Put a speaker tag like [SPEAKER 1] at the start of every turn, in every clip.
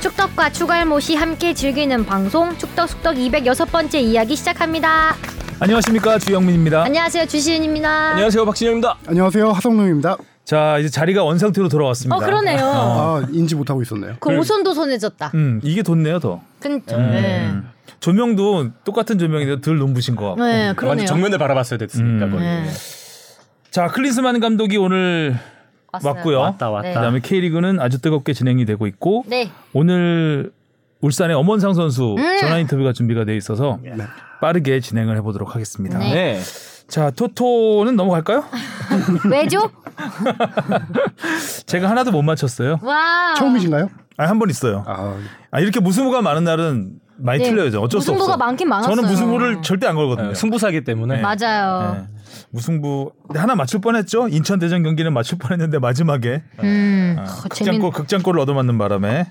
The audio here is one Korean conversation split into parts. [SPEAKER 1] 추가 추갈못이 함께 즐기는 방송 축덕숙덕 206번째 이야기 시작합니다.
[SPEAKER 2] 안녕하십니까 주영민입니다.
[SPEAKER 1] 안녕하세요 주시은입니다.
[SPEAKER 3] 안녕하세요 박진영입니다.
[SPEAKER 4] 안녕하세요 하성룡입니다.
[SPEAKER 2] 자 이제 자리가 원상태로 돌아왔습니다.
[SPEAKER 1] 어 그러네요.
[SPEAKER 4] 아 인지 못하고 있었네요.
[SPEAKER 1] 그 오선도 손해졌다.
[SPEAKER 2] 음 이게 돋네요 더.
[SPEAKER 1] 그죠. 네.
[SPEAKER 2] 조명도 똑같은 조명인데 덜 눈부신 것 같고.
[SPEAKER 1] 네, 그러네요.
[SPEAKER 3] 완전 정면을 바라봤어야 됐으니까
[SPEAKER 2] 음.
[SPEAKER 3] 거의.
[SPEAKER 1] 네.
[SPEAKER 2] 자 클린스만 감독이 오늘
[SPEAKER 1] 왔어요.
[SPEAKER 2] 왔고요.
[SPEAKER 3] 왔다, 왔다.
[SPEAKER 2] 그다음에 K리그는 아주 뜨겁게 진행이 되고 있고
[SPEAKER 1] 네.
[SPEAKER 2] 오늘 울산의 엄원상 선수
[SPEAKER 1] 음.
[SPEAKER 2] 전화 인터뷰가 준비가 돼 있어서 빠르게 진행을 해보도록 하겠습니다.
[SPEAKER 1] 네.
[SPEAKER 3] 네.
[SPEAKER 2] 자 토토는 넘어갈까요?
[SPEAKER 1] 왜죠?
[SPEAKER 2] 제가 하나도 못
[SPEAKER 1] 아,
[SPEAKER 2] 맞췄어요.
[SPEAKER 1] 와.
[SPEAKER 4] 처음이신가요?
[SPEAKER 1] 네.
[SPEAKER 2] 아 한 번 있어요.
[SPEAKER 4] 아
[SPEAKER 2] 아 이렇게 무승부가 많은 날은 많이
[SPEAKER 1] 네.
[SPEAKER 2] 틀려요. 어쩔 수 없어.
[SPEAKER 1] 무승부가 많긴 많았어요.
[SPEAKER 2] 저는 무승부를 절대 안 걸거든요.
[SPEAKER 3] 네, 승부사기 때문에
[SPEAKER 1] 맞아요.
[SPEAKER 2] 네. 무승부 근데 하나 맞출 뻔했죠. 인천 대전 경기는 맞출 뻔했는데 마지막에
[SPEAKER 1] 음. 어, 재밌.
[SPEAKER 2] 극장골 극장골을 얻어맞는 바람에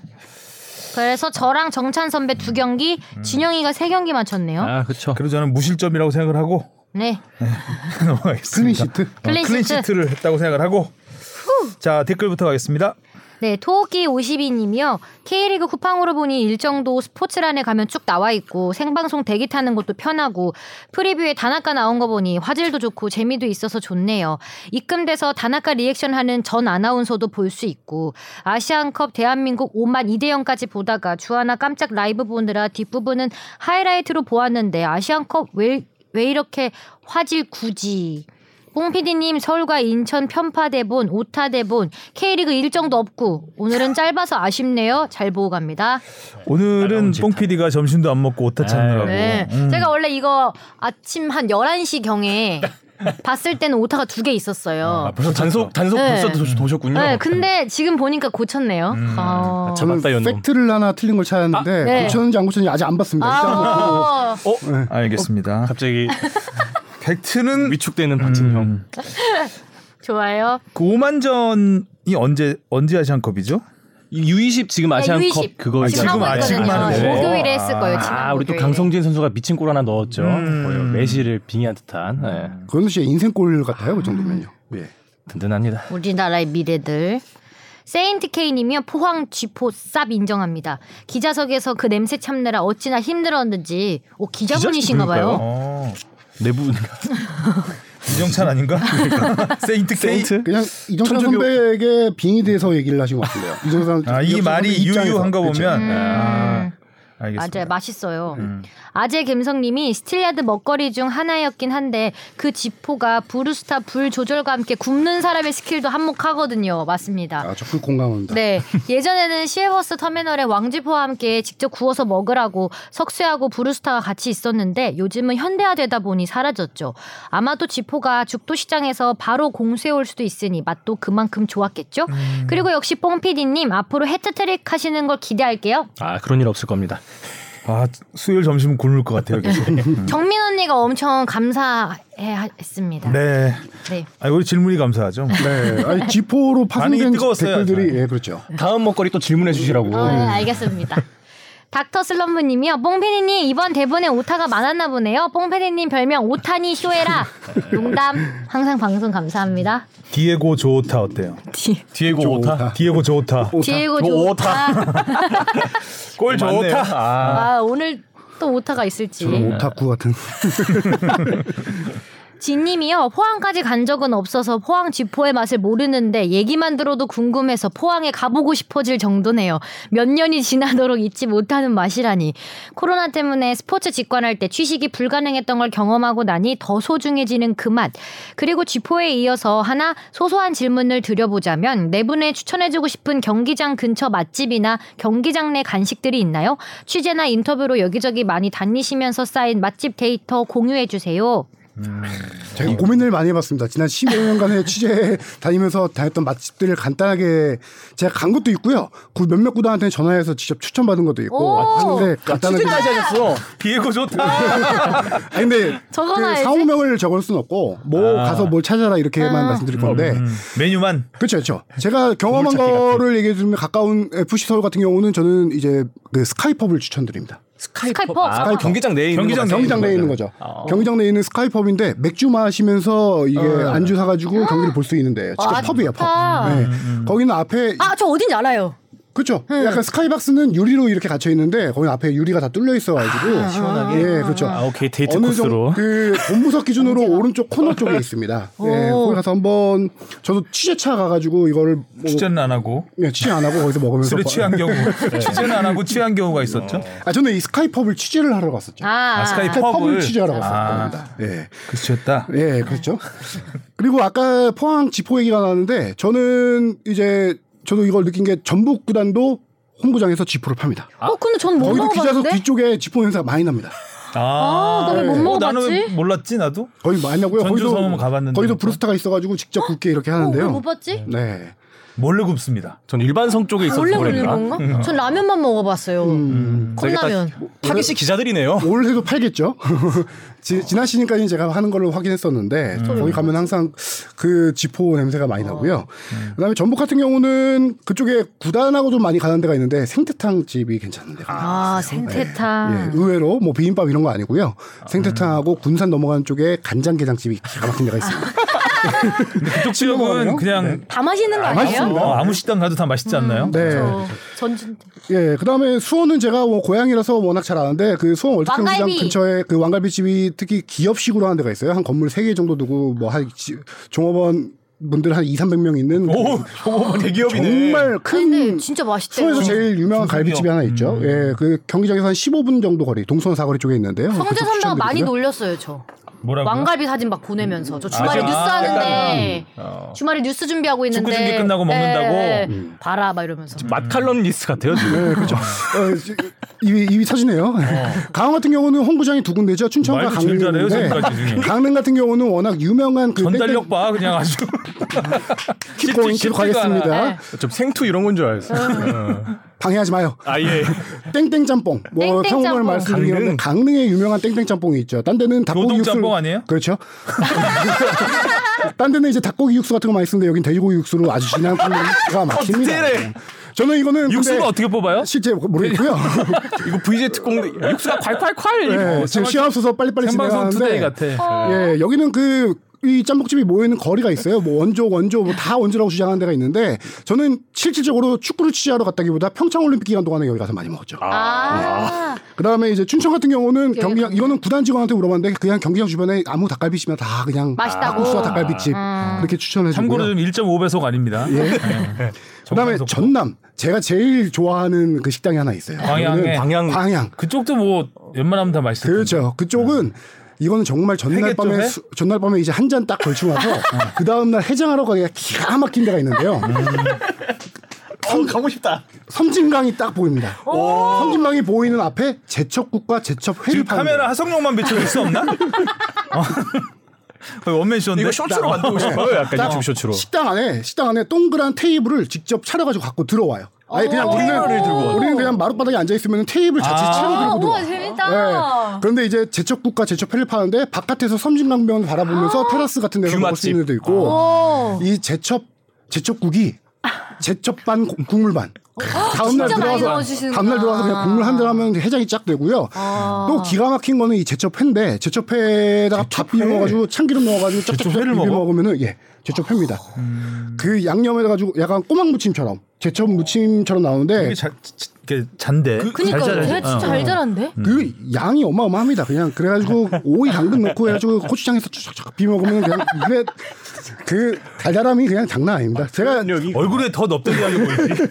[SPEAKER 1] 그래서 저랑 정찬 선배 두 경기, 진영이가 세 경기 맞췄네요.
[SPEAKER 3] 아 그렇죠.
[SPEAKER 2] 그래서 저는 무실점이라고 생각을 하고
[SPEAKER 1] 네.
[SPEAKER 4] 클린
[SPEAKER 2] 넘어가겠습니다.
[SPEAKER 4] 시트.
[SPEAKER 1] 클린 시트.
[SPEAKER 2] 를 했다고 생각을 하고 자 댓글부터 가겠습니다.
[SPEAKER 1] 네, 토끼 52님이요. K리그 쿠팡으로 보니 일정도 스포츠란에 가면 쭉 나와 있고 생방송 대기 타는 것도 편하고 프리뷰에 단아까 나온 거 보니 화질도 좋고 재미도 있어서 좋네요. 입금돼서 단아까 리액션 하는 전 아나운서도 볼 수 있고 아시안컵 대한민국 5만 2대 0까지 보다가 주하나 깜짝 라이브 보느라 뒷부분은 하이라이트로 보았는데 아시안컵 왜, 왜 이렇게 화질 굳이 뽕피디님 서울과 인천 편파 대본 오타 대본 K리그 일정도 없고 오늘은 짧아서 아쉽네요. 잘 보고 갑니다.
[SPEAKER 2] 오늘은 뽕 PD가 점심도 안 먹고 오타 찾느라고
[SPEAKER 1] 네.
[SPEAKER 2] 음.
[SPEAKER 1] 제가 원래 이거 아침 한 11시 경에 봤을 때는 오타가 두 개 있었어요.
[SPEAKER 3] 아, 벌써
[SPEAKER 2] 그렇죠.
[SPEAKER 3] 단속 단속
[SPEAKER 1] 네.
[SPEAKER 3] 벌써 도- 도셨군요.
[SPEAKER 1] 네, 근데 지금 보니까 고쳤네요.
[SPEAKER 3] 음.
[SPEAKER 1] 어.
[SPEAKER 2] 아,
[SPEAKER 3] 참-
[SPEAKER 4] 저는
[SPEAKER 3] 맞다, 연놈.
[SPEAKER 4] 팩트를 하나 틀린 걸 찾았는데
[SPEAKER 1] 네.
[SPEAKER 4] 고쳤는지 안 고쳤는지 아직 안 봤습니다. 일단 뭐
[SPEAKER 1] 아,
[SPEAKER 3] 어
[SPEAKER 2] 알겠습니다.
[SPEAKER 3] 갑자기
[SPEAKER 2] 팩트는
[SPEAKER 3] 위축되는 박진영.
[SPEAKER 2] 음.
[SPEAKER 1] 좋아요. 네,
[SPEAKER 2] 그 오만전이 언제 언제 아시안컵이죠?
[SPEAKER 3] 이 U20 지금
[SPEAKER 1] 네,
[SPEAKER 3] 아시안컵
[SPEAKER 1] U20.
[SPEAKER 3] 그거 네.
[SPEAKER 1] 지금
[SPEAKER 2] 지금
[SPEAKER 1] 하고
[SPEAKER 2] 아, 지금
[SPEAKER 1] 있거든요.
[SPEAKER 2] 하는 거예요?
[SPEAKER 1] 목요일에 했을 거예요. 지난
[SPEAKER 3] 아 우리 또
[SPEAKER 1] 목요일에. 음.
[SPEAKER 3] 강성진 선수가 미친 골 하나 넣었죠. 거의 매시를 빙의한 듯한 네.
[SPEAKER 2] 음.
[SPEAKER 4] 권우 씨의 인생골 같아요 그 정도면요. 예.
[SPEAKER 3] 든든합니다.
[SPEAKER 1] 우리나라의 미래들. 세인트 케이님이요 포항 쥐포 쌉 인정합니다. 기자석에서 그 냄새 참느라 어찌나 힘들었는지. 오 기자분이신가봐요.
[SPEAKER 2] 어,
[SPEAKER 3] 내부
[SPEAKER 2] 네. 이정찬 아닌가? 그러니까. 세인트 세인
[SPEAKER 3] 세인트
[SPEAKER 4] 그냥 이정찬
[SPEAKER 3] 천주교-
[SPEAKER 4] 선배에게 빙의 대해서 얘기를 하신 것 같은데요. 이정찬
[SPEAKER 2] 아, 이
[SPEAKER 4] 이정찬
[SPEAKER 2] 말이
[SPEAKER 4] 선배 입장에서. 그렇죠.
[SPEAKER 2] 유유한가
[SPEAKER 4] 그치.
[SPEAKER 2] 보면 아, 알겠습니다.
[SPEAKER 1] 맞아요, 맛있어요. 아재 김성님이 스틸리아드 먹거리 중 하나였긴 한데 그 지포가 브루스타 불 조절과 함께 굽는 사람의 스킬도 한몫하거든요. 맞습니다.
[SPEAKER 4] 아, 저그 공감합니다.
[SPEAKER 1] 네. 예전에는 시외버스 터미널에 왕지포와 함께 직접 구워서 먹으라고 석쇠하고 브루스타가 같이 있었는데 요즘은 현대화되다 보니 사라졌죠. 아마도 지포가 죽도시장에서 바로 공수해 올 수도 있으니 맛도 그만큼 좋았겠죠? 그리고 역시 뽕피디님 앞으로 해트트릭 하시는 걸 기대할게요.
[SPEAKER 3] 아 그런 일 없을 겁니다.
[SPEAKER 2] 아 수요일 점심은 굶을 것 같아요. 계속.
[SPEAKER 5] 네.
[SPEAKER 1] 정민 언니가 엄청 감사했습니다.
[SPEAKER 2] 네.
[SPEAKER 1] 네.
[SPEAKER 2] 아 우리 질문이 감사하죠. 뭐.
[SPEAKER 4] 네. 아니 지포로
[SPEAKER 2] 반응이
[SPEAKER 4] 파생된
[SPEAKER 2] 뜨거웠어요,
[SPEAKER 4] 댓글들이
[SPEAKER 2] 아주.
[SPEAKER 4] 예 그렇죠.
[SPEAKER 1] 네.
[SPEAKER 3] 다음 먹거리 또 질문해 주시라고.
[SPEAKER 1] 어, 네, 알겠습니다. 닥터 슬럼프님이요. 뽕피디님 이번 대본에 오타가 많았나 보네요. 뽕피디님 별명 오타니 쇼에라. 농담. 항상 방송 감사합니다.
[SPEAKER 2] 디에고 조오타 어때요?
[SPEAKER 1] 디,
[SPEAKER 3] 디에고 오타.
[SPEAKER 2] 디에고 조오타.
[SPEAKER 1] 디에고
[SPEAKER 3] 저
[SPEAKER 1] 조
[SPEAKER 3] 오타. 골
[SPEAKER 2] 맞네요.
[SPEAKER 3] 좋다.
[SPEAKER 1] 아 오늘 또 오타가
[SPEAKER 4] 저런
[SPEAKER 1] 있을지.
[SPEAKER 4] 오타쿠 같은.
[SPEAKER 1] 진님이요. 포항까지 간 적은 없어서 포항 지포의 맛을 모르는데 얘기만 들어도 궁금해서 포항에 가보고 싶어질 정도네요. 몇 년이 지나도록 잊지 못하는 맛이라니. 코로나 때문에 스포츠 직관할 때 취식이 불가능했던 걸 경험하고 나니 더 소중해지는 그 맛. 그리고 지포에 이어서 하나 소소한 질문을 드려보자면 네 분의 추천해주고 싶은 경기장 근처 맛집이나 경기장 내 간식들이 있나요? 취재나 인터뷰로 여기저기 많이 다니시면서 쌓인 맛집 데이터 공유해주세요.
[SPEAKER 4] 제가 고민을 많이 해봤습니다. 지난 15년간의 취재 다니면서 다녔던 맛집들을 간단하게 제가 간 것도 있고요. 그 몇몇 구단한테 전화해서 직접 추천받은 것도 있고.
[SPEAKER 1] 오! 아,
[SPEAKER 4] 근데 간단하게.
[SPEAKER 3] 취재까지 하셨어.
[SPEAKER 2] 디에고 조오타.
[SPEAKER 4] 아니 근데
[SPEAKER 1] 적어놔야지.
[SPEAKER 4] 그 사후명을 적을 수는 없고 뭐 가서 뭘 찾아라 이렇게만 말씀드릴 건데.
[SPEAKER 2] 음. 메뉴만.
[SPEAKER 4] 그렇죠, 그렇죠. 제가 경험한 거를 얘기해 주면 가까운 FC 서울 같은 경우는 저는 이제 그 스카이펍을 추천드립니다.
[SPEAKER 1] 스카이퍼.
[SPEAKER 3] 아,
[SPEAKER 1] 스카이퍼.
[SPEAKER 3] 경기장 내에 있는
[SPEAKER 2] 경기장
[SPEAKER 3] 거
[SPEAKER 2] 내에
[SPEAKER 4] 경기장 내에 있는 거죠.
[SPEAKER 2] 어.
[SPEAKER 4] 경기장 내에 있는 스카이펍인데 맥주 마시면서 이게
[SPEAKER 2] 어.
[SPEAKER 4] 안주 사가지고 경기를 볼 수 있는데 직접
[SPEAKER 1] 아,
[SPEAKER 2] 음,
[SPEAKER 4] 펍이에요. 펍.
[SPEAKER 1] 좋다.
[SPEAKER 4] 네. 거기는 앞에
[SPEAKER 1] 아, 저 어딘지 알아요.
[SPEAKER 4] 그렇죠. 약간 스카이박스는 유리로 이렇게 갇혀 있는데 거기 앞에 유리가 다 뚫려 있어가지고
[SPEAKER 3] 시원하게?
[SPEAKER 4] 예, 그렇죠.
[SPEAKER 2] 아, 오케이. 데이트
[SPEAKER 4] 어느
[SPEAKER 2] 코스로.
[SPEAKER 4] 정도 그 본부석 기준으로 오른쪽 코너 쪽에 있습니다. 예,
[SPEAKER 5] 오.
[SPEAKER 4] 거기 가서 한번 저도 취재차 가가지고 이거를 뭐,
[SPEAKER 2] 취재는 안 하고
[SPEAKER 4] 예, 취재 안 하고 거기서 먹으면서
[SPEAKER 2] 술에
[SPEAKER 4] 봐-
[SPEAKER 2] 취한 경우 취재는 안 하고 취한 경우가 있었죠.
[SPEAKER 4] 아 저는 이 스카이펍을 취재를 하러 갔었죠.
[SPEAKER 5] 아,
[SPEAKER 2] 아, 스카이
[SPEAKER 4] 스카이펍을
[SPEAKER 2] 펍을
[SPEAKER 4] 취재하러
[SPEAKER 2] 아.
[SPEAKER 4] 갔었습니다. 예.
[SPEAKER 2] 그치였다.
[SPEAKER 5] 네.
[SPEAKER 4] 예, 그렇죠. 그리고 아까 포항 지포 얘기가 나왔는데 저는 이제 저도 이걸 느낀 게 전북 구단도 홈구장에서 지포를 팝니다.
[SPEAKER 5] 어, 근데 전 못
[SPEAKER 4] 아, 거기도 기자석
[SPEAKER 5] 먹어봤는데.
[SPEAKER 4] 뒤쪽에 지포 행사가 많이 납니다.
[SPEAKER 2] 아,
[SPEAKER 5] 아, 너왜못
[SPEAKER 2] 어, 나는
[SPEAKER 5] 먹어봤지?
[SPEAKER 2] 왜 몰랐지 나도.
[SPEAKER 4] 거의 많이 나고요.
[SPEAKER 2] 전주 성은 가봤는데
[SPEAKER 4] 거기도
[SPEAKER 2] 그렇죠?
[SPEAKER 4] 브루스타가 있어가지고 직접 굽게 이렇게
[SPEAKER 5] 어,
[SPEAKER 4] 하는데요.
[SPEAKER 5] 왜못 봤지?
[SPEAKER 4] 네.
[SPEAKER 2] 몰래 굽습니다.
[SPEAKER 3] 전 일반성 쪽에 있어서
[SPEAKER 5] 아, 원래 먹는
[SPEAKER 3] 그랬나?
[SPEAKER 5] 건가? 전
[SPEAKER 4] 음.
[SPEAKER 5] 라면만 먹어봤어요.
[SPEAKER 3] 되게 다
[SPEAKER 5] 컵라면.
[SPEAKER 3] 타깃이 기자들이네요.
[SPEAKER 4] 올해도 팔겠죠. 지, 지난 시즌까지 제가 하는 걸로 확인했었는데
[SPEAKER 2] 음.
[SPEAKER 4] 거기 가면 항상 그 지포 냄새가 많이
[SPEAKER 5] 아,
[SPEAKER 4] 나고요.
[SPEAKER 5] 네.
[SPEAKER 4] 그다음에 전북 같은 경우는 그쪽에 구단하고 좀 많이 가는 데가 있는데 생태탕 집이 괜찮은데.
[SPEAKER 5] 아, 생태탕.
[SPEAKER 4] 예, 의외로 뭐 비빔밥 이런 거 아니고요. 생태탕하고 군산 넘어가는 쪽에 간장게장집이 기가 막힌 데가 있습니다.
[SPEAKER 2] 근데 그쪽 지역은
[SPEAKER 4] 먹어요?
[SPEAKER 2] 그냥
[SPEAKER 5] 다 맛있는 거 아니에요?
[SPEAKER 4] 맛있습니다.
[SPEAKER 2] 어, 아무 식당 가도 다 맛있지 않나요?
[SPEAKER 4] 네.
[SPEAKER 5] 전준
[SPEAKER 4] 예, 그다음에 수원은 제가 뭐 고향이라서 워낙 잘 아는데 그 수원 월드컵
[SPEAKER 5] 왕갈비.
[SPEAKER 4] 시장 근처에 그 왕갈비 집이 특히 기업식으로 하는 데가 있어요. 한 건물 세 개 정도 두고 뭐 한 종업원 분들 한 2, 300명 있는
[SPEAKER 2] 오, 저거 대기업이네.
[SPEAKER 4] 정말
[SPEAKER 5] 근데 네.
[SPEAKER 4] 큰
[SPEAKER 5] 진짜 맛있대요.
[SPEAKER 4] 수원에서 제일 유명한
[SPEAKER 2] 중소기업.
[SPEAKER 4] 갈비집이 하나 있죠. 예, 그 경기장에서 한 15분 정도 거리, 동선 사거리 쪽에 있는데요.
[SPEAKER 5] 음. 성재
[SPEAKER 4] 그쪽
[SPEAKER 5] 선배가 많이
[SPEAKER 4] 추천드리고요.
[SPEAKER 5] 놀렸어요, 저.
[SPEAKER 2] 뭐라고?
[SPEAKER 5] 왕갈비 사진 막 보내면서 저 주말에
[SPEAKER 2] 아,
[SPEAKER 5] 뉴스
[SPEAKER 2] 아,
[SPEAKER 5] 하는데
[SPEAKER 2] 어.
[SPEAKER 5] 주말에 뉴스 준비하고 있는데 네.
[SPEAKER 2] 축구 중계 끝나고 먹는다고?
[SPEAKER 4] 음.
[SPEAKER 5] 봐라 막 이러면서
[SPEAKER 3] 맛칼럼 리스 같아요. 지금.
[SPEAKER 4] 네, 그렇죠. 어, 지- 입이, 입이 터지네요. 강원 같은 경우는 홍구장이 두 군데죠. 춘천과
[SPEAKER 2] 말도 제일
[SPEAKER 4] 강릉이
[SPEAKER 2] 잘해요,
[SPEAKER 4] 있는데
[SPEAKER 2] 지금까지 중에.
[SPEAKER 4] 강릉 같은 경우는 워낙 유명한 그
[SPEAKER 2] 전달력 봐 그냥 아주
[SPEAKER 4] 킵고잉
[SPEAKER 2] 쉽지-
[SPEAKER 4] 계속
[SPEAKER 2] 쉽지가 않아.
[SPEAKER 4] 가겠습니다.
[SPEAKER 5] 네.
[SPEAKER 3] 좀 생투 이런 건 줄 알았어요.
[SPEAKER 4] 방해하지 마요.
[SPEAKER 3] 아예
[SPEAKER 4] 땡땡짬뽕. 뭐
[SPEAKER 5] 땡땡짬뽕.
[SPEAKER 4] 평범한 말씀드리면
[SPEAKER 3] 강릉.
[SPEAKER 4] 강릉에 유명한 땡땡짬뽕이 있죠. 딴 데는 닭고기 육수.
[SPEAKER 2] 교동짬뽕 아니에요?
[SPEAKER 4] 그렇죠. 딴 데는 이제 닭고기 육수 같은 거 많이 쓰는데 여긴 돼지고기 육수로 아주 진한 풍미가 막힙니다.
[SPEAKER 3] 어떡해.
[SPEAKER 4] 저는 이거는
[SPEAKER 2] 육수가
[SPEAKER 4] 근데
[SPEAKER 2] 어떻게 뽑아요?
[SPEAKER 4] 실제 모르겠고요.
[SPEAKER 3] 이거 VJ 특공 육수가 콸콸콸.
[SPEAKER 4] 네, 지금 시험소서 빨리빨리
[SPEAKER 2] 어, 생방송 투데이
[SPEAKER 4] 진행하는데
[SPEAKER 2] 같아.
[SPEAKER 3] 어.
[SPEAKER 4] 예, 여기는 그, 이 짬뽕집이 모이는 거리가 있어요. 뭐 원조, 원조, 뭐 다 원조라고 주장하는 데가 있는데 저는 실질적으로 축구를 취재하러 갔다기보다 평창올림픽 기간 동안에 여기 가서 많이 먹었죠.
[SPEAKER 5] 아,
[SPEAKER 4] 그다음에 이제 춘천 같은 경우는
[SPEAKER 5] 네.
[SPEAKER 4] 경기장 이거는 구단 직원한테 물어봤는데 그냥 경기장 주변에 아무 닭갈비집이나 다 그냥
[SPEAKER 5] 맛있다고. 아.
[SPEAKER 4] 국수와 닭갈비집 그렇게 추천해
[SPEAKER 2] 참고로
[SPEAKER 4] 주고요.
[SPEAKER 2] 좀 1.5배속 아닙니다. 예.
[SPEAKER 4] 그다음에
[SPEAKER 2] 정상속.
[SPEAKER 4] 전남 제가 제일 좋아하는 그 식당이 하나 있어요.
[SPEAKER 2] 광양에.
[SPEAKER 4] 그거는
[SPEAKER 3] 네, 광양.
[SPEAKER 4] 광양.
[SPEAKER 2] 그쪽도 뭐 웬만하면 다 맛있을 텐데.
[SPEAKER 4] 그렇죠. 그쪽은
[SPEAKER 3] 네.
[SPEAKER 4] 이거는 정말 전날
[SPEAKER 2] 회계 쪽
[SPEAKER 4] 밤에
[SPEAKER 2] 해?
[SPEAKER 4] 수- 전날 밤에 이제 한 잔 딱 걸치고 나서
[SPEAKER 3] 네.
[SPEAKER 4] 그 다음 날 해장하러 가기가 기가 막힌 데가 있는데요.
[SPEAKER 3] 음. 어, 가고 싶다.
[SPEAKER 4] 섬진강이 딱 보입니다. 섬진강이 보이는 앞에 제첩국과 제첩회를
[SPEAKER 2] 지금
[SPEAKER 4] 파는
[SPEAKER 2] 그 카메라 하성룡만 비춰줄 수 없나? 어. 거의 원맨 쇼인데.
[SPEAKER 3] 이거 쇼츠로 만들고 싶어요. 약간 유튜브 쇼츠로.
[SPEAKER 4] 식당 안에 식당 안에 동그란 테이블을 직접 차려가지고 갖고 들어와요. 아니 그냥 우리는
[SPEAKER 3] 테이블을 들고 와요.
[SPEAKER 4] 우리는 그냥 마룻바닥에 앉아 있으면 테이블 자체
[SPEAKER 2] 아.
[SPEAKER 4] 차려 들고
[SPEAKER 5] 우와
[SPEAKER 4] 들어와. 네.
[SPEAKER 5] 재밌다.
[SPEAKER 4] 예. 그런데 이제 제첩국과 제첩회를 파는데 바깥에서 섬진강변 바라보면서
[SPEAKER 5] 아.
[SPEAKER 4] 테라스 같은 데서 먹을 수
[SPEAKER 3] 뷰맛집.
[SPEAKER 4] 있는 데도 있고
[SPEAKER 5] 오.
[SPEAKER 4] 이 제첩 제첩국이 제첩반 고- 국물반 아, 다음날
[SPEAKER 5] 어? 진짜 많이
[SPEAKER 4] 들어와서
[SPEAKER 5] 넣어주시는구나. 아.
[SPEAKER 4] 다음날 들어와서 그냥 국물 한 잔 하면 해장이 쫙 되고요. 또 기가 막힌 거는 이 제첩회인데 제첩회에다가 밥 비벼 가지고 참기름 넣어가지고 쫙쫙
[SPEAKER 2] 제첩회를 먹어?
[SPEAKER 4] 비벼
[SPEAKER 2] 아. 음.
[SPEAKER 4] 먹으면은 예 제첩회입니다. 그 양념에다 가지고 약간 꼬막 무침처럼 제첩 무침처럼 나오는데
[SPEAKER 2] 이게 잘, 어. 자- 이렇게 잔데.
[SPEAKER 5] 그니까
[SPEAKER 2] 잘
[SPEAKER 5] 쟤
[SPEAKER 2] 자라요.
[SPEAKER 5] 진짜
[SPEAKER 2] 어.
[SPEAKER 5] 잘 자란데.
[SPEAKER 4] 그 양이 어마어마합니다. 그냥 그래가지고 오이 당근 넣고 해가지고 고추장에서 쫙쫙 비벼 먹으면 그냥 입에 그 달달함이 그냥 장난 아닙니다. 제가
[SPEAKER 2] 얼굴에 더 넙대대하려고 있지.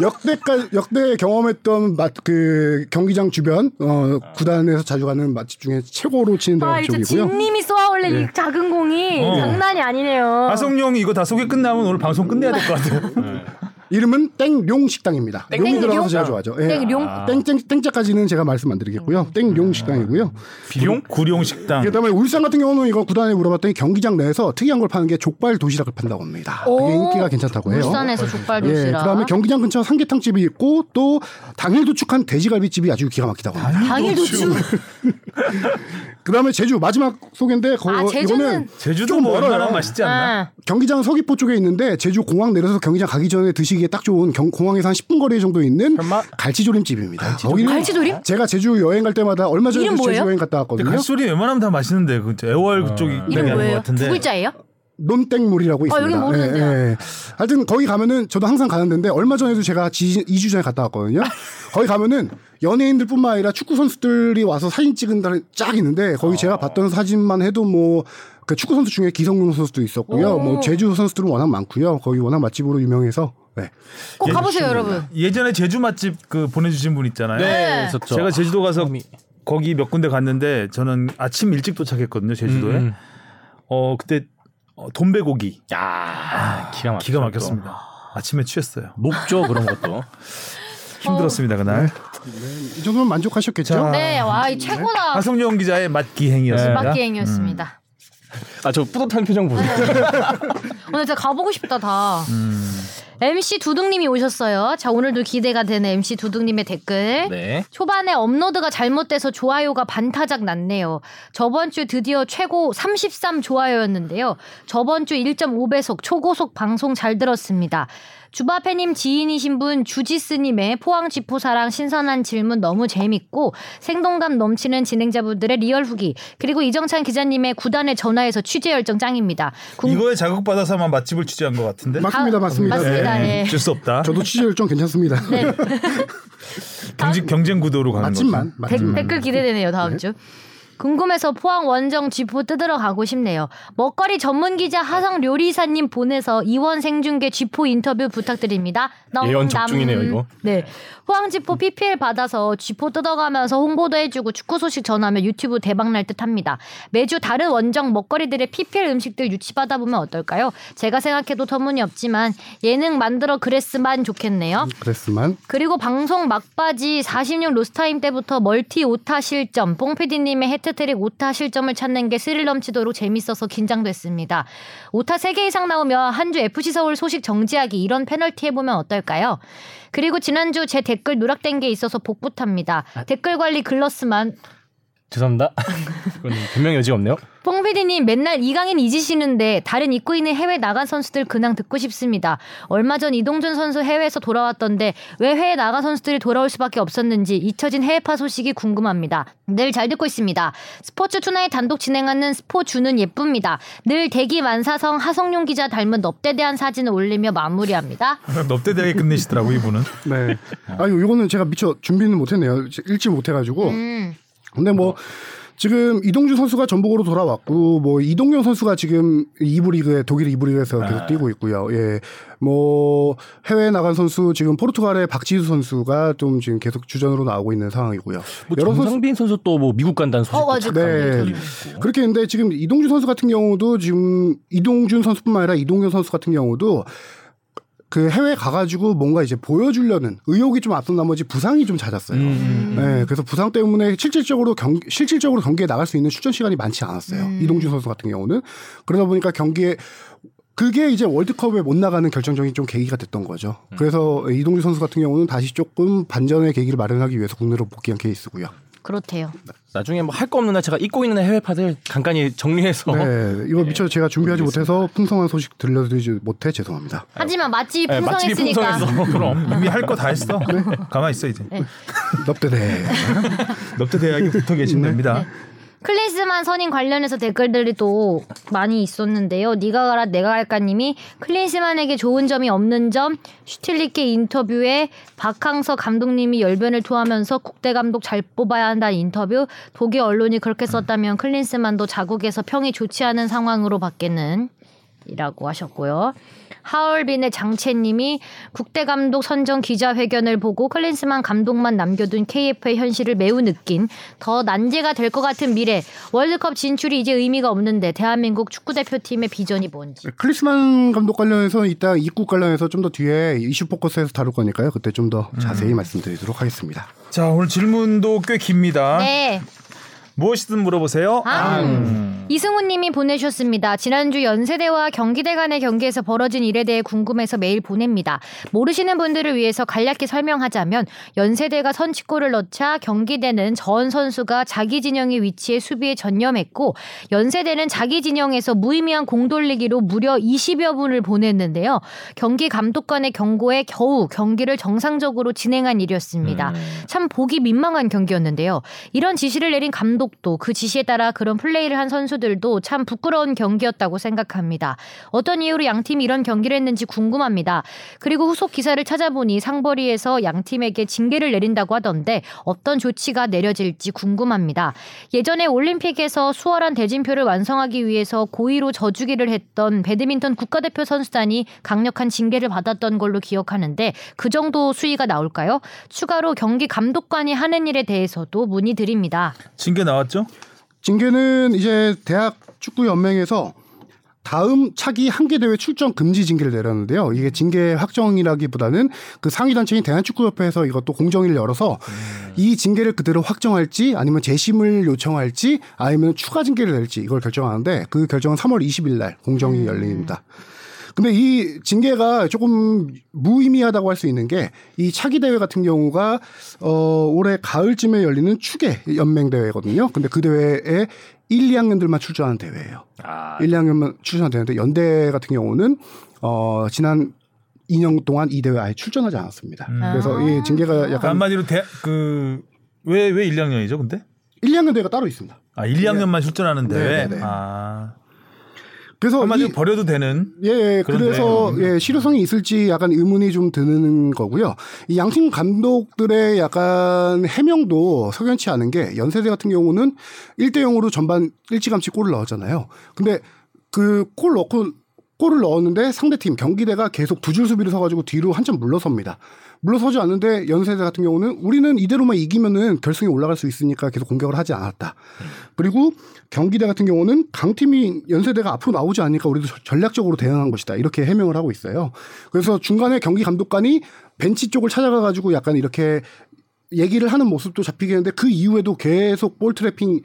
[SPEAKER 4] 역대까 역대 경험했던 맛 그 경기장 주변 어 구단에서 자주 가는 맛집 중에 최고로 치는 데가
[SPEAKER 5] 아 이제
[SPEAKER 4] 그쪽이고요. 네.
[SPEAKER 5] 진님이 쏘아올린 이 작은 공이
[SPEAKER 2] 어.
[SPEAKER 5] 장난이 아니네요.
[SPEAKER 2] 하성룡 이거 다 소개 끝나면 오늘 방송 끝내야 될 것 같아요.
[SPEAKER 4] 이름은 땡룡 식당입니다. 룡이
[SPEAKER 5] 땡룡?
[SPEAKER 4] 들어가서 제가 좋아하죠. 예.
[SPEAKER 5] 땡룡? 음.
[SPEAKER 4] 아. 땡땡 땡자까지는 제가 말씀 안 드리겠고요. 땡룡 식당이고요.
[SPEAKER 2] 비룡? 구룡 식당.
[SPEAKER 4] 그다음에 울산 같은 경우는 이거 구단에 물어봤더니 경기장 내에서 특이한 걸 파는 게 족발 도시락을 판다고 합니다.
[SPEAKER 5] 오.
[SPEAKER 4] 그게 인기가 괜찮다고 해요.
[SPEAKER 5] 울산에서 족발
[SPEAKER 4] 예,
[SPEAKER 5] 도시락.
[SPEAKER 4] 그다음에 경기장 근처 삼계탕 집이 있고 또 당일 도축한 돼지갈비 집이 아주 기가 막히다고 합니다.
[SPEAKER 5] 당일 도주.
[SPEAKER 4] 그다음에 제주 마지막 소개인데 거,
[SPEAKER 5] 아, 제주는
[SPEAKER 4] 이거는
[SPEAKER 2] 제주도
[SPEAKER 4] 좀
[SPEAKER 2] 뭐
[SPEAKER 4] 멀어요.
[SPEAKER 2] 얼마나 맛있지 않나?
[SPEAKER 5] 아,
[SPEAKER 4] 경기장 서귀포 쪽에 있는데 제주 공항 내려서 경기장 가기 전에 드시기에 딱 좋은 경- 공항에서 한 10분 거리 정도 있는
[SPEAKER 3] 설마?
[SPEAKER 4] 갈치조림 집입니다. 거기는
[SPEAKER 5] 갈치조림?
[SPEAKER 4] 제가 제주 여행 갈 때마다 얼마 전에
[SPEAKER 5] 이름
[SPEAKER 4] 제주
[SPEAKER 5] 뭐예요?
[SPEAKER 4] 여행 갔다
[SPEAKER 2] 근데
[SPEAKER 4] 왔거든요.
[SPEAKER 2] 갈소리 웬만하면 다 맛있는데 그 애월 그쪽이
[SPEAKER 5] 이름
[SPEAKER 2] 얘기하는 것
[SPEAKER 5] 뭐예요? 두
[SPEAKER 2] 같은데
[SPEAKER 5] 글자예요?
[SPEAKER 4] 논땡물이라고
[SPEAKER 1] 아,
[SPEAKER 4] 있습니다. 예,
[SPEAKER 1] 여긴 모르는데요.
[SPEAKER 4] 하여튼 거기 가면은 저도 항상 가는 데인데 얼마 전에도 제가 지, 2주 전에 갔다 왔거든요. 거기 가면은 연예인들뿐만 아니라 축구 선수들이 와서 사진 찍은 날이 쫙 있는데
[SPEAKER 1] 아.
[SPEAKER 4] 거기 제가 봤던 사진만 해도 뭐 그 축구 선수 중에 기성용 선수도 있었고요.
[SPEAKER 1] 오.
[SPEAKER 4] 뭐 제주 선수들은 워낙 많고요. 거기 워낙 맛집으로 유명해서 네.
[SPEAKER 1] 꼭 가보세요, 여러분.
[SPEAKER 2] 예전에 제주 맛집 그 보내주신 분 있잖아요.
[SPEAKER 1] 네.
[SPEAKER 3] 있었죠.
[SPEAKER 2] 제가 제주도 가서 거기 몇 군데 갔는데 저는 아침 일찍 도착했거든요 제주도에.
[SPEAKER 3] 음, 음.
[SPEAKER 2] 어 그때 어, 돈베고기
[SPEAKER 3] 야, 네. 아, 기가 막
[SPEAKER 2] 기가 막혔습니다. 아침에 아, 취했어요.
[SPEAKER 3] 높죠 그런 것도.
[SPEAKER 2] 힘들었습니다 그날.
[SPEAKER 4] 이 정도면 만족하셨겠죠?
[SPEAKER 2] 자,
[SPEAKER 1] 네, 와, 이 최고다.
[SPEAKER 2] 하성룡 기자의 맛기행이었습니다.
[SPEAKER 1] 마기행이었습니다.
[SPEAKER 3] 아 저 뿌듯한 표정 보세요.
[SPEAKER 1] 오늘 진짜 가보고 싶다 다. MC 두둥님이 오셨어요. 자 오늘도 기대가 되는 MC 두둥님의 댓글.
[SPEAKER 3] 네.
[SPEAKER 1] 초반에 업로드가 잘못돼서 좋아요가 반타작 났네요. 저번 주 드디어 최고 33 좋아요였는데요. 저번 주 1.5배속 초고속 방송 잘 들었습니다. 주바페님 지인이신 분 주지스님의 포항지포사랑 신선한 질문 너무 재밌고 생동감 넘치는 진행자분들의 리얼 후기 그리고 이정찬 기자님의 구단에 전화해서 취재 열정 짱입니다.
[SPEAKER 4] 네.
[SPEAKER 1] 궁-
[SPEAKER 2] 이거에 자극받아서만 맛집을 취재한 것 같은데.
[SPEAKER 4] 맞습니다, 맞습니다. 네.
[SPEAKER 1] 맞습니다. 네.
[SPEAKER 2] 예,
[SPEAKER 1] 예.
[SPEAKER 2] 어쩔 수 없다.
[SPEAKER 4] 저도 취재율 좀 괜찮습니다.
[SPEAKER 2] 경쟁, 경쟁 구도로 가는 거죠.
[SPEAKER 4] 맛집만,
[SPEAKER 1] 댓-
[SPEAKER 4] 맛집만.
[SPEAKER 1] 댓글 기대되네요 다음 주. 궁금해서 포항 원정 쥐포 뜯으러 가고 싶네요. 먹거리 전문 기자 하성 요리사님 보내서 이원 생중계 쥐포 인터뷰 부탁드립니다. 넘,
[SPEAKER 3] 예언
[SPEAKER 1] 넘.
[SPEAKER 3] 적중이네요, 이거.
[SPEAKER 1] 네, 포항 쥐포 PPL 받아서 쥐포 뜯어가면서 홍보도 해주고 축구 소식 전하면 유튜브 대박 날 듯합니다. 매주 다른 원정 먹거리들의 PPL 음식들 유치받아 보면 어떨까요? 제가 생각해도 터무니없지만 예능 만들어 그랬으면 좋겠네요.
[SPEAKER 4] 그랬으만
[SPEAKER 1] 그리고 방송 막바지 46 로스타임 때부터 멀티 오타 실점, 뽕피디님의 해트트릭 오타 실점을 찾는 게 스릴 넘치도록 재밌어서 긴장됐습니다. 오타 3개 이상 나오면 한 주 FC 서울 소식 정지하기 이런 페널티 해보면 어떨까요? 그리고 지난주 제 댓글 누락된 게 있어서 복붙합니다. 댓글 관리 글러스만
[SPEAKER 3] 죄송합니다. 이건 분명히 여지 없네요.
[SPEAKER 1] 뽕피디님 맨날 이강인 잊으시는데 다른 잊고 있는 해외 나간 선수들 근황 듣고 싶습니다. 얼마 전 이동준 선수 해외에서 돌아왔던데 왜 해외 나간 선수들이 돌아올 수밖에 없었는지 잊혀진 해외파 소식이 궁금합니다. 늘 잘 듣고 있습니다. 스포츠 투나잇 단독 진행하는 스포주는 예쁩니다. 늘 대기 만사성 하성룡 기자 닮은 넙대대한 사진을 올리며 마무리합니다.
[SPEAKER 2] 넙대대하게 끝내시더라고 이분은.
[SPEAKER 4] 네. 아유, 요거는 제가 미처 준비는 못했네요. 읽지 못해가지고.
[SPEAKER 1] 음,
[SPEAKER 4] 근데 뭐 지금 이동준 선수가 전북으로 돌아왔고 뭐 이동경 선수가 지금 2부 리그에 독일 2부 리그에서 계속 뛰고 있고요. 예. 뭐 해외에 나간 선수 지금 포르투갈의 박지수 선수가 좀 지금 계속 주전으로 나오고 있는 상황이고요.
[SPEAKER 3] 뭐 정상빈 선수 또 뭐 미국 간다는 소식도
[SPEAKER 1] 어, 맞아.
[SPEAKER 3] 잠깐
[SPEAKER 4] 네.
[SPEAKER 3] 들리고 있고.
[SPEAKER 4] 그렇게 했는데 지금 이동준 선수 같은 경우도 지금 이동준 선수뿐만 아니라 이동경 선수 같은 경우도 그 해외 가가지고 뭔가 이제 보여주려는 의욕이 좀 앞선 나머지 부상이 좀 잦았어요. 네, 그래서 부상 때문에 실질적으로 경 실질적으로 경기에 나갈 수 있는 출전 시간이 많지 않았어요. 이동준 선수 같은 경우는 그러다 보니까 경기에 그게 이제 월드컵에 못 나가는 결정적인 좀 계기가 됐던 거죠. 그래서 이동준 선수 같은 경우는 다시 조금 반전의 계기를 마련하기 위해서 국내로 복귀한 케이스고요.
[SPEAKER 1] 그렇대요.
[SPEAKER 2] 네.
[SPEAKER 3] 나중에 뭐 할 거 없는 날 제가 잊고 있는 해외파들 간간히 정리해서
[SPEAKER 4] 네, 이거 미처 제가 준비하지 못해서 풍성한 소식 들려드리지 못해 죄송합니다.
[SPEAKER 1] 하지만 맛집이
[SPEAKER 3] 네, 맛집이
[SPEAKER 1] 풍성했으니까
[SPEAKER 3] 풍성해서 그럼
[SPEAKER 2] 이미 할 거 다 했어.
[SPEAKER 4] 네.
[SPEAKER 2] 가만 히 있어 이제.
[SPEAKER 4] 넙대대.
[SPEAKER 2] 넙대대하게 붙어 계시면
[SPEAKER 4] 네.
[SPEAKER 2] 됩니다.
[SPEAKER 1] 클린스만 선임 관련해서 댓글들이 또 많이 있었는데요. 네가 가라 내가 갈까님이 클린스만에게 좋은 점이 없는 점 슈틸리케 인터뷰에 박항서 감독님이 열변을 토하면서 국대 감독 잘 뽑아야 한다는 인터뷰 독일 언론이 그렇게 썼다면 클린스만도 자국에서 평이 좋지 않은 상황으로 바뀌는 이라고 하셨고요. 하얼빈의 장채님이 국대 감독 선정 기자회견을 보고 클린스만 감독만 남겨둔 KF의 현실을 매우 느낀 더 난제가 될 것 같은 미래 월드컵 진출이 이제 의미가 없는데 대한민국 축구대표팀의 비전이 뭔지
[SPEAKER 4] 클리스만 감독 관련해서 이따 입국 관련해서 좀 더 뒤에 이슈 포커스에서 다룰 거니까요. 그때 좀 더 자세히 말씀드리도록 하겠습니다.
[SPEAKER 2] 자 오늘 질문도 꽤 깁니다.
[SPEAKER 1] 네
[SPEAKER 2] 무엇이든 물어보세요.
[SPEAKER 4] 음.
[SPEAKER 1] 아. 이승우님이 보내셨습니다. 지난주 연세대와 경기대 간의 경기에서 벌어진 일에 대해 궁금해서 메일 보냅니다. 모르시는 분들을 위해서 간략히 설명하자면 연세대가 선취골을 넣자 경기대는 전 선수가 자기 진영의 위치에 수비에 전념했고 연세대는 자기 진영에서 무의미한 공 돌리기로 무려 20여 분을 보냈는데요. 경기 감독 관의 경고에 겨우 경기를 정상적으로 진행한 일이었습니다. 참 보기 민망한 경기였는데요. 이런 지시를 내린 감독
[SPEAKER 5] 감독도 그 지시에 따라 그런 플레이를 한 선수들도 참 부끄러운 경기였다고 생각합니다. 어떤 이유로 양 팀이 이런 경기를 했는지 궁금합니다. 그리고 후속 기사를 찾아보니 상벌위에서 양 팀에게 징계를 내린다고 하던데 어떤 조치가 내려질지 궁금합니다. 예전에 올림픽에서 수월한 대진표를 완성하기 위해서 고의로 저주기를 했던 배드민턴 국가대표 선수단이 강력한 징계를 받았던 걸로 기억하는데 그 정도 수위가 나올까요? 추가로 경기 감독관이 하는 일에 대해서도 문의드립니다.
[SPEAKER 2] 징계 나왔죠?
[SPEAKER 4] 징계는 이제 대학 축구 연맹에서 다음 차기 한 개 대회 출전 금지 징계를 내렸는데요. 이게 징계 확정이라기보다는 그 상위 단체인 대한축구협회에서 이것도 공정위를 열어서 이 징계를 그대로 확정할지 아니면 재심을 요청할지 아니면 추가 징계를 낼지 이걸 결정하는데 그 결정은 3월 20일 날 공정위 열립니다. 근데 이 징계가 조금 무의미하다고 할 수 있는 게 이 차기 대회 같은 경우가 어 올해 가을쯤에 열리는 축의 연맹 대회거든요. 근데 그 대회에 1, 2학년들만 출전하는 대회예요.
[SPEAKER 2] 아,
[SPEAKER 4] 1, 2학년만 출전되는데 연대 같은 경우는 어 지난 2년 동안 이 대회 아예 출전하지 않았습니다.
[SPEAKER 2] 음.
[SPEAKER 4] 그래서 이 징계가
[SPEAKER 2] 그러니까
[SPEAKER 4] 약간
[SPEAKER 2] 한마디로 대, 그, 왜, 왜 1학년이죠, 근데?
[SPEAKER 4] 1, 2학년 대회가 따로 있습니다.
[SPEAKER 2] 아, 1, 2학년만 출전하는데.
[SPEAKER 4] 네, 네, 네.
[SPEAKER 2] 아.
[SPEAKER 4] 그래서
[SPEAKER 2] 한마디로
[SPEAKER 4] 이-
[SPEAKER 2] 버려도 되는.
[SPEAKER 4] 예, 예
[SPEAKER 2] 그런
[SPEAKER 4] 그래서
[SPEAKER 2] 내용이군요.
[SPEAKER 4] 예, 실효성이 있을지 약간 의문이 좀 드는 거고요. 이 양팀 감독들의 약간 해명도 석연치 않은 게 연세대 같은 경우는 1대 0으로 전반 일찌감치 골을 넣었잖아요. 근데 그 골 넣고 골을 넣었는데 상대팀 경기대가 계속 두 줄 수비를 서가지고 뒤로 한참 물러섭니다. 물러서지 않는데 연세대 같은 경우는 우리는 이대로만 이기면은 결승에 올라갈 수 있으니까 계속 공격을 하지 않았다. 그리고 경기대 같은 경우는 강팀이 연세대가 앞으로 나오지 않으니까 우리도 저- 전략적으로 대응한 것이다. 이렇게 해명을 하고 있어요. 그래서 중간에 경기 감독관이 벤치 쪽을 찾아가가지고 약간 이렇게 얘기를 하는 모습도 잡히겠는데 그 이후에도 계속 볼 트래핑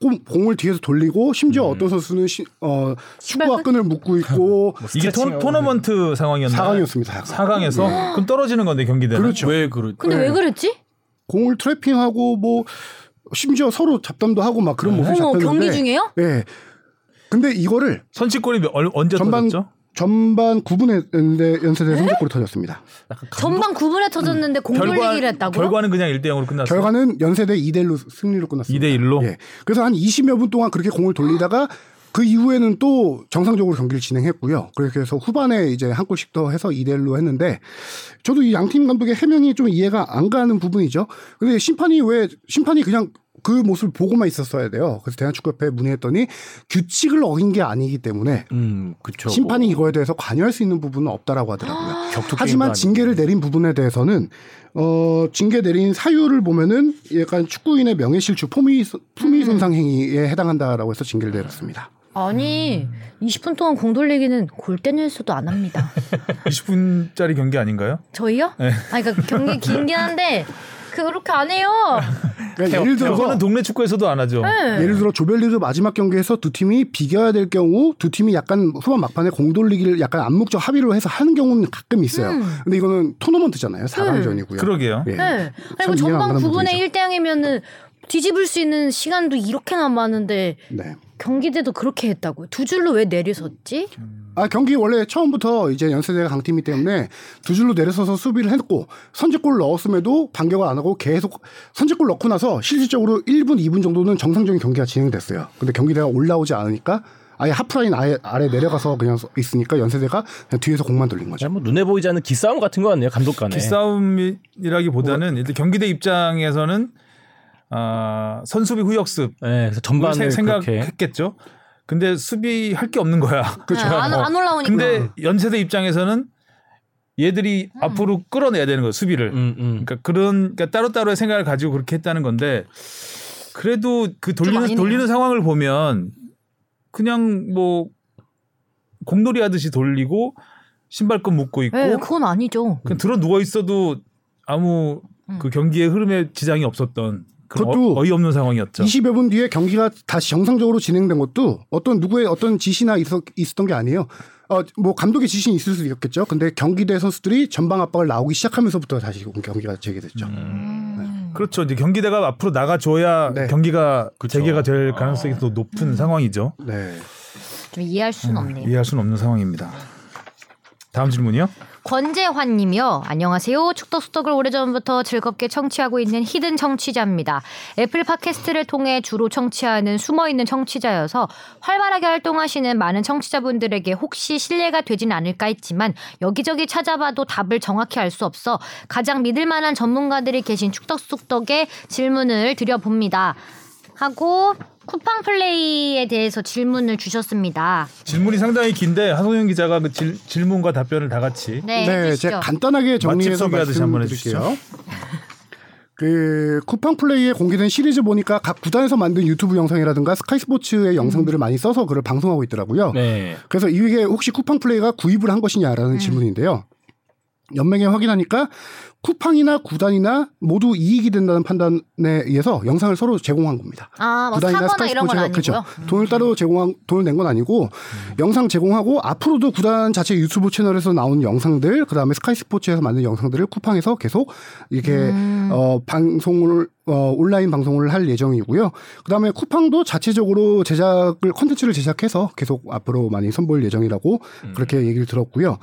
[SPEAKER 4] 꼼- 공을 뒤에서 돌리고 심지어 어떤 선수는 시, 어, 축구와
[SPEAKER 5] 신발끈?
[SPEAKER 4] 끈을 묶고 있고
[SPEAKER 5] 뭐
[SPEAKER 2] 이게 토,
[SPEAKER 3] 스트레칭하고
[SPEAKER 2] 토너먼트 상황이었나요?
[SPEAKER 4] 4강이었습니다. 그렇죠. 4강.
[SPEAKER 2] 에서
[SPEAKER 5] 네.
[SPEAKER 2] 그럼 떨어지는 건데, 경기대는.
[SPEAKER 3] 왜 그러?
[SPEAKER 5] 근데 왜 그랬지?
[SPEAKER 4] 공을 트래핑하고 뭐 심지어 서로 잡담도 하고 막 그런 모습이
[SPEAKER 5] 어머
[SPEAKER 4] 잡혔는데
[SPEAKER 5] 경기 중에요?
[SPEAKER 4] 예. 근데 이거를
[SPEAKER 2] 선취골이 몇- 얼- 언제
[SPEAKER 4] 전반-
[SPEAKER 2] 터졌죠?
[SPEAKER 4] 전반 9분에 연대, 연세대 선제골이 터졌습니다.
[SPEAKER 5] 전방 9분에 터졌는데 공 돌리기를 했다고요?
[SPEAKER 2] 그 결과는 그냥 1대 0으로 끝났어요.
[SPEAKER 4] 결과는 연세대 2대 1로 승리로 끝났습니다.
[SPEAKER 2] 2대 1로?
[SPEAKER 4] 예. 그래서 한 20여 분 동안 그렇게 공을 돌리다가 그 이후에는 또 정상적으로 경기를 진행했고요. 그렇게 해서 후반에 이제 한 골씩 더 해서 2대 1로 했는데 저도 이 양 팀 감독의 해명이 좀 이해가 안 가는 부분이죠. 근데 심판이 왜 심판이 그냥 그 모습을 보고만 있었어야 돼요. 그래서 대한축구협회에 문의했더니 규칙을 어긴 게 아니기 때문에
[SPEAKER 3] 음, 그쵸.
[SPEAKER 4] 심판이
[SPEAKER 2] 뭐
[SPEAKER 4] 이거에 대해서 관여할 수 있는 부분은 없다라고 하더라고요.
[SPEAKER 3] 격투
[SPEAKER 4] 하지만 징계를 내린 부분에 대해서는 어 징계 내린 사유를 보면은 약간 축구인의 명예실추 품위
[SPEAKER 5] 음.
[SPEAKER 4] 품위 손상 행위에 해당한다라고 해서 징계를 내렸습니다.
[SPEAKER 5] 아니 20분 동안 공 돌리기는 골대 연수도 안 합니다.
[SPEAKER 2] 20분짜리 경기 아닌가요?
[SPEAKER 5] 저희요? 아니 그러니까 경기 긴긴 한데 그렇게 안 해요.
[SPEAKER 4] 그러니까 예를 들어서
[SPEAKER 2] 저거는 동네 축구에서도 안 하죠.
[SPEAKER 5] 네.
[SPEAKER 4] 예를 들어 조별리그 마지막 경기에서 두 팀이 비겨야 될 경우 두 팀이 약간 후반 막판에 공 돌리기를 약간 암묵적 합의로 해서 하는 경우는 가끔 있어요. 근데 이거는 토너먼트잖아요. 4강전이고요.
[SPEAKER 2] 그러게요.
[SPEAKER 5] 음.
[SPEAKER 4] 예.
[SPEAKER 5] 네.
[SPEAKER 4] 참
[SPEAKER 5] 그리고 전방
[SPEAKER 4] 이해가 안 가는
[SPEAKER 5] 9분에
[SPEAKER 4] 부분이죠.
[SPEAKER 5] 1대 0이면은 뒤집을 수 있는 시간도 이렇게 남았는데
[SPEAKER 4] 네.
[SPEAKER 5] 경기대도 그렇게 했다고요. 두 줄로 왜 내리섰지?
[SPEAKER 4] 아 경기 원래 처음부터 이제 연세대가 강팀이기 때문에 두 줄로 내려서서 수비를 했고 선제골 넣었음에도 반격을 안 하고 계속 선제골 넣고 나서 실질적으로 1분 2분 정도는 정상적인 경기가 진행됐어요. 근데 경기대가 올라오지 않으니까 아예 하프라인 아예 아래 내려가서 그냥 서- 있으니까 연세대가 그냥 뒤에서 공만 돌린 거죠.
[SPEAKER 3] 뭐 눈에 보이지 않는 기싸움 같은 거 같네요. 감독 간에.
[SPEAKER 4] 뭐-
[SPEAKER 2] 기싸움이라기보다는 일단 경기대 입장에서는 아, 선수비 후역습
[SPEAKER 3] 예, 그래서 전반을 그렇게
[SPEAKER 2] 생각했겠죠. 근데 수비할 게 없는 거야.
[SPEAKER 5] 그렇죠. 네, 안- 안 올라오니까. 뭐.
[SPEAKER 2] 근데 연세대 입장에서는 얘들이
[SPEAKER 5] 음.
[SPEAKER 2] 앞으로 끌어내야 되는 거예요. 수비를.
[SPEAKER 3] 음, 음.
[SPEAKER 2] 그러니까 그런 그러니까 따로따로의 생각을 가지고 그렇게 했다는 건데 그래도 그 돌리는
[SPEAKER 5] 아니네요.
[SPEAKER 2] 돌리는 상황을 보면 그냥 뭐 공놀이 하듯이 돌리고 신발끈 묶고 있고
[SPEAKER 5] 예, 그건 아니죠.
[SPEAKER 2] 그냥 들어 누워 있어도 아무
[SPEAKER 5] 음.
[SPEAKER 2] 그 경기의 흐름에 지장이 없었던 그런
[SPEAKER 4] 그것도
[SPEAKER 2] 어, 이없는 상황이었죠.
[SPEAKER 4] 20여 분 뒤에 경기가 다시 정상적으로 진행된 것도 어떤 누구의 어떤 지시나 있었, 있었던 게 아니에요. 어, 뭐 감독의 지시는 있을 수 있겠죠. 근데 경기대 선수들이 전방 압박을 나오기 시작하면서부터 다시 경기가 재개됐죠.
[SPEAKER 2] 그렇죠. 이제 경기대가 앞으로 나가줘야
[SPEAKER 4] 네.
[SPEAKER 2] 경기가 재개가 될 가능성이 더 높은 상황이죠.
[SPEAKER 4] 네.
[SPEAKER 5] 좀 이해할 수는 없네요.
[SPEAKER 2] 이해할 수는 없는 상황입니다. 다음 질문이요?
[SPEAKER 5] 권재환님이요. 안녕하세요. 축덕수덕을 오래전부터 즐겁게 청취하고 있는 히든 청취자입니다. 애플 팟캐스트를 통해 주로 청취하는 숨어있는 청취자여서 활발하게 활동하시는 많은 청취자분들에게 혹시 신뢰가 되진 않을까 했지만 여기저기 찾아봐도 답을 정확히 알 수 없어 가장 믿을 만한 전문가들이 계신 축덕수덕에 질문을 드려봅니다. 하고 쿠팡 플레이에 대해서 질문을 주셨습니다.
[SPEAKER 2] 질문이 상당히 긴데 하성현 기자가 그 질, 질문과 답변을 다 같이
[SPEAKER 5] 네,
[SPEAKER 4] 네,
[SPEAKER 5] 해주시죠.
[SPEAKER 4] 제가 간단하게 정리해서
[SPEAKER 2] 소개하듯이 한번
[SPEAKER 4] 말씀드릴게요. 그 쿠팡 플레이에 공개된 시리즈 보니까 각 구단에서 만든 유튜브 영상이라든가 스카이 스포츠의 영상들을 많이 써서 그걸 방송하고 있더라고요.
[SPEAKER 3] 네.
[SPEAKER 4] 그래서 이게 혹시 쿠팡 플레이가 구입을 한
[SPEAKER 5] 네.
[SPEAKER 4] 것이냐라는 질문인데요. 연맹에 확인하니까 쿠팡이나 구단이나 모두 이익이 된다는 판단에 의해서 영상을 서로 제공한 겁니다.
[SPEAKER 5] 아, 뭐
[SPEAKER 4] 구단이나
[SPEAKER 5] 사거나
[SPEAKER 4] 스카이
[SPEAKER 5] 이런 건
[SPEAKER 4] 스포츠가
[SPEAKER 5] 아니고요. 음.
[SPEAKER 4] 그렇죠. 돈을 따로 제공한 돈을 낸 건 아니고 영상 제공하고 앞으로도 구단 자체 유튜브 채널에서 나온 영상들 그다음에 스카이 스포츠에서 만든 영상들을 쿠팡에서 계속 이렇게
[SPEAKER 5] 음.
[SPEAKER 4] 어 방송을 어 온라인 방송을 할 예정이고요. 그다음에 쿠팡도 자체적으로 제작을 컨텐츠를 제작해서 계속 앞으로 많이 선보일 예정이라고 그렇게 얘기를 들었고요.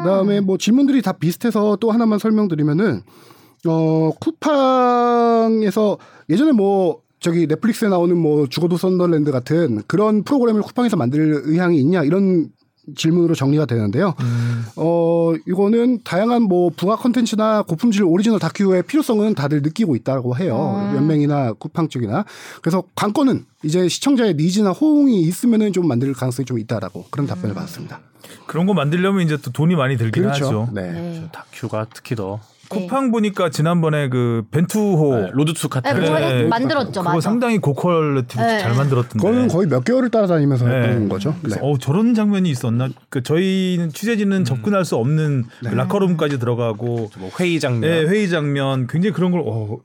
[SPEAKER 4] 그다음에 뭐 질문들이 다 비슷해서 또 하나만 설명드리면은 어 쿠팡에서 예전에 뭐 저기 넷플릭스에 나오는 뭐 죽어도 썬더랜드 같은 그런 프로그램을 쿠팡에서 만들 의향이 있냐 이런 질문으로 정리가 되는데요.
[SPEAKER 2] 음.
[SPEAKER 4] 어 이거는 다양한 뭐 부가 컨텐츠나 고품질 오리지널 다큐의 필요성은 다들 느끼고 있다고 해요. 연맹이나 쿠팡 쪽이나 그래서 관건은 이제 시청자의 니즈나 호응이 있으면은 좀 만들 가능성이 좀 있다라고 그런 답변을 받았습니다.
[SPEAKER 2] 그런 거 만들려면 이제 또 돈이 많이 들긴
[SPEAKER 3] 그렇죠.
[SPEAKER 2] 하죠.
[SPEAKER 4] 네.
[SPEAKER 5] 네.
[SPEAKER 3] 다큐가 특히 더
[SPEAKER 2] 쿠팡 보니까 지난번에 그 벤투호
[SPEAKER 3] 네, 로드투
[SPEAKER 5] 네,
[SPEAKER 3] 카타.
[SPEAKER 5] 그거
[SPEAKER 2] 네,
[SPEAKER 5] 해-
[SPEAKER 2] 네.
[SPEAKER 5] 만들었죠,
[SPEAKER 2] 그거
[SPEAKER 5] 맞아.
[SPEAKER 2] 상당히 고퀄리티
[SPEAKER 5] 네.
[SPEAKER 2] 잘 만들었던데.
[SPEAKER 4] 그거는 거의 몇 개월을 따라다니면서
[SPEAKER 2] 네.
[SPEAKER 4] 해보는 거죠. 네.
[SPEAKER 2] 그래서 어 저런 장면이 있었나? 그 저희는 취재진은
[SPEAKER 3] 음.
[SPEAKER 2] 접근할 수 없는
[SPEAKER 3] 네.
[SPEAKER 2] 라커룸까지 들어가고
[SPEAKER 3] 뭐 회의 장면.
[SPEAKER 2] 예, 회의 장면 굉장히 그런 걸 어,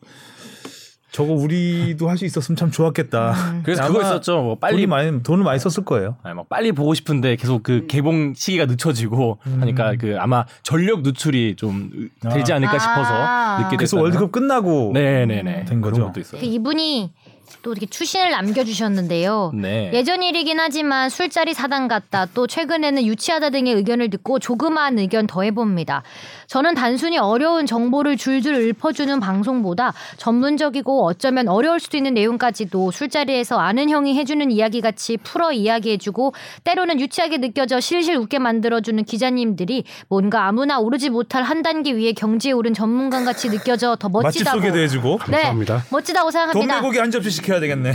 [SPEAKER 2] 저거 우리도 할 수 있었으면 참
[SPEAKER 5] 음.
[SPEAKER 2] 좋았겠다.
[SPEAKER 3] 그래서
[SPEAKER 2] 아마
[SPEAKER 3] 그거 있었죠. 뭐 빨리
[SPEAKER 2] 돈이 많이 돈을 많이 썼을 거예요.
[SPEAKER 3] 아니, 막 빨리 보고 싶은데 계속
[SPEAKER 5] 음.
[SPEAKER 3] 그 개봉 시기가 늦춰지고 하니까 그 아마 전력 누출이 좀
[SPEAKER 2] 음. 아.
[SPEAKER 3] 되지 않을까
[SPEAKER 5] 아.
[SPEAKER 3] 싶어서 늦게
[SPEAKER 2] 그래서
[SPEAKER 3] 됐어요.
[SPEAKER 2] 월드컵 끝나고
[SPEAKER 3] 네네네
[SPEAKER 2] 된 거죠.
[SPEAKER 3] 그런 것도 있어요.
[SPEAKER 5] 그 이분이 또 이렇게 추신을 남겨주셨는데요.
[SPEAKER 3] 네.
[SPEAKER 5] 예전 일이긴 하지만 술자리 사단 같다. 또 최근에는 유치하다 등의 의견을 듣고 조그마한 의견 더해봅니다. 저는 단순히 어려운 정보를 줄줄 읊어주는 방송보다 전문적이고 어쩌면 어려울 수도 있는 내용까지도 술자리에서 아는 형이 해주는 이야기 같이 풀어 이야기해주고 때로는 유치하게 느껴져 실실 웃게 만들어주는 기자님들이 뭔가 아무나 오르지 못할 한 단계 위에 경지에 오른 전문가 같이 느껴져 더
[SPEAKER 2] 맛집
[SPEAKER 5] 멋지다고.
[SPEAKER 2] 소개도 해주고
[SPEAKER 5] 네,
[SPEAKER 4] 감사합니다.
[SPEAKER 5] 멋지다고
[SPEAKER 2] 돈
[SPEAKER 5] 생각합니다.
[SPEAKER 2] 내고기 한 접시 시켜야 되겠네.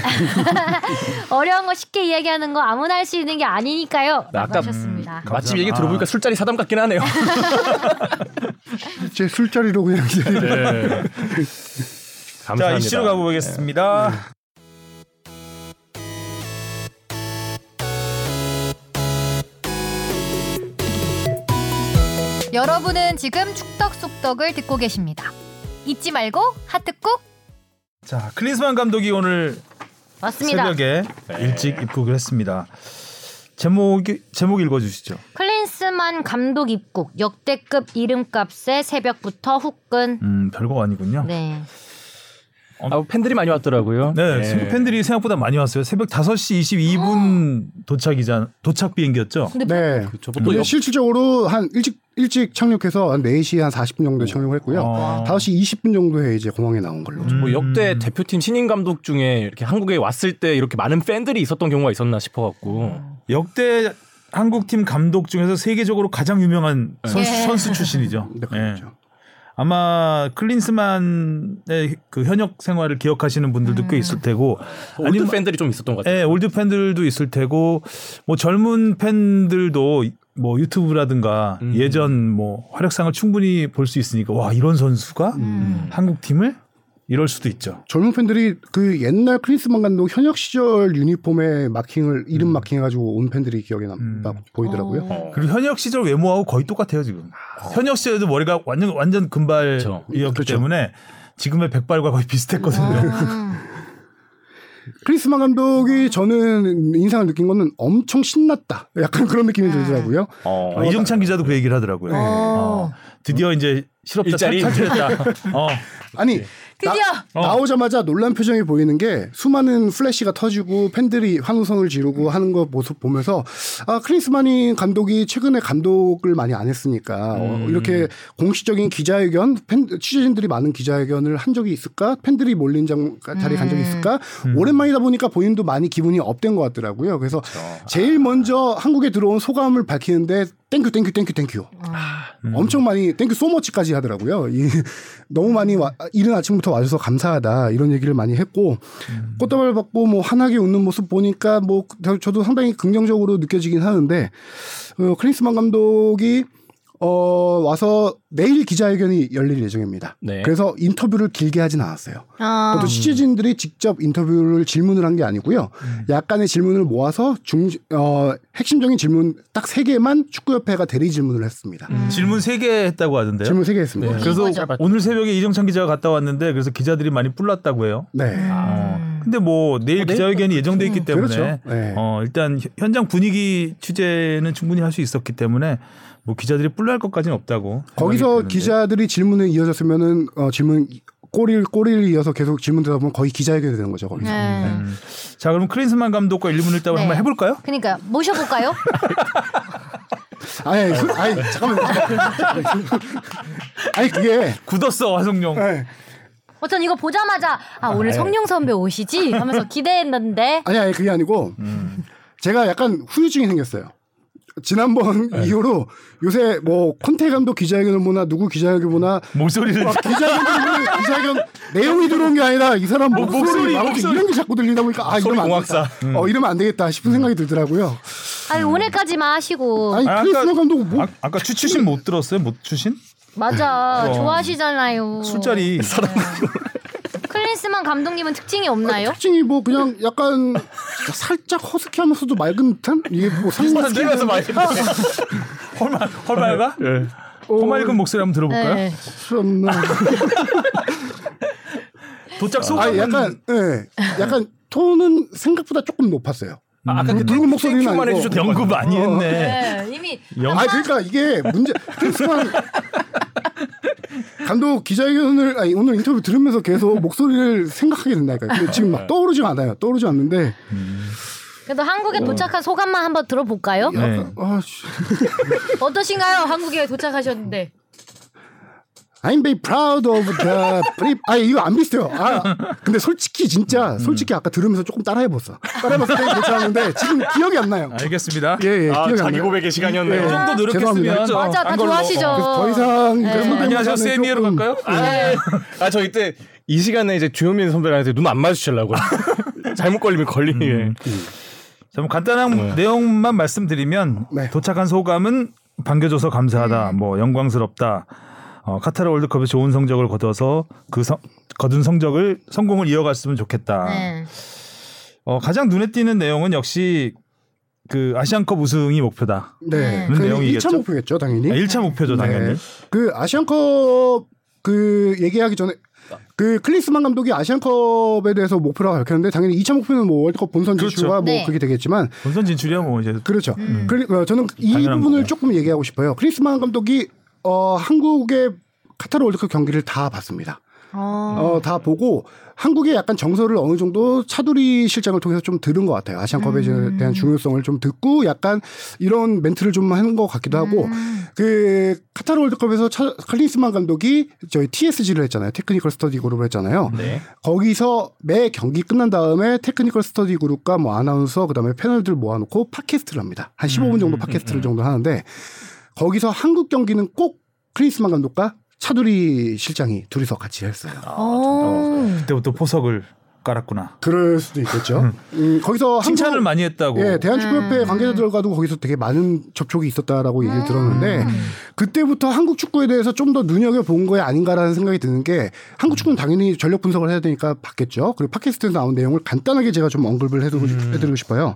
[SPEAKER 5] 어려운 거 쉽게 이야기하는 거 아무나 할 수 있는 게 아니니까요.
[SPEAKER 3] 나
[SPEAKER 5] 라고
[SPEAKER 3] 아까-
[SPEAKER 5] 하셨습니다.
[SPEAKER 3] 맛집 얘기
[SPEAKER 2] 아.
[SPEAKER 3] 들어보니까 술자리 사담 같긴 하네요.
[SPEAKER 4] 제 술자리로 그냥
[SPEAKER 2] 자
[SPEAKER 3] 감사합니다.
[SPEAKER 2] 네. 이슈로 가보겠습니다.
[SPEAKER 4] 네.
[SPEAKER 5] 여러분은 지금 축덕숙덕을 듣고 계십니다. 잊지 말고 하트 꾹
[SPEAKER 2] 자 클린스만 감독이 오늘
[SPEAKER 5] 맞습니다.
[SPEAKER 2] 새벽에
[SPEAKER 4] 네.
[SPEAKER 2] 일찍 입국을 했습니다. 제목 제목 읽어주시죠.
[SPEAKER 5] 클린스만 감독 입국 역대급 이름값에 새벽부터 후끈.
[SPEAKER 2] 음 별거 아니군요. 네,
[SPEAKER 5] 네.
[SPEAKER 3] 아, 팬들이 많이 왔더라고요.
[SPEAKER 4] 네.
[SPEAKER 3] 예.
[SPEAKER 2] 지금 네, 팬들이 생각보다 많이 왔어요. 새벽 5시
[SPEAKER 5] 아.
[SPEAKER 2] 22분 도착이자 도착 비행기였죠.
[SPEAKER 4] 네.
[SPEAKER 3] 그렇죠.
[SPEAKER 4] 근데
[SPEAKER 3] 보통 역-
[SPEAKER 4] 실질적으로 한 일찍 일찍 착륙해서 한 4시 한 40분 정도에 착륙을 했고요.
[SPEAKER 2] 어.
[SPEAKER 4] 5시 20분 정도에 이제 공항에 나온 걸로.
[SPEAKER 2] 음.
[SPEAKER 3] 뭐 역대 대표팀 신인 감독 중에 이렇게 한국에 왔을 때 이렇게 많은 팬들이 있었던 경우가 있었나 싶어갖고
[SPEAKER 2] 역대 한국 팀 감독 중에서 세계적으로 가장 유명한 선수,
[SPEAKER 5] 예.
[SPEAKER 2] 선수 출신이죠.
[SPEAKER 4] 네,
[SPEAKER 2] 예.
[SPEAKER 4] 그렇죠.
[SPEAKER 2] 아마 클린스만의 그 현역 생활을 기억하시는 분들도 꽤 있을 테고
[SPEAKER 3] 뭐 올드
[SPEAKER 2] 뭐-
[SPEAKER 3] 팬들이 좀 있었던 것 같아요.
[SPEAKER 2] 예, 올드 팬들도 있을 테고 뭐 젊은 팬들도 뭐 유튜브라든가
[SPEAKER 3] 음.
[SPEAKER 2] 예전 뭐 활약상을 충분히 볼 수 있으니까 와 이런 선수가 한국 팀을 이럴 수도 있죠.
[SPEAKER 4] 젊은 팬들이 그 옛날 크리스만 감독 현역 시절 유니폼에 마킹을 이름 마킹해가지고 온 팬들이 기억에 남다 보이더라고요.
[SPEAKER 5] 어.
[SPEAKER 2] 그리고 현역 시절 외모하고 거의 똑같아요 지금. 현역 시절에도 머리가 완전 완전
[SPEAKER 3] 그렇죠.
[SPEAKER 2] 금발이었기
[SPEAKER 4] 그렇죠.
[SPEAKER 2] 때문에 지금의 백발과 거의 비슷했거든요.
[SPEAKER 5] 음.
[SPEAKER 4] 크리스만 감독이 저는 인상을 느낀 거는 엄청 신났다. 약간 그런 느낌이 들더라고요.
[SPEAKER 2] 어, 이정찬 기자도 그 얘기를 하더라고요. 어, 드디어 이제 실업자
[SPEAKER 3] 일자리?
[SPEAKER 2] 탈출했다. 어,
[SPEAKER 4] 아니
[SPEAKER 5] 드디어!
[SPEAKER 2] 어.
[SPEAKER 4] 나오자마자 놀란 표정이 보이는 게 수많은 플래시가 터지고 팬들이 환호성을 지르고 하는 거 모습 보면서 아 크리스마니 감독이 최근에 감독을 많이 안 했으니까 어, 이렇게 공식적인 기자회견 팬 취재진들이 많은 기자회견을 한 적이 있을까 팬들이 몰린 장, 자리 에간 적이 있을까 오랜만이다 보니까 본인도 많이 기분이 업된 것 같더라고요. 그래서 제일 먼저 한국에 들어온 소감을 밝히는데 땡큐 땡큐 땡큐 땡큐 엄청 많이 땡큐 소머치까지 하더라고요. 이, 너무 많이 와, 이른 아침부터 와줘서 감사하다 이런 얘기를 많이 했고 꽃다발 받고 뭐 환하게 웃는 모습 보니까 뭐 저- 저도 상당히 긍정적으로 느껴지긴 하는데 어, 크리스만 감독이 어, 와서 내일 기자회견이 열릴 예정입니다.
[SPEAKER 3] 네.
[SPEAKER 4] 그래서 인터뷰를 길게 하진 않았어요.
[SPEAKER 5] 아,
[SPEAKER 4] 그것도 취재진들이 직접 인터뷰를 질문을 한 게 아니고요.
[SPEAKER 2] 음.
[SPEAKER 4] 약간의 질문을 모아서 중, 어, 핵심적인 질문 딱 세 개만 축구협회가 대리 질문을 했습니다.
[SPEAKER 2] 질문 3개 했다고 하던데요.
[SPEAKER 4] 질문 세 개 했습니다.
[SPEAKER 3] 네.
[SPEAKER 2] 그래서
[SPEAKER 5] 이거죠.
[SPEAKER 2] 오늘 새벽에 이정찬 기자가 갔다 왔는데 그래서 기자들이 많이 뿔났다고 해요.
[SPEAKER 4] 네.
[SPEAKER 2] 어. 근데 뭐 내일 기자회견이 예정돼 있기 때문에
[SPEAKER 4] 그렇죠. 네.
[SPEAKER 2] 어, 일단 현- 현장 분위기 취재는 충분히 할 수 있었기 때문에 뭐 기자들이 뿔날 것까지는 없다고.
[SPEAKER 4] 거기서
[SPEAKER 2] 생각이 드는데.
[SPEAKER 4] 기자들이 질문에 이어졌으면은 어, 질문 꼬리를 꼬리를 이어서 계속 질문 들어보면 거의 기자회견이 되는 거죠. 거기서.
[SPEAKER 5] 네.
[SPEAKER 2] 자 그럼 크린스만 감독과 1분 1답을
[SPEAKER 5] 네.
[SPEAKER 2] 한번 해볼까요?
[SPEAKER 5] 그러니까 모셔볼까요?
[SPEAKER 4] 아니, 그- 아니, 잠깐만요. 아니 그게
[SPEAKER 2] 굳었어 화성룡.
[SPEAKER 4] 네.
[SPEAKER 5] 어, 전 이거 보자마자 아
[SPEAKER 2] 네.
[SPEAKER 5] 오늘 성룡 선배 오시지 하면서 기대했는데
[SPEAKER 4] 아니 아니 그게 아니고 제가 약간 후유증이 생겼어요. 지난번
[SPEAKER 2] 네.
[SPEAKER 4] 이후로 요새 뭐 콘테 감독 기자회견을 보나 누구 기자회견 보나
[SPEAKER 2] 목소리를
[SPEAKER 4] 막 기자회견 기자회견 내용이 들어온 게 아니라 이 사람
[SPEAKER 2] 목- 목소리,
[SPEAKER 4] 목소리 막
[SPEAKER 2] 목소리.
[SPEAKER 4] 이런 게 자꾸 들리다 보니까 아
[SPEAKER 2] 목소리
[SPEAKER 4] 이러면 안
[SPEAKER 2] 공학사. 음.
[SPEAKER 4] 되겠다. 어 이러면 안 되겠다 싶은 생각이 들더라고요.
[SPEAKER 5] 아 오늘까지만 하시고
[SPEAKER 4] 아니
[SPEAKER 2] 아까-
[SPEAKER 4] 크리스마 감독 뭐
[SPEAKER 2] 아, 아까 추추신 못 들었어요? 못 추신?
[SPEAKER 5] 맞아
[SPEAKER 2] 어.
[SPEAKER 5] 좋아하시잖아요.
[SPEAKER 2] 술자리
[SPEAKER 4] 어.
[SPEAKER 2] 사람
[SPEAKER 5] 클린스만 감독님은 특징이 없나요?
[SPEAKER 4] 특징이 뭐 그냥 약간 살짝 허스키하면서도 맑은 듯한 이게 뭐 상관
[SPEAKER 2] 뛰면서 많이 아. 헐말 헐말가?
[SPEAKER 4] 네,
[SPEAKER 2] 어. 헐맑은 목소리 한번 들어볼까요?
[SPEAKER 5] 네.
[SPEAKER 4] 없나?
[SPEAKER 5] 네.
[SPEAKER 2] 도짝 소감.
[SPEAKER 4] 아 약간 예 약간 톤은 생각보다 조금 높았어요.
[SPEAKER 3] 아, 아까 그
[SPEAKER 4] 붉은 목소리는
[SPEAKER 3] 땡큐만
[SPEAKER 4] 아니고. 어.
[SPEAKER 3] 해주셔도
[SPEAKER 2] 연구 많이 했네.
[SPEAKER 5] 네, 이미
[SPEAKER 4] 아 그러니까 이게 문제 크리스만 감독 기자회견을 아니 오늘 인터뷰 들으면서 계속 목소리를 생각하게 된다니까요. 근데 지금
[SPEAKER 3] 네.
[SPEAKER 4] 막 떠오르지 않아요. 떠오르지 않는데
[SPEAKER 5] 그래도 한국에
[SPEAKER 2] 어.
[SPEAKER 5] 도착한 소감만 한번 들어볼까요?
[SPEAKER 2] 네.
[SPEAKER 4] 아 씨.
[SPEAKER 5] 어떠신가요? 한국에 도착하셨는데
[SPEAKER 4] I'm very proud of the pretty. 아 이거 안 비슷해요. 아 근데 솔직히 진짜
[SPEAKER 3] 음.
[SPEAKER 4] 솔직히 아까 들으면서 조금 따라해봤어. 따라해봤을 때 괜찮았는데 지금 기억이 안 나요.
[SPEAKER 2] 알겠습니다.
[SPEAKER 4] 예, 예,
[SPEAKER 3] 아,
[SPEAKER 4] 기억이 안
[SPEAKER 3] 자기
[SPEAKER 4] 나요.
[SPEAKER 3] 고백의 시간이었네요.
[SPEAKER 2] 이 정도
[SPEAKER 4] 죄송합니다.
[SPEAKER 2] 노력했으면
[SPEAKER 5] 아, 맞아 다
[SPEAKER 2] 안 걸로.
[SPEAKER 5] 좋아하시죠.
[SPEAKER 2] 어.
[SPEAKER 4] 그래서 더 이상 그 선배보다는
[SPEAKER 2] 안녕하세요 세미에로
[SPEAKER 4] 조금-
[SPEAKER 2] 갈까요?
[SPEAKER 1] 네.
[SPEAKER 2] 네.
[SPEAKER 3] 아, 아, 저 이때 이 시간에 이제 주현민 선배한테 눈 안 마주치려고 잘못 걸리면 걸리는
[SPEAKER 1] 음.
[SPEAKER 3] 게. 음.
[SPEAKER 2] 자, 그럼 간단한 내용만 말씀드리면
[SPEAKER 4] 네.
[SPEAKER 2] 도착한 소감은 반겨줘서
[SPEAKER 5] 네.
[SPEAKER 2] 감사하다, 뭐 영광스럽다. 어, 카타르 월드컵에 좋은 성적을 거둬서 그 성, 거둔 성적을 성공을 이어갔으면 좋겠다.
[SPEAKER 5] 네.
[SPEAKER 2] 어, 가장 눈에 띄는 내용은 역시 그 아시안컵 우승이 목표다.
[SPEAKER 4] 네.
[SPEAKER 2] 그런
[SPEAKER 4] 그
[SPEAKER 2] 내용이겠죠?
[SPEAKER 4] 1차 목표겠죠, 당연히.
[SPEAKER 2] 아, 1차 목표죠 당연히.
[SPEAKER 4] 네. 그 아시안컵 그 얘기하기 전에 그 클린스만 감독이 아시안컵에 대해서 목표라고 밝혔는데 당연히 2차 목표는 뭐 월드컵 본선
[SPEAKER 2] 그렇죠.
[SPEAKER 4] 진출과 뭐
[SPEAKER 5] 네.
[SPEAKER 4] 그게 되겠지만
[SPEAKER 2] 본선 진출이야 뭐 이제
[SPEAKER 4] 그렇죠. 그리, 어, 저는 이
[SPEAKER 2] 당연한
[SPEAKER 4] 부분을
[SPEAKER 2] 거고.
[SPEAKER 4] 조금 얘기하고 싶어요. 크리스만 감독이 어, 한국의 카타르 월드컵 경기를 다 봤습니다.
[SPEAKER 5] 어.
[SPEAKER 4] 어, 다 보고 한국의 약간 정서를 어느 정도 차두리 실장을 통해서 좀 들은 것 같아요. 아시안컵에 대한 중요성을 좀 듣고 약간 이런 멘트를 좀 하는 것 같기도 하고 그 카타르 월드컵에서 차, 칼린스만 감독이 저희 TSG를 했잖아요. 테크니컬 스터디 그룹을
[SPEAKER 2] 음.
[SPEAKER 4] 했잖아요. 거기서 매 경기 끝난 다음에 테크니컬 스터디 그룹과 뭐 아나운서 그다음에 패널들 모아놓고 팟캐스트를 합니다. 한 15분 정도 팟캐스트를 정도 하는데 거기서 한국 경기는 꼭 크리스만 감독과 차두리 실장이 둘이서 같이 했어요.
[SPEAKER 2] 아,
[SPEAKER 5] 어.
[SPEAKER 2] 그때부터 포석을 깔았구나.
[SPEAKER 4] 그럴 수도 있겠죠. 음, 거기서
[SPEAKER 2] 칭찬을
[SPEAKER 4] 한국-
[SPEAKER 2] 많이 했다고.
[SPEAKER 4] 예, 대한축구협회 관계자들과도 거기서 되게 많은 접촉이 있었다라고 얘기를 들었는데 그때부터 한국 축구에 대해서 좀 더 눈여겨 본 거에 아닌가라는 생각이 드는 게 한국 축구는 당연히 전력 분석을 해야 되니까 봤겠죠. 그리고
[SPEAKER 2] 음.
[SPEAKER 4] 팟캐스트에서 나온 내용을 간단하게 제가 좀 언급을 해드리고, 해드리고 싶어요.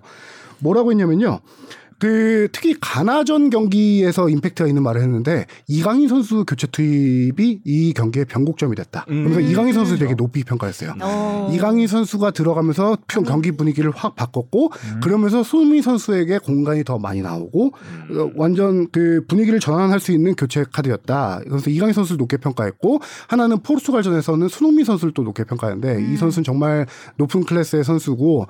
[SPEAKER 4] 뭐라고 했냐면요. 그 특히 가나전 경기에서 임팩트가 있는 말을 했는데 이강인 선수 교체 투입이 이 경기의 변곡점이 됐다.
[SPEAKER 3] 음.
[SPEAKER 4] 그래서 이강인 선수
[SPEAKER 2] 그렇죠.
[SPEAKER 4] 되게 높이 평가했어요.
[SPEAKER 5] 어.
[SPEAKER 4] 이강인 선수가 들어가면서 평 경기 분위기를 확 바꿨고 그러면서 수미 선수에게 공간이 더 많이 나오고 어, 완전 그 분위기를 전환할 수 있는 교체 카드였다. 그래서 이강인 선수를 높게 평가했고 하나는 포르투갈전에서는 손흥민 선수를 또 높게 평가하는데 이 선수는 정말 높은 클래스의 선수고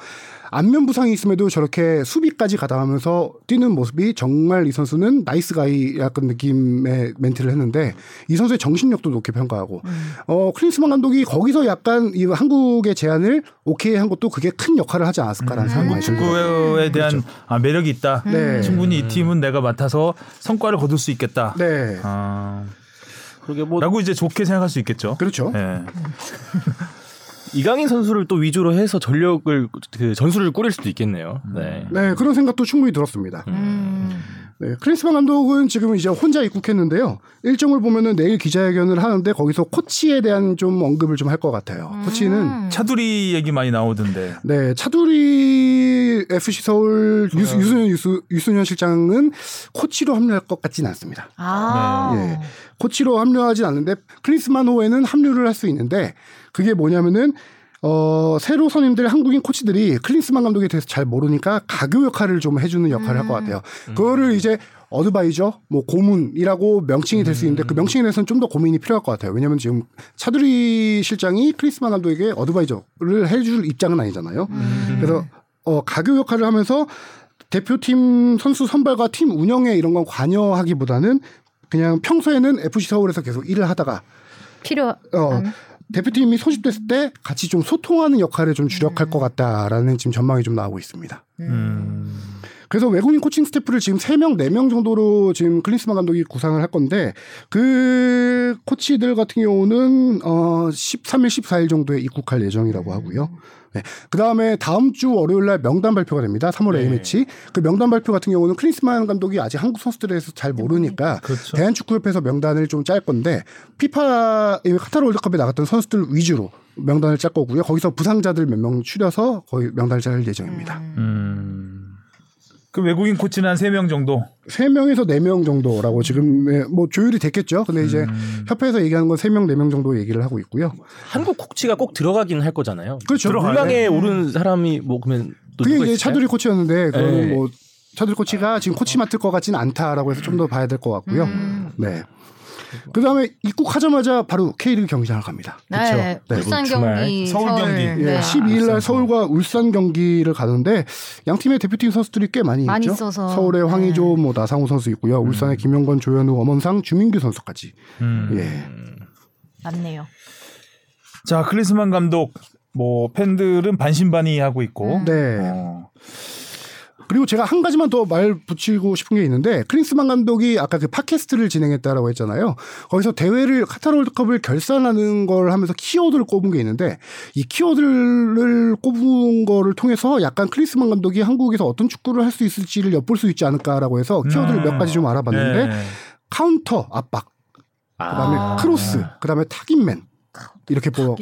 [SPEAKER 4] 안면 부상이 있음에도 저렇게 수비까지 가담하면서 뛰는 모습이 정말 이 선수는 나이스 가이 약간 느낌의 멘트를 했는데 이 선수의 정신력도 높게 평가하고
[SPEAKER 5] 음.
[SPEAKER 4] 어 클린스만 감독이 거기서 약간 이 한국의 제안을 오케이 한 것도 그게 큰 역할을 하지 않았을까라는
[SPEAKER 5] 음.
[SPEAKER 4] 생각이 들어요. 그렇죠.
[SPEAKER 2] 축구에 대한 아, 매력이 있다.
[SPEAKER 4] 네.
[SPEAKER 2] 충분히 이 팀은 내가 맡아서 성과를 거둘 수 있겠다.
[SPEAKER 4] 네.
[SPEAKER 2] 아,
[SPEAKER 1] 그러게 뭐
[SPEAKER 2] 라고 이제 좋게 생각할 수 있겠죠.
[SPEAKER 4] 그렇죠.
[SPEAKER 2] 예.
[SPEAKER 3] 이강인 선수를 또 위주로 해서 전력을 그 전술을 꾸릴 수도 있겠네요. 네.
[SPEAKER 4] 네, 그런 생각도 충분히 들었습니다.
[SPEAKER 5] 음.
[SPEAKER 4] 네, 크리스만 감독은 지금 이제 혼자 입국했는데요. 일정을 보면은 내일 기자회견을 하는데 거기서 코치에 대한 좀 언급을 좀 할 것 같아요. 코치는
[SPEAKER 5] 음.
[SPEAKER 2] 차두리 얘기 많이 나오던데.
[SPEAKER 4] 네, 차두리 FC 서울 유, 순현 유수, 유순현 실장은 코치로 합류할 것 같지는 않습니다.
[SPEAKER 5] 아.
[SPEAKER 4] 예. 코치로 합류하진 않는데 크리스만 호에는 합류를 할 수 있는데 그게 뭐냐면은 어, 새로 선임될 한국인 코치들이 클린스만 감독에 대해서 잘 모르니까 가교 역할을 좀 해주는 역할을 할 것 같아요. 그거를 이제 어드바이저, 뭐 고문이라고 명칭이 될 수 있는데 그 명칭에 대해서는 좀 더 고민이 필요할 것 같아요. 왜냐하면 지금 차두리 실장이 클린스만 감독에게 어드바이저를 해줄 입장은 아니잖아요. 그래서 어, 가교 역할을 하면서 대표팀 선수 선발과 팀 운영에 이런 건 관여하기보다는 그냥 평소에는 FC 서울에서 계속 일을 하다가
[SPEAKER 5] 필요.
[SPEAKER 4] 어, 대표팀이 소집됐을 때 같이 좀 소통하는 역할에 좀 주력할 것 같다라는 지금 전망이 좀 나오고 있습니다.
[SPEAKER 2] 음.
[SPEAKER 4] 그래서 외국인 코칭 스태프를 지금 3명, 4명 정도로 지금 클린스만 감독이 구상을 할 건데 그 코치들 같은 경우는 어 13일, 14일 정도에 입국할 예정이라고 하고요. 네. 그다음에 다음 주 월요일 날 명단 발표가 됩니다. 3월
[SPEAKER 2] 네.
[SPEAKER 4] A매치. 그 명단 발표 같은 경우는 클린스만 감독이 아직 한국 선수들에 대해서 잘 모르니까
[SPEAKER 2] 그렇죠.
[SPEAKER 4] 대한축구협회에서 명단을 좀 짤 건데 피파 이 카타르 월드컵에 나갔던 선수들 위주로 명단을 짤 거고요. 거기서 부상자들 몇 명 추려서 거의 명단을 짤 예정입니다.
[SPEAKER 2] 음. 그 외국인 코치는 한 3명 정도.
[SPEAKER 4] 세명에서네 명 정도라고 지금 예, 뭐 조율이 됐겠죠. 근데 이제
[SPEAKER 2] 음.
[SPEAKER 4] 협회에서 얘기하는 건 세명네 명 정도 얘기를 하고 있고요.
[SPEAKER 1] 한국 코치가 꼭 들어가긴 할 거잖아요.
[SPEAKER 4] 그렇죠.
[SPEAKER 2] 네.
[SPEAKER 1] 물망에 오른 사람이 뭐 그러면 또
[SPEAKER 4] 그게
[SPEAKER 1] 누가
[SPEAKER 4] 이제
[SPEAKER 1] 있을까요? 어.
[SPEAKER 4] 차두리 코치였는데 그거는
[SPEAKER 1] 예.
[SPEAKER 4] 뭐 차두리 코치가 지금 코치 맡을 것 같지는 않다라고 해서 좀 더 봐야 될 것 같고요.
[SPEAKER 5] 음.
[SPEAKER 4] 네. 그다음에 입국하자마자 바로 K리그 경기장을 갑니다.
[SPEAKER 2] 예,
[SPEAKER 5] 네. 울산
[SPEAKER 3] 주말.
[SPEAKER 5] 경기,
[SPEAKER 2] 뭐 서울 경기.
[SPEAKER 4] 예,
[SPEAKER 5] 네.
[SPEAKER 4] 12일 날 서울과 울산 경기를 가는데 양 팀의 대표팀 선수들이 꽤 많이,
[SPEAKER 5] 많이
[SPEAKER 4] 있죠.
[SPEAKER 5] 있어서. 네.
[SPEAKER 4] 서울의 황의조, 뭐 나상호 선수 있고요.
[SPEAKER 1] 음.
[SPEAKER 4] 울산의 김영건, 조현우, 엄원상, 주민규 선수까지.
[SPEAKER 2] 음.
[SPEAKER 4] 예.
[SPEAKER 5] 맞네요.
[SPEAKER 2] 자, 클리스만 감독 뭐 팬들은 반신반의하고 있고.
[SPEAKER 4] 네.
[SPEAKER 2] 어,
[SPEAKER 4] 그리고 제가 한 가지만 더 말 붙이고 싶은 게 있는데 클린스만 감독이 아까 그 팟캐스트를 진행했다라고 했잖아요. 거기서 대회를 카타르 월드컵을 결산하는 걸 하면서 키워드를 꼽은 게 있는데 이 키워드를 꼽은 거를 통해서 약간 클린스만 감독이 한국에서 어떤 축구를 할 수 있을지를 엿볼 수 있지 않을까라고 해서 키워드를
[SPEAKER 2] 음.
[SPEAKER 4] 몇 가지 좀 알아봤는데
[SPEAKER 2] 네.
[SPEAKER 4] 카운터 압박, 그다음에
[SPEAKER 5] 아.
[SPEAKER 4] 크로스, 그다음에 탁인맨 이렇게 뽑-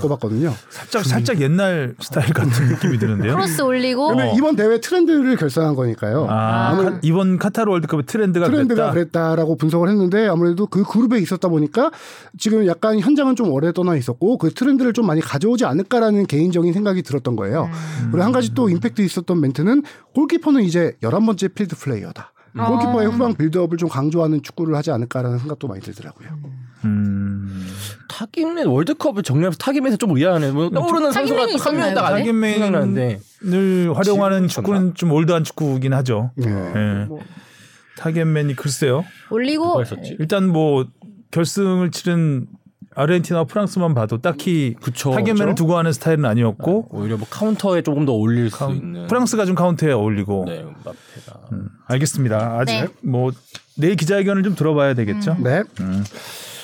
[SPEAKER 4] 꼽았거든요.
[SPEAKER 2] 살짝 살짝 옛날 스타일 같은 느낌이 드는데요.
[SPEAKER 5] 크로스 올리고
[SPEAKER 4] 그러면
[SPEAKER 2] 어.
[SPEAKER 4] 이번 대회 트렌드를 결산한 거니까요.
[SPEAKER 2] 아,
[SPEAKER 5] 아.
[SPEAKER 2] 카- 이번 카타르 월드컵의 트렌드가,
[SPEAKER 4] 트렌드가
[SPEAKER 2] 그랬다.
[SPEAKER 4] 그랬다라고 분석을 했는데 아무래도 그 그룹에 있었다 보니까 지금 약간 현장은 좀 오래 떠나 있었고 그 트렌드를 좀 많이 가져오지 않을까라는 개인적인 생각이 들었던 거예요. 그리고 한 가지 또 임팩트 있었던 멘트는 골키퍼는 이제 11번째 필드 플레이어다. 골키퍼의 후방 빌드업을 좀 강조하는 축구를 하지 않을까라는 생각도 많이 들더라고요.
[SPEAKER 2] 음.
[SPEAKER 1] 타김맨 월드컵을 정리하면서 타김맨에서 좀 의아하네.
[SPEAKER 3] 음,
[SPEAKER 1] 뭐 떠오르는 선수가
[SPEAKER 5] 타김맨이
[SPEAKER 1] 한 명이 딱
[SPEAKER 5] 있었나요,
[SPEAKER 1] 안-
[SPEAKER 2] 근데?
[SPEAKER 1] 생각나는데
[SPEAKER 2] 늘 활용하는 축구는 좀 올드한 축구긴 하죠.
[SPEAKER 4] 네.
[SPEAKER 2] 예.
[SPEAKER 1] 뭐.
[SPEAKER 2] 타겟맨이 글쎄요.
[SPEAKER 5] 올리고
[SPEAKER 3] 어,
[SPEAKER 2] 음.
[SPEAKER 1] 뭐가 있었지?
[SPEAKER 3] 네.
[SPEAKER 2] 일단 뭐 결승을 치른 아르헨티나 프랑스만 봐도 딱히
[SPEAKER 1] 그쵸.
[SPEAKER 4] 그렇죠.
[SPEAKER 2] 타겟맨을 두고 하는 스타일은 아니었고
[SPEAKER 1] 오히려 뭐 카운터에 조금 더 올릴 수 있는
[SPEAKER 2] 프랑스가 좀 카운트에 어울리고
[SPEAKER 1] 네, 음바페가
[SPEAKER 2] 음, 알겠습니다. 아직
[SPEAKER 5] 네.
[SPEAKER 2] 뭐 내일 기자회견을 좀 들어봐야 되겠죠.
[SPEAKER 4] 네.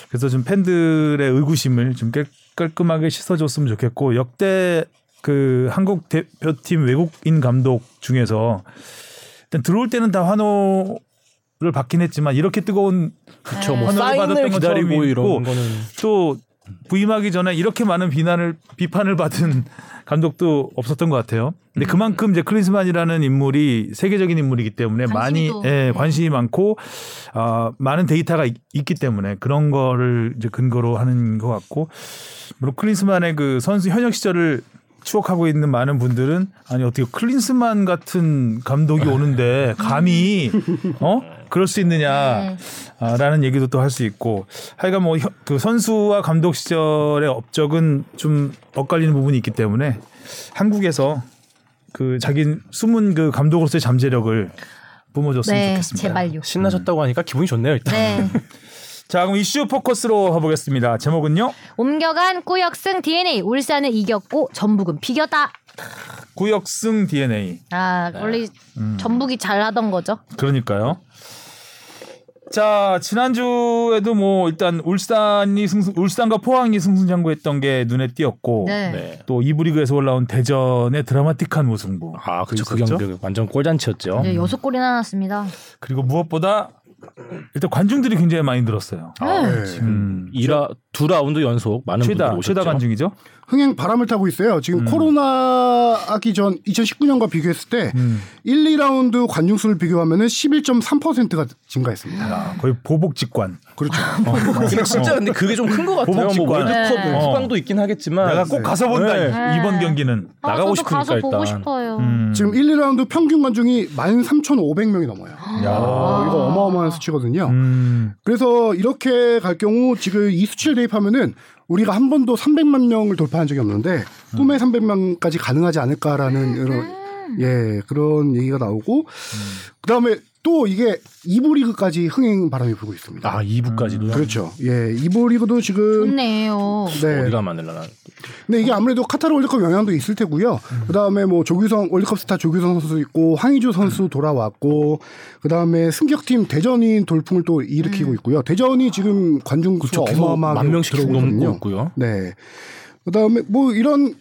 [SPEAKER 2] 그래서 좀 팬들의 의구심을 좀 깨- 깔끔하게 씻어줬으면 좋겠고 역대 그 한국 대표팀 외국인 감독 중에서 일단 들어올 때는 다 환호를 받긴 했지만 이렇게 뜨거운
[SPEAKER 1] 그쵸 뭐
[SPEAKER 3] 네.
[SPEAKER 2] 환호를 받았던
[SPEAKER 1] 사인을 뭐
[SPEAKER 2] 것처럼
[SPEAKER 1] 기다리고
[SPEAKER 2] 있고
[SPEAKER 1] 이런 거는
[SPEAKER 2] 또 부임하기 전에 이렇게 많은 비난을 비판을 받은 감독도 없었던 것 같아요. 근데 그만큼 이제 클린스만이라는 인물이 세계적인 인물이기 때문에 많이
[SPEAKER 5] 관심이 또-
[SPEAKER 2] 예, 관심이 많고 아, 많은 데이터가 있, 기 때문에 그런 거를 이제 근거로 하는 것 같고 물론 클린스만의 그 선수 현역 시절을 추억하고 있는 많은 분들은 아니 어떻게 클린스만 같은 감독이 오는데 감히 어 그럴 수 있느냐 아, 라는 얘기도 또 할 수 있고 하여간 뭐 그 선수와 감독 시절의 업적은 좀 엇갈리는 부분이 있기 때문에 한국에서 그 자기 숨은 그 감독으로서의 잠재력을 뿜어줬으면
[SPEAKER 5] 네,
[SPEAKER 2] 좋겠습니다.
[SPEAKER 5] 제발요.
[SPEAKER 3] 신나셨다고 하니까 기분이 좋네요 일단.
[SPEAKER 5] 네.
[SPEAKER 2] 자 그럼 이슈 포커스로 가보겠습니다. 제목은요.
[SPEAKER 5] 옮겨간 꾸역승 DNA 울산은 이겼고 전북은 비겼다.
[SPEAKER 2] 구역승 DNA.
[SPEAKER 5] 아 원래
[SPEAKER 4] 음.
[SPEAKER 5] 전북이 잘하던 거죠.
[SPEAKER 2] 그러니까요. 자 지난주에도 뭐 일단 울산이 승승 울산과 포항이 승승장구했던 게 눈에 띄었고
[SPEAKER 5] 네.
[SPEAKER 1] 네.
[SPEAKER 2] 또 이브리그에서 올라온 대전의 드라마틱한 무승부
[SPEAKER 1] 아, 그쵸. 그
[SPEAKER 2] 있었죠?
[SPEAKER 1] 경기 완전 꼴잔치였죠.
[SPEAKER 5] 이제 네, 여섯 골이나 났습니다.
[SPEAKER 2] 그리고 무엇보다 일단 관중들이 굉장히 많이 늘었어요.
[SPEAKER 5] 아, 네.
[SPEAKER 4] 네.
[SPEAKER 2] 음,
[SPEAKER 1] 이라 두 라운드 연속 많은
[SPEAKER 2] 최다
[SPEAKER 1] 분들이 오셨죠.
[SPEAKER 2] 최다 관중이죠.
[SPEAKER 4] 흥행 바람을 타고 있어요. 지금
[SPEAKER 2] 음.
[SPEAKER 4] 코로나 하기 전 2019년과 비교했을 때
[SPEAKER 2] 음.
[SPEAKER 4] 1, 2라운드 관중 수를 비교하면은 11.3%가 증가했습니다.
[SPEAKER 2] 아, 거의 보복 직관.
[SPEAKER 4] 그렇죠.
[SPEAKER 1] 근데 진짜 근데 그게 좀 큰 것 같아요.
[SPEAKER 2] 보복
[SPEAKER 1] 뭐
[SPEAKER 2] 직관.
[SPEAKER 1] 월드컵
[SPEAKER 5] 네.
[SPEAKER 1] 후방도 있긴 하겠지만
[SPEAKER 2] 내가 꼭 가서 본다
[SPEAKER 5] 네.
[SPEAKER 2] 이번 경기는.
[SPEAKER 5] 아,
[SPEAKER 1] 나가고
[SPEAKER 5] 저도
[SPEAKER 1] 싶으니까
[SPEAKER 5] 가서 보고
[SPEAKER 1] 일단.
[SPEAKER 5] 싶어요.
[SPEAKER 2] 음.
[SPEAKER 4] 지금 1, 2라운드 평균 관중이 13,500명이 넘어요. 어, 이거 어마어마한 수치거든요.
[SPEAKER 2] 아. 음,
[SPEAKER 4] 그래서 이렇게 갈 경우 지금 이 수치를 대입하면은 우리가 한 번도 300만 명을 돌파한 적이 없는데 꿈의 300만까지 가능하지 않을까라는 이런 예 그런 얘기가 나오고 그다음에 또 이게 이부 리그까지 흥행 바람이 불고 있습니다.
[SPEAKER 1] 아 2부까지도
[SPEAKER 4] 그렇죠. 예 이부 리그도 지금
[SPEAKER 5] 좋네요.
[SPEAKER 4] 네.
[SPEAKER 1] 어디가 마늘라나
[SPEAKER 4] 근데 이게 아무래도 카타르 월드컵 영향도 있을 테고요. 그다음에 뭐 조규성 월드컵 스타 조규성 선수 있고 황의조 선수 돌아왔고 그다음에 승격팀 대전이 돌풍을 또 일으키고 있고요. 대전이 지금 관중 수가
[SPEAKER 1] 음. 그쵸, 계속
[SPEAKER 4] 어마어마하게
[SPEAKER 1] 만 명씩
[SPEAKER 4] 들어오거든요.
[SPEAKER 1] 넘고 있고요.
[SPEAKER 4] 네. 그다음에 뭐 이런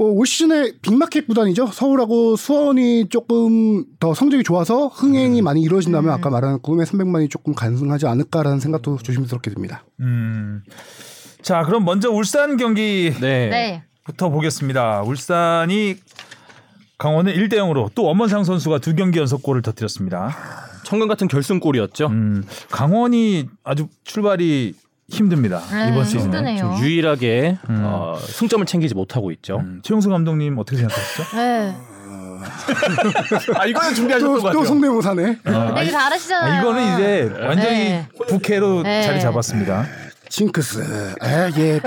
[SPEAKER 4] 어, 올 시즌에 빅마켓 구단이죠. 서울하고 수원이 조금 더 성적이 좋아서
[SPEAKER 1] 네.
[SPEAKER 4] 흥행이 많이 이루어진다면 아까 말한 꿈의 300만이 조금 가능하지 않을까라는 생각도
[SPEAKER 1] 네.
[SPEAKER 4] 조심스럽게 듭니다.
[SPEAKER 2] 음. 자 그럼 먼저 울산 경기부터
[SPEAKER 1] 네.
[SPEAKER 5] 네.
[SPEAKER 2] 보겠습니다. 울산이 강원을 1대 0으로 또 원만상 선수가 두 경기 연속 골을 터뜨렸습니다.
[SPEAKER 1] 청금 같은 결승골이었죠.
[SPEAKER 2] 음, 강원이 아주 출발이 힘듭니다.
[SPEAKER 5] 네,
[SPEAKER 2] 이번 시즌에.
[SPEAKER 4] 음,
[SPEAKER 5] 힘드네요.
[SPEAKER 1] 지금 유일하게 어, 승점을 챙기지 못하고 있죠.
[SPEAKER 2] 음, 최용수 감독님 어떻게 생각하시죠?
[SPEAKER 5] 네.
[SPEAKER 3] 아 이거는
[SPEAKER 1] 네,
[SPEAKER 3] 준비하셨던
[SPEAKER 4] 또,
[SPEAKER 3] 것
[SPEAKER 4] 또
[SPEAKER 3] 같아요.
[SPEAKER 4] 성대모사네.
[SPEAKER 5] 되게 잘하시잖아요.
[SPEAKER 2] 아, 이거는 이제 완전히
[SPEAKER 5] 네.
[SPEAKER 2] 부캐로
[SPEAKER 5] 네.
[SPEAKER 2] 자리 잡았습니다.
[SPEAKER 4] 징크스. 아, 예.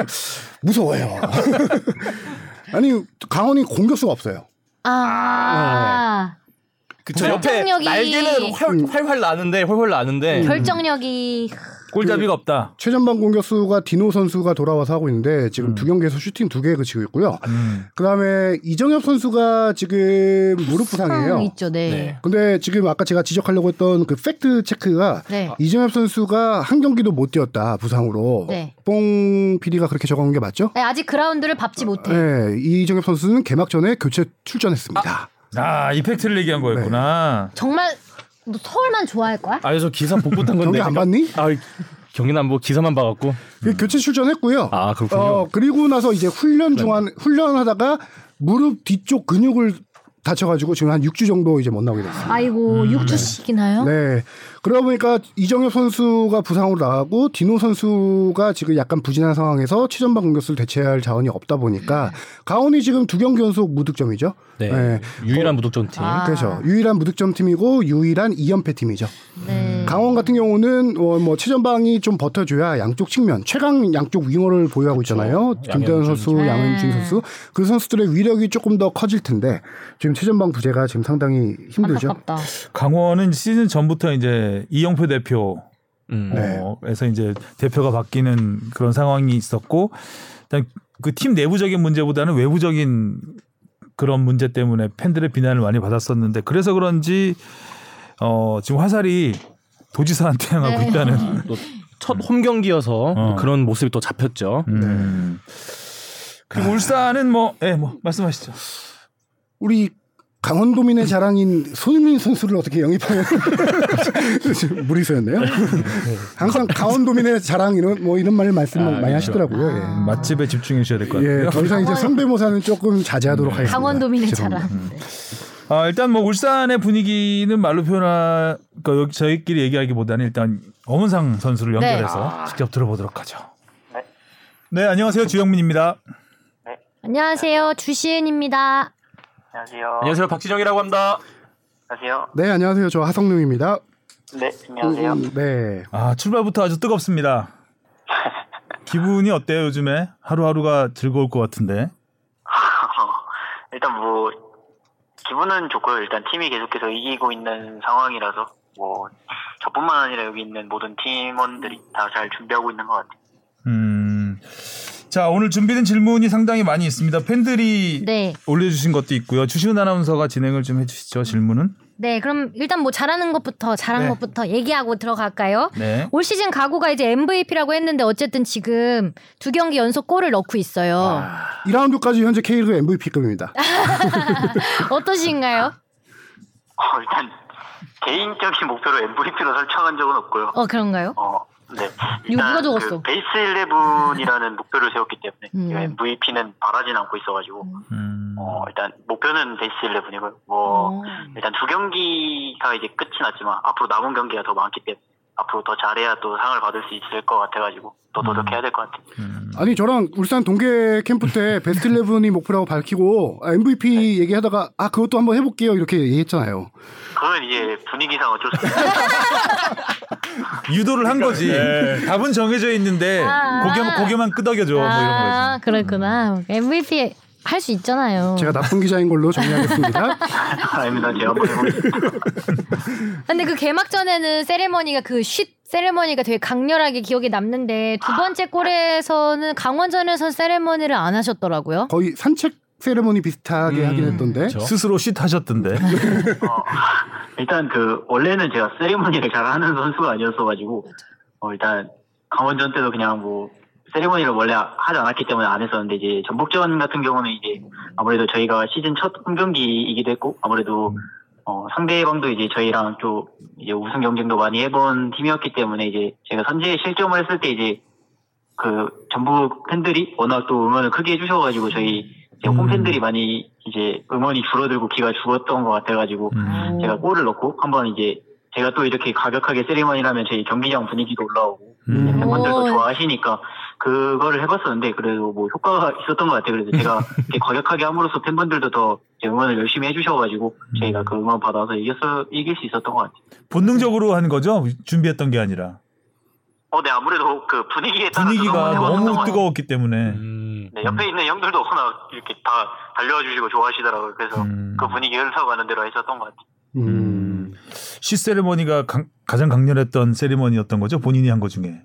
[SPEAKER 4] 무서워요. 아니, 강원이 공격수가 없어요.
[SPEAKER 5] 아,
[SPEAKER 4] 어.
[SPEAKER 1] 그쵸 옆에
[SPEAKER 5] 결정력이-
[SPEAKER 1] 날개는 활, 활활 나는데 활활
[SPEAKER 5] 음.
[SPEAKER 1] 나는데
[SPEAKER 5] 결정력이
[SPEAKER 2] 골잡이가 없다.
[SPEAKER 4] 최전방 공격수가 디노 선수가 돌아와서 하고 있는데 지금
[SPEAKER 1] 음.
[SPEAKER 4] 두 경기에서 슈팅 두 개 그치고 있고요. 그다음에 이정엽 선수가 지금 무릎
[SPEAKER 5] 항상
[SPEAKER 4] 부상이에요.
[SPEAKER 5] 있죠. 네.
[SPEAKER 1] 네.
[SPEAKER 4] 근데 지금 아까 제가 지적하려고 했던 그 팩트 체크가
[SPEAKER 5] 네.
[SPEAKER 4] 이정엽 선수가 한 경기도 못 뛰었다 부상으로
[SPEAKER 5] 네.
[SPEAKER 4] 뽕 PD가 그렇게 적어놓은 게 맞죠?
[SPEAKER 5] 네, 아직 그라운드를 밟지 못해. 요
[SPEAKER 4] 네, 이정엽 선수는 개막 전에 교체 출전했습니다.
[SPEAKER 2] 아, 이펙트를 얘기한 거였구나.
[SPEAKER 5] 정말 너 서울만 좋아할 거야?
[SPEAKER 1] 아 그래서 기사 못 봤던 건데
[SPEAKER 4] 경기 안 봤니?
[SPEAKER 1] 아 경기는 안보 고 기사만 봐갖고
[SPEAKER 4] 그 교체 출전했고요.
[SPEAKER 1] 음. 아, 그렇군요. 네.
[SPEAKER 4] 어, 그리고 나서 이제 훈련 중한 훈련하다가 무릎 뒤쪽 근육을 다쳐가지고 지금 한 6주 정도 이제 못 나오게 됐습니다.
[SPEAKER 5] 아이고 육
[SPEAKER 4] 음,
[SPEAKER 5] 6주씩이나요?
[SPEAKER 4] 네. 그러다 보니까 이정엽 선수가 부상으로 나가고 디노 선수가 지금 약간 부진한 상황에서 최전방 공격수를 대체할 자원이 없다
[SPEAKER 5] 네.
[SPEAKER 4] 보니까 강원이 지금 두 경기 연속 무득점이죠.
[SPEAKER 1] 네, 유일한 무독점 팀
[SPEAKER 5] 아.
[SPEAKER 4] 그렇죠. 유일한 무득점 팀이고 유일한 2연패 팀이죠.
[SPEAKER 5] 네.
[SPEAKER 4] 강원 같은 경우는 어, 뭐 최전방이 좀 버텨줘야 양쪽 측면 최강 양쪽 윙어를 보유하고 있잖아요. 김대현 선수, 양현준 선수 그 선수들의 위력이 조금 더 커질 텐데 지금 최전방 부재가 지금 상당히 힘들죠.
[SPEAKER 5] 안타깝다.
[SPEAKER 2] 네. 강원은 시즌 전부터 이제 이영표 대표
[SPEAKER 1] 음.
[SPEAKER 4] 네.
[SPEAKER 2] 어, 에서 이제 대표가 바뀌는 그런 상황이 있었고 일단 그 팀 내부적인 문제보다는 외부적인 그런 문제 때문에 팬들의 비난을 많이 받았었는데 그래서 그런지 어, 지금 화살이 도지사한테 향하고
[SPEAKER 5] 네.
[SPEAKER 2] 있다는
[SPEAKER 1] 또 첫 홈 경기여서
[SPEAKER 2] 어.
[SPEAKER 1] 그런 모습이 또 잡혔죠.
[SPEAKER 2] 네. 음. 그리고 울산은 뭐, 예, 뭐 말씀하시죠.
[SPEAKER 4] 우리 강원도민의 자랑인 손흥민 선수를 어떻게 영입하는 무리수였네요. 항상 강원도민의 자랑이런 뭐 이런 말 말씀 많이 하시더라고요. 예.
[SPEAKER 2] 네, 맛집에 집중해 주셔야 될 것 같아요.
[SPEAKER 4] 예, 더 이상 이제 성대모사는 조금 자제하도록 하겠습니다.
[SPEAKER 5] 강원도민의
[SPEAKER 4] 죄송합니다. 음.
[SPEAKER 5] 자랑.
[SPEAKER 2] 아, 일단 뭐 울산의 분위기는 말로 표현할 그러니까 여기 저희끼리 얘기하기보다는 일단 엄은상 선수를
[SPEAKER 5] 네.
[SPEAKER 2] 연결해서 직접 들어보도록 하죠. 네, 안녕하세요. 주영민입니다.
[SPEAKER 5] 안녕하세요. 주시은입니다.
[SPEAKER 6] 안녕하세요.
[SPEAKER 1] 안녕하세요 박진영이라고 합니다.
[SPEAKER 6] 안녕하세요.
[SPEAKER 4] 네, 안녕하세요. 저 하성룡입니다.
[SPEAKER 6] 네, 안녕하세요.
[SPEAKER 4] 음, 네.
[SPEAKER 2] 아, 출발부터 아주 뜨겁습니다. 기분이 어때요, 요즘에? 하루하루가 즐거울 것 같은데.
[SPEAKER 6] 어, 일단 뭐 기분은 좋고요. 일단 팀이 계속해서 이기고 있는 상황이라서 뭐 저뿐만 아니라 여기 있는 모든 팀원들이 다 잘 준비하고 있는 것 같아요.
[SPEAKER 2] 음. 자, 오늘 준비된 질문이 상당히 많이 있습니다. 팬들이
[SPEAKER 5] 네.
[SPEAKER 2] 올려주신 것도 있고요. 주시은 아나운서가 진행을 좀 해주시죠, 질문은.
[SPEAKER 5] 네, 그럼 일단 뭐 잘하는 것부터 잘한
[SPEAKER 2] 네.
[SPEAKER 5] 것부터 얘기하고 들어갈까요?
[SPEAKER 2] 네.
[SPEAKER 5] 올 시즌 가구가 이제 MVP라고 했는데 어쨌든 지금 두 경기 연속 골을 넣고 있어요.
[SPEAKER 2] 아.
[SPEAKER 4] 2라운드까지 현재 K리그 MVP급입니다.
[SPEAKER 5] 어떠신가요?
[SPEAKER 6] 어, 일단 개인적인 목표로 MVP로 설정한 적은 없고요.
[SPEAKER 5] 어 그런가요?
[SPEAKER 6] 어, 네.
[SPEAKER 5] 이거 누가
[SPEAKER 6] 일단
[SPEAKER 5] 적었어?
[SPEAKER 6] 그 베이스 11이라는 목표를 세웠기 때문에
[SPEAKER 5] 음.
[SPEAKER 6] MVP는 바라진 않고 있어가지고
[SPEAKER 2] 음.
[SPEAKER 6] 어, 일단 목표는 베이스 11이고요. 뭐
[SPEAKER 5] 어.
[SPEAKER 6] 일단 두 경기가 이제 끝이 났지만 앞으로 남은 경기가 더 많기 때문에 앞으로 더 잘해야 또 상을 받을 수 있을 것 같아가지고 더 노력해야 될 것 같아요.
[SPEAKER 4] 아니, 저랑 울산 동계 캠프 때 베스트 11이 목표라고 밝히고 아, MVP 얘기하다가 아, 그것도 한번 해볼게요. 이렇게 얘기했잖아요.
[SPEAKER 6] 그건 이제 분위기상 어쩔 수 없어요.
[SPEAKER 2] 유도를 한 거지. 답은 정해져 있는데
[SPEAKER 5] 아.
[SPEAKER 2] 고개만, 고개만 끄덕여줘. 뭐 이런 거지. 음.
[SPEAKER 5] 아 그렇구나. MVP 할 수 있잖아요.
[SPEAKER 4] 제가 나쁜 기자인 걸로 정리하겠습니다.
[SPEAKER 6] 아닙니다. 제가 한번 해보겠습니다.
[SPEAKER 5] 근데 그 개막전에는 세레머니가 그 쉿 세레머니가 되게 강렬하게 기억에 남는데 두 번째 골에서는 강원전에서 세레머니를 안 하셨더라고요.
[SPEAKER 4] 거의 산책 세레모니
[SPEAKER 5] 음,
[SPEAKER 4] 비슷하게 하긴 했던데.
[SPEAKER 2] 스스로 쉿 하셨던데.
[SPEAKER 6] 어, 일단 그 원래는 제가 세리머니를 잘하는 선수가 아니었어가지고 어, 일단 강원전 때도 그냥 뭐 세리머니를 원래 하지 않았기 때문에 안 했었는데 이제 전북전 같은 경우는 이제 아무래도 저희가 시즌 첫 홈경기이기도 했고 아무래도 어, 상대방도 이제 저희랑 또 이제 우승 경쟁도 많이 해본 팀이었기 때문에 이제 제가 선제 실점을 했을 때 이제 그 전북 팬들이 워낙 또 응원을 크게 해주셔가지고 저희 이제 홈 팬들이 많이 이제 응원이 줄어들고 기가 죽었던 것 같아가지고
[SPEAKER 2] 음.
[SPEAKER 6] 제가 골을 넣고 한번 이제 제가 또 이렇게 가격하게 세리머니를 하면 저희 경기장 분위기도 올라오고
[SPEAKER 2] 음.
[SPEAKER 6] 팬분들도
[SPEAKER 5] 오.
[SPEAKER 6] 좋아하시니까 그거를 해봤었는데 그래도 뭐 효과가 있었던 것 같아요. 그래서 제가 이렇게 과격하게 함으로써 팬분들도 더 이제 응원을 열심히 해주셔가지고 저희가 그 응원 받아서 이겼어 이길 수 있었던 것 같아요.
[SPEAKER 2] 본능적으로 한 거죠? 준비했던 게 아니라.
[SPEAKER 6] 어, 네 아무래도 그 분위기에 따라
[SPEAKER 2] 분위기가
[SPEAKER 6] 조정을 해봤던 것
[SPEAKER 2] 너무
[SPEAKER 6] 같아요.
[SPEAKER 2] 뜨거웠기 때문에.
[SPEAKER 1] 음.
[SPEAKER 6] 네, 옆에 있는 형들도 워낙 이렇게 다 달려와 주시고 좋아하시더라고요. 그래서
[SPEAKER 2] 음.
[SPEAKER 6] 그 분위기 흘러가는 대로 했었던 것 같아요.
[SPEAKER 4] 음.
[SPEAKER 2] 쉿 세리머니가 강- 가장 강렬했던 세리머니였던 거죠? 본인이 한 거 중에.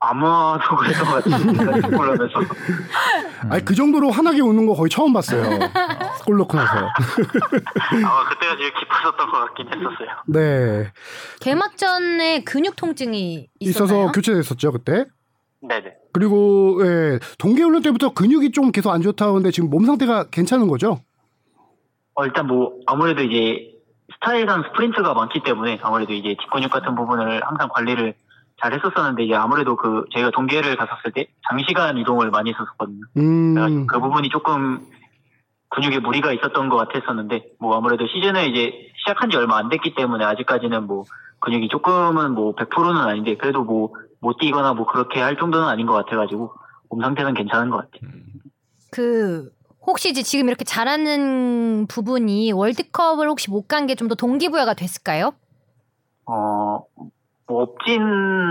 [SPEAKER 6] 아마도 그랬던 것 같아요. 올라면서
[SPEAKER 4] 아니, 그 정도로 환하게 웃는 거 거의 처음 봤어요. 골 넣고 나서.
[SPEAKER 6] 아마 그때가 제일 기뻤었던 것 같긴 했었어요.
[SPEAKER 4] 네.
[SPEAKER 5] 개막전에 근육 통증이 있었나요?
[SPEAKER 4] 있어서 교체됐었죠, 그때.
[SPEAKER 6] 네네.
[SPEAKER 4] 그리고 예, 동계훈련 때부터 근육이 좀 계속 안 좋다 하는데 지금 몸 상태가 괜찮은 거죠?
[SPEAKER 6] 어, 일단 뭐 아무래도 이제 스타일상 스프린트가 많기 때문에 아무래도 이제 뒷근육 같은 부분을 항상 관리를 잘 했었었는데 이제 아무래도 그 저희가 동계를 갔었을 때 장시간 이동을 많이 했었거든요.
[SPEAKER 4] 음,
[SPEAKER 6] 그래가지고 그 부분이 조금 근육에 무리가 있었던 것 같았었는데 뭐 아무래도 시즌을 이제 시작한 지 얼마 안 됐기 때문에 아직까지는 뭐 근육이 조금은 뭐 100%는 아닌데 그래도 뭐 못 뛰거나 뭐 그렇게 할 정도는 아닌 것 같아가지고 몸 상태는 괜찮은 것 같아요.
[SPEAKER 5] 그 혹시 이제 지금 이렇게 잘하는 부분이 월드컵을 혹시 못 간 게 좀 더 동기부여가 됐을까요?
[SPEAKER 6] 어, 뭐 없진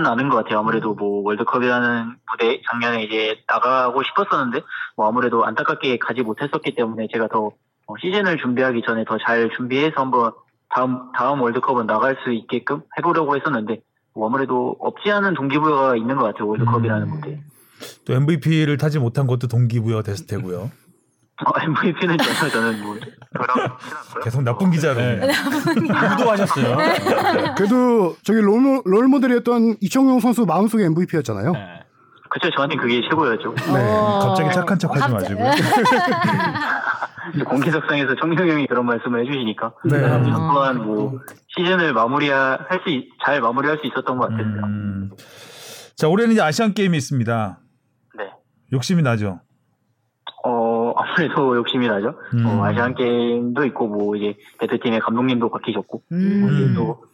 [SPEAKER 6] 않은 것 같아요. 아무래도 뭐 월드컵이라는 무대 작년에 이제 나가고 싶었었는데 뭐 아무래도 안타깝게 가지 못했었기 때문에 제가 더 어, 시즌을 준비하기 전에 더 잘 준비해서 한번 다음 다음 월드컵은 나갈 수 있게끔 해보려고 했었는데 뭐 아무래도 없지 않은 동기부여가 있는 것 같아요. 월드컵이라는 무대.
[SPEAKER 2] 또 MVP를 타지 못한 것도 동기부여 됐을 테고요.
[SPEAKER 6] 어, MVP는 전혀 저는 뭐 그런 진 않고요.
[SPEAKER 2] 계속 나쁜 기자로. 네. 유도하셨어요.
[SPEAKER 4] 그래도 저기 롤, 롤 모델이었던 이청용 선수 마음속의 MVP였잖아요.
[SPEAKER 5] 네.
[SPEAKER 1] 네.
[SPEAKER 6] 그쵸 저한테 그게 최고였죠.
[SPEAKER 5] 어.
[SPEAKER 2] 갑자기 착한 척 하지
[SPEAKER 5] 갑자-
[SPEAKER 2] 마시고요.
[SPEAKER 6] 이제 공개석상에서 청룡 형이 그런 말씀을 해주시니까
[SPEAKER 4] 네.
[SPEAKER 5] 아,
[SPEAKER 2] 아.
[SPEAKER 6] 또한 뭐 시즌을 마무리할 수 잘 마무리할 수 있었던 것 같아요.
[SPEAKER 2] 음. 자 올해는 이제 아시안 게임이 있습니다.
[SPEAKER 6] 네.
[SPEAKER 2] 욕심이 나죠.
[SPEAKER 6] 어 아무래도 욕심이 나죠.
[SPEAKER 2] 음.
[SPEAKER 6] 어, 아시안 게임도 있고 뭐 이제 대표팀의 감독님도 바뀌셨고 뭐
[SPEAKER 5] 음.
[SPEAKER 6] 또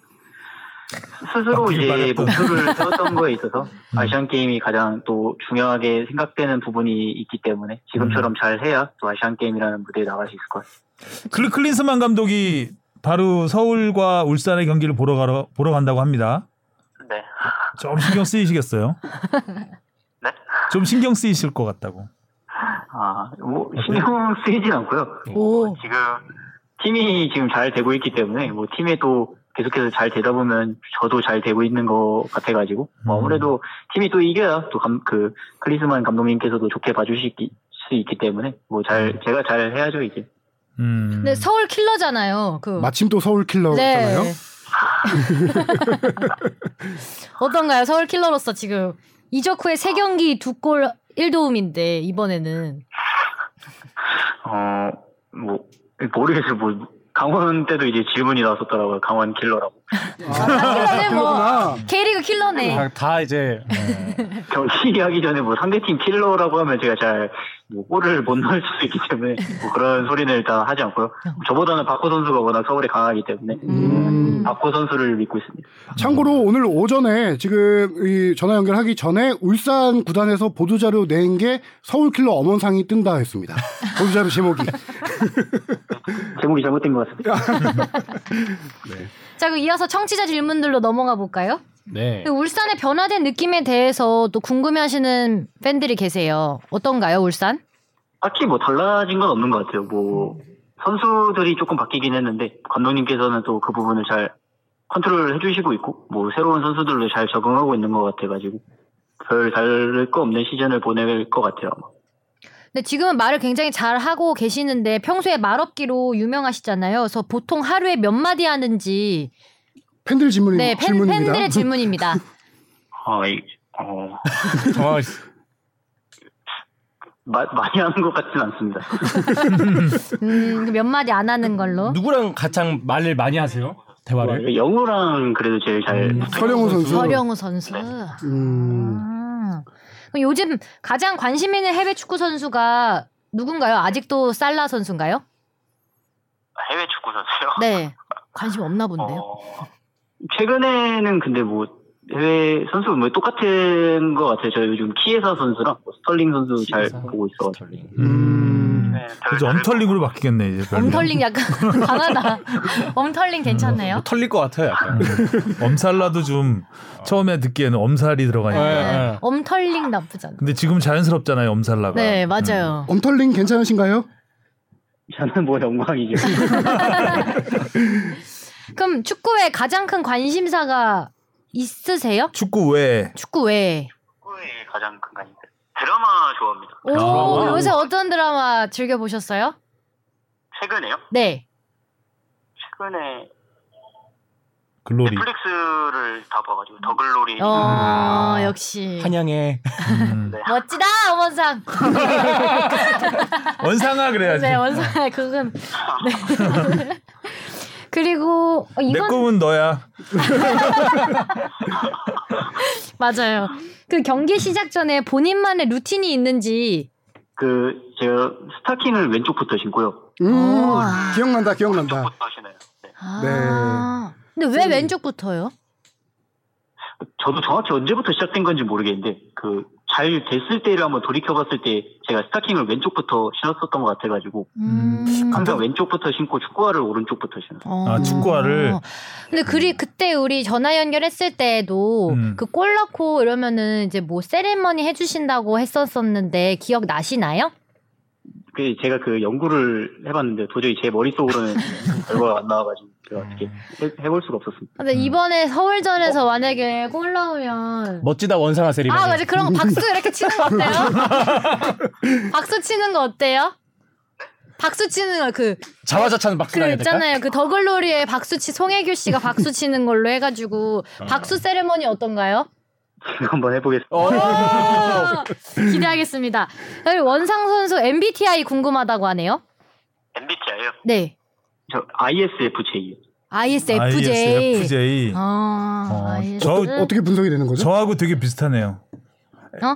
[SPEAKER 6] 스스로
[SPEAKER 2] 바뀌길
[SPEAKER 6] 이제
[SPEAKER 2] 바랬던.
[SPEAKER 6] 목표를 세웠던 거에 있어서
[SPEAKER 2] 음.
[SPEAKER 6] 아시안 게임이 가장 또 중요하게 생각되는 부분이 있기 때문에 지금처럼
[SPEAKER 2] 음.
[SPEAKER 6] 잘 해야 또 아시안 게임이라는 무대에 나갈 수 있을 것 같아요.
[SPEAKER 2] 클- 클린스만 감독이 바로 서울과 울산의 경기를 보러 가러 보러 간다고 합니다.
[SPEAKER 6] 네.
[SPEAKER 2] 좀 신경 쓰이시겠어요?
[SPEAKER 6] 네?
[SPEAKER 2] 좀 신경 쓰이실 것 같다고.
[SPEAKER 6] 아, 뭐 신경 쓰이진 않고요.
[SPEAKER 5] 오.
[SPEAKER 6] 지금 팀이 지금 잘 되고 있기 때문에 뭐 팀에도 계속해서 잘 되다 보면 저도 잘 되고 있는 것 같아가지고 뭐 아무래도 팀이 또 이겨야 또 그 클리스만 감독님께서도 좋게 봐주실 수 있기 때문에 뭐 잘 제가 잘 해야죠 이제.
[SPEAKER 2] 음.
[SPEAKER 5] 근데 서울 킬러잖아요. 그 네.
[SPEAKER 4] 마침 또 서울 킬러잖아요.
[SPEAKER 5] 어떤가요? 서울 킬러로서 지금 이적 후에 세 경기 두 골 1도움인데 이번에는
[SPEAKER 6] 어, 뭐, 모르겠어요. 뭐, 강원 때도 이제 질문이 나왔었더라고요. 강원 킬러라고.
[SPEAKER 5] 킬러네 아, 뭐
[SPEAKER 4] 아, 그렇구나. 아,
[SPEAKER 5] K리그 킬러네.
[SPEAKER 3] 다, 다 이제
[SPEAKER 6] 경기 하기 전에 뭐 상대팀 킬러라고 하면 제가 잘, 뭐, 골을 못 넣을 수도 있기 때문에 뭐 그런 소리는 일단 하지 않고요. 저보다는 박호 선수가 워낙 서울에 강하기 때문에
[SPEAKER 4] 음.
[SPEAKER 6] 박호 선수를 믿고 있습니다.
[SPEAKER 4] 참고로 오늘 오전에 지금 이 전화 연결하기 전에 울산 구단에서 보도자료 낸 게 서울킬러 엄원상이 뜬다 했습니다. 보도자료 제목이.
[SPEAKER 6] 제목이 잘못된 것 같습니다.
[SPEAKER 5] 자 그럼 이어서 청취자 질문들로 넘어가 볼까요?
[SPEAKER 3] 네.
[SPEAKER 5] 그 울산의 변화된 느낌에 대해서 또 궁금해하시는 팬들이 계세요. 어떤가요, 울산?
[SPEAKER 6] 딱히 뭐 달라진 건 없는 것 같아요. 뭐, 선수들이 조금 바뀌긴 했는데, 감독님께서는 또 그 부분을 잘 컨트롤 해주시고 있고, 뭐, 새로운 선수들도 잘 적응하고 있는 것 같아가지고, 별 다를 거 없는 시즌을 보낼 것 같아요. 아마.
[SPEAKER 5] 근데 지금은 말을 굉장히 잘 하고 계시는데 평소에 말없기로 유명하시잖아요. 그래서 보통 하루에 몇 마디 하는지
[SPEAKER 4] 팬들 질문,
[SPEAKER 5] 네 팬,
[SPEAKER 4] 질문입니다. 음,
[SPEAKER 5] 팬들의 질문입니다.
[SPEAKER 6] 아, 이, 어,
[SPEAKER 3] 정확
[SPEAKER 6] 마- 많이 하는 것 같진 않습니다.
[SPEAKER 5] 음, 몇 마디 안 하는 걸로.
[SPEAKER 1] 누구랑 가장 말을 많이 하세요?
[SPEAKER 3] 아,
[SPEAKER 1] 대화를?
[SPEAKER 6] 그 영우랑 그래도 제일 잘,
[SPEAKER 4] 서령호 선수.
[SPEAKER 5] 서령우 선수.
[SPEAKER 4] 음,
[SPEAKER 5] 아. 그럼 요즘 가장 관심 있는 해외 축구 선수가 누군가요? 아직도 살라 선수인가요?
[SPEAKER 6] 해외 축구 선수요?
[SPEAKER 5] 네. 관심 없나 본데요.
[SPEAKER 6] 어, 최근에는 근데 뭐 해외 선수 뭐 똑같은 것 같아요. 저 요즘 키에사 선수랑 뭐 스털링 선수 잘 보고 있어가지고.
[SPEAKER 4] 음.
[SPEAKER 6] 네, 별
[SPEAKER 2] 그래서
[SPEAKER 6] 다를
[SPEAKER 2] 엄털릭으로 바뀌겠네 이제. 별명.
[SPEAKER 5] 엄털링 약간 강하다. 엄털링 괜찮네요.
[SPEAKER 3] 털릴 것 같아요. 약간.
[SPEAKER 2] 음. 엄살라도 좀 처음에 듣기에는 엄살이 들어가니까.
[SPEAKER 3] 네.
[SPEAKER 5] 엄털링 나쁘지 않아.
[SPEAKER 2] 근데 지금 자연스럽잖아요 엄살라가. 음.
[SPEAKER 5] 네, 맞아요.
[SPEAKER 4] 엄털링 괜찮으신가요?
[SPEAKER 6] 저는 뭐 영광이죠.
[SPEAKER 5] 그럼 축구에 가장 큰 관심사가 있으세요?
[SPEAKER 2] 축구 외에
[SPEAKER 5] 축구 외에.
[SPEAKER 6] 축구의 가장 큰 관심. 드라마 좋아합니다.
[SPEAKER 5] 오, 요새 어떤 드라마 즐겨 보셨어요?
[SPEAKER 6] 최근에요?
[SPEAKER 5] 네.
[SPEAKER 6] 최근에
[SPEAKER 2] 글로리.
[SPEAKER 5] 네.
[SPEAKER 6] 넷플릭스를 다 봐가지고 더글로리.
[SPEAKER 5] 어, 역시.
[SPEAKER 1] 한양에
[SPEAKER 2] 음.
[SPEAKER 5] 멋지다, 원상.
[SPEAKER 2] 원상아 그래야지.
[SPEAKER 5] 네, 원상의 그건. 네. 그리고 어,
[SPEAKER 2] 내
[SPEAKER 5] 이건
[SPEAKER 2] 꿈은 너야.
[SPEAKER 5] 맞아요. 그 경기 시작 전에 본인만의 루틴이 있는지.
[SPEAKER 6] 그 제가 스타킹을 왼쪽부터 신고요.
[SPEAKER 4] 음,
[SPEAKER 5] 오.
[SPEAKER 4] 기억난다, 기억난다.
[SPEAKER 6] 왼쪽부터 신어요. 네.
[SPEAKER 5] 아.
[SPEAKER 2] 네.
[SPEAKER 5] 근데
[SPEAKER 2] 음.
[SPEAKER 5] 왜 왼쪽부터요?
[SPEAKER 6] 저도 정확히 언제부터 시작된 건지 모르겠는데 그 잘 됐을 때를 한번 돌이켜봤을 때 제가 스타킹을 왼쪽부터 신었었던 것 같아가지고
[SPEAKER 5] 음.
[SPEAKER 6] 항상 왼쪽부터 신고 축구화를 오른쪽부터 신어요.
[SPEAKER 5] 어.
[SPEAKER 2] 아, 축구화를.
[SPEAKER 5] 근데 그리 그때 우리 전화 연결했을 때도
[SPEAKER 2] 음.
[SPEAKER 5] 그 골 넣고 이러면은 이제 뭐 세레머니 해주신다고 했었었는데 기억 나시나요?
[SPEAKER 6] 그 제가 그 연구를 해봤는데 도저히 제 머릿속으로는 결과가 안 나와가지고 제가 어떻게 해, 볼 수가 없었습니다.
[SPEAKER 5] 근데
[SPEAKER 2] 음.
[SPEAKER 5] 이번에
[SPEAKER 2] 어?
[SPEAKER 5] 서울전에서 만약에 골 넣으면
[SPEAKER 1] 멋지다 원상아 세리머니.
[SPEAKER 5] 아 맞아 그런 거 박수 이렇게 치는 거 어때요? 박수 치는 거 어때요? 박수 치는 거그
[SPEAKER 1] 자화자찬 박수
[SPEAKER 5] 그
[SPEAKER 1] 나야 될까?
[SPEAKER 5] 있잖아요 그 더글로리의 박수치 송혜교 씨가 박수 치는 걸로 해가지고 박수 세레머니 어떤가요?
[SPEAKER 6] 제가 한번 해보겠습니다.
[SPEAKER 5] 기대하겠습니다. 그리고 원상 선수 MBTI 궁금하다고 하네요.
[SPEAKER 6] MBTI요?
[SPEAKER 5] 네.
[SPEAKER 6] 저 ISFJ요.
[SPEAKER 5] ISFJ.
[SPEAKER 2] ISFJ.
[SPEAKER 5] 아,
[SPEAKER 2] 어,
[SPEAKER 5] IS...
[SPEAKER 2] 저-
[SPEAKER 5] 어,
[SPEAKER 4] 어떻게 분석이 되는 거죠?
[SPEAKER 2] 저하고 되게 비슷하네요.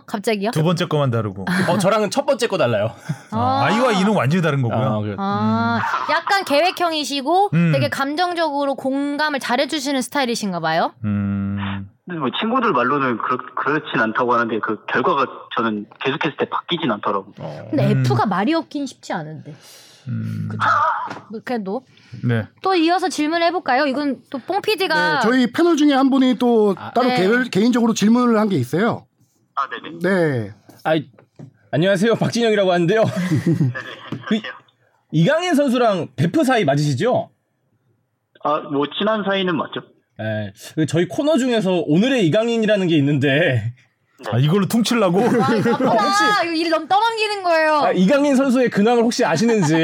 [SPEAKER 5] 갑자기요?
[SPEAKER 2] 두 번째 거만 다르고.
[SPEAKER 1] 어, 저랑은 첫 번째 거 달라요.
[SPEAKER 5] 아.
[SPEAKER 2] 아이와 이는 완전히 다른
[SPEAKER 1] 아,
[SPEAKER 2] 거고요.
[SPEAKER 1] 그래.
[SPEAKER 5] 아, 약간 계획형이시고
[SPEAKER 2] 음.
[SPEAKER 5] 되게 감정적으로 공감을 잘해주시는 스타일이신가 봐요.
[SPEAKER 2] 음.
[SPEAKER 6] 근데 뭐 친구들 말로는 그렇, 그렇진 않다고 하는데 그 결과가 저는 계속했을 때 바뀌진 않더라고요.
[SPEAKER 5] 근데
[SPEAKER 2] 음.
[SPEAKER 5] F가 말이 없긴 쉽지 않은데.
[SPEAKER 2] 음.
[SPEAKER 5] 뭐 그래도
[SPEAKER 2] 네.
[SPEAKER 5] 또 이어서 질문을 해볼까요? 이건 또 뽕
[SPEAKER 4] 네,
[SPEAKER 5] PD가
[SPEAKER 4] 저희 패널 중에 한 분이 또 따로
[SPEAKER 5] 네.
[SPEAKER 4] 개별, 개인적으로 질문을 한 게 있어요.
[SPEAKER 6] 아, 네네.
[SPEAKER 4] 네.
[SPEAKER 1] 아이, 안녕하세요. 박진영이라고 하는데요. 이- 이강인 선수랑 베프 사이 맞으시죠?
[SPEAKER 6] 아, 뭐 친한 사이는 맞죠?
[SPEAKER 1] 예. 그 저희 코너 중에서 오늘의 이강인이라는 게 있는데
[SPEAKER 2] 아, 이걸로 퉁치려고?
[SPEAKER 5] 아, 이거 나쁘다. 이거 일 너무 떠넘기는 거예요. 음,
[SPEAKER 1] 아, 이강인 선수의 근황을 혹시 아시는지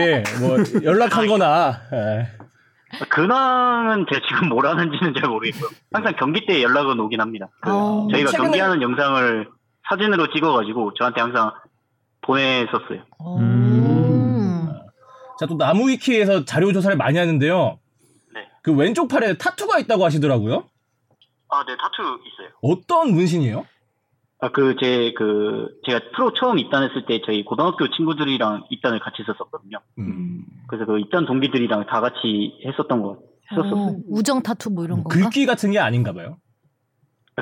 [SPEAKER 1] 뭐 연락한거나 예.
[SPEAKER 6] 근황은 제가 지금 뭘 하는지는 잘 모르겠고요. 항상 경기 때 연락은 오긴 합니다. 그
[SPEAKER 5] 어,
[SPEAKER 6] 저희가
[SPEAKER 1] 아, 최근에-
[SPEAKER 6] 경기하는 영상을 사진으로 찍어가지고 저한테 항상 보냈었어요.
[SPEAKER 5] 오.
[SPEAKER 1] 자또 나무위키에서 자료 조사를 많이 하는데요.
[SPEAKER 6] 네.
[SPEAKER 1] 그 왼쪽 팔에 타투가 있다고 하시더라고요.
[SPEAKER 6] 아, 네, 타투 있어요.
[SPEAKER 1] 어떤 문신이에요?
[SPEAKER 6] 아, 그, 제, 그, 제가 프로 처음 입단했을 때 저희 고등학교 친구들이랑 입단을 같이 했었거든요.
[SPEAKER 1] 음.
[SPEAKER 6] 그래서 그 입단 동기들이랑 다 같이 했었던 거, 했었었어요.
[SPEAKER 1] 음.
[SPEAKER 5] 어, 우정 타투 뭐 이런 건가?
[SPEAKER 1] 글귀 같은 게 아닌가 봐요.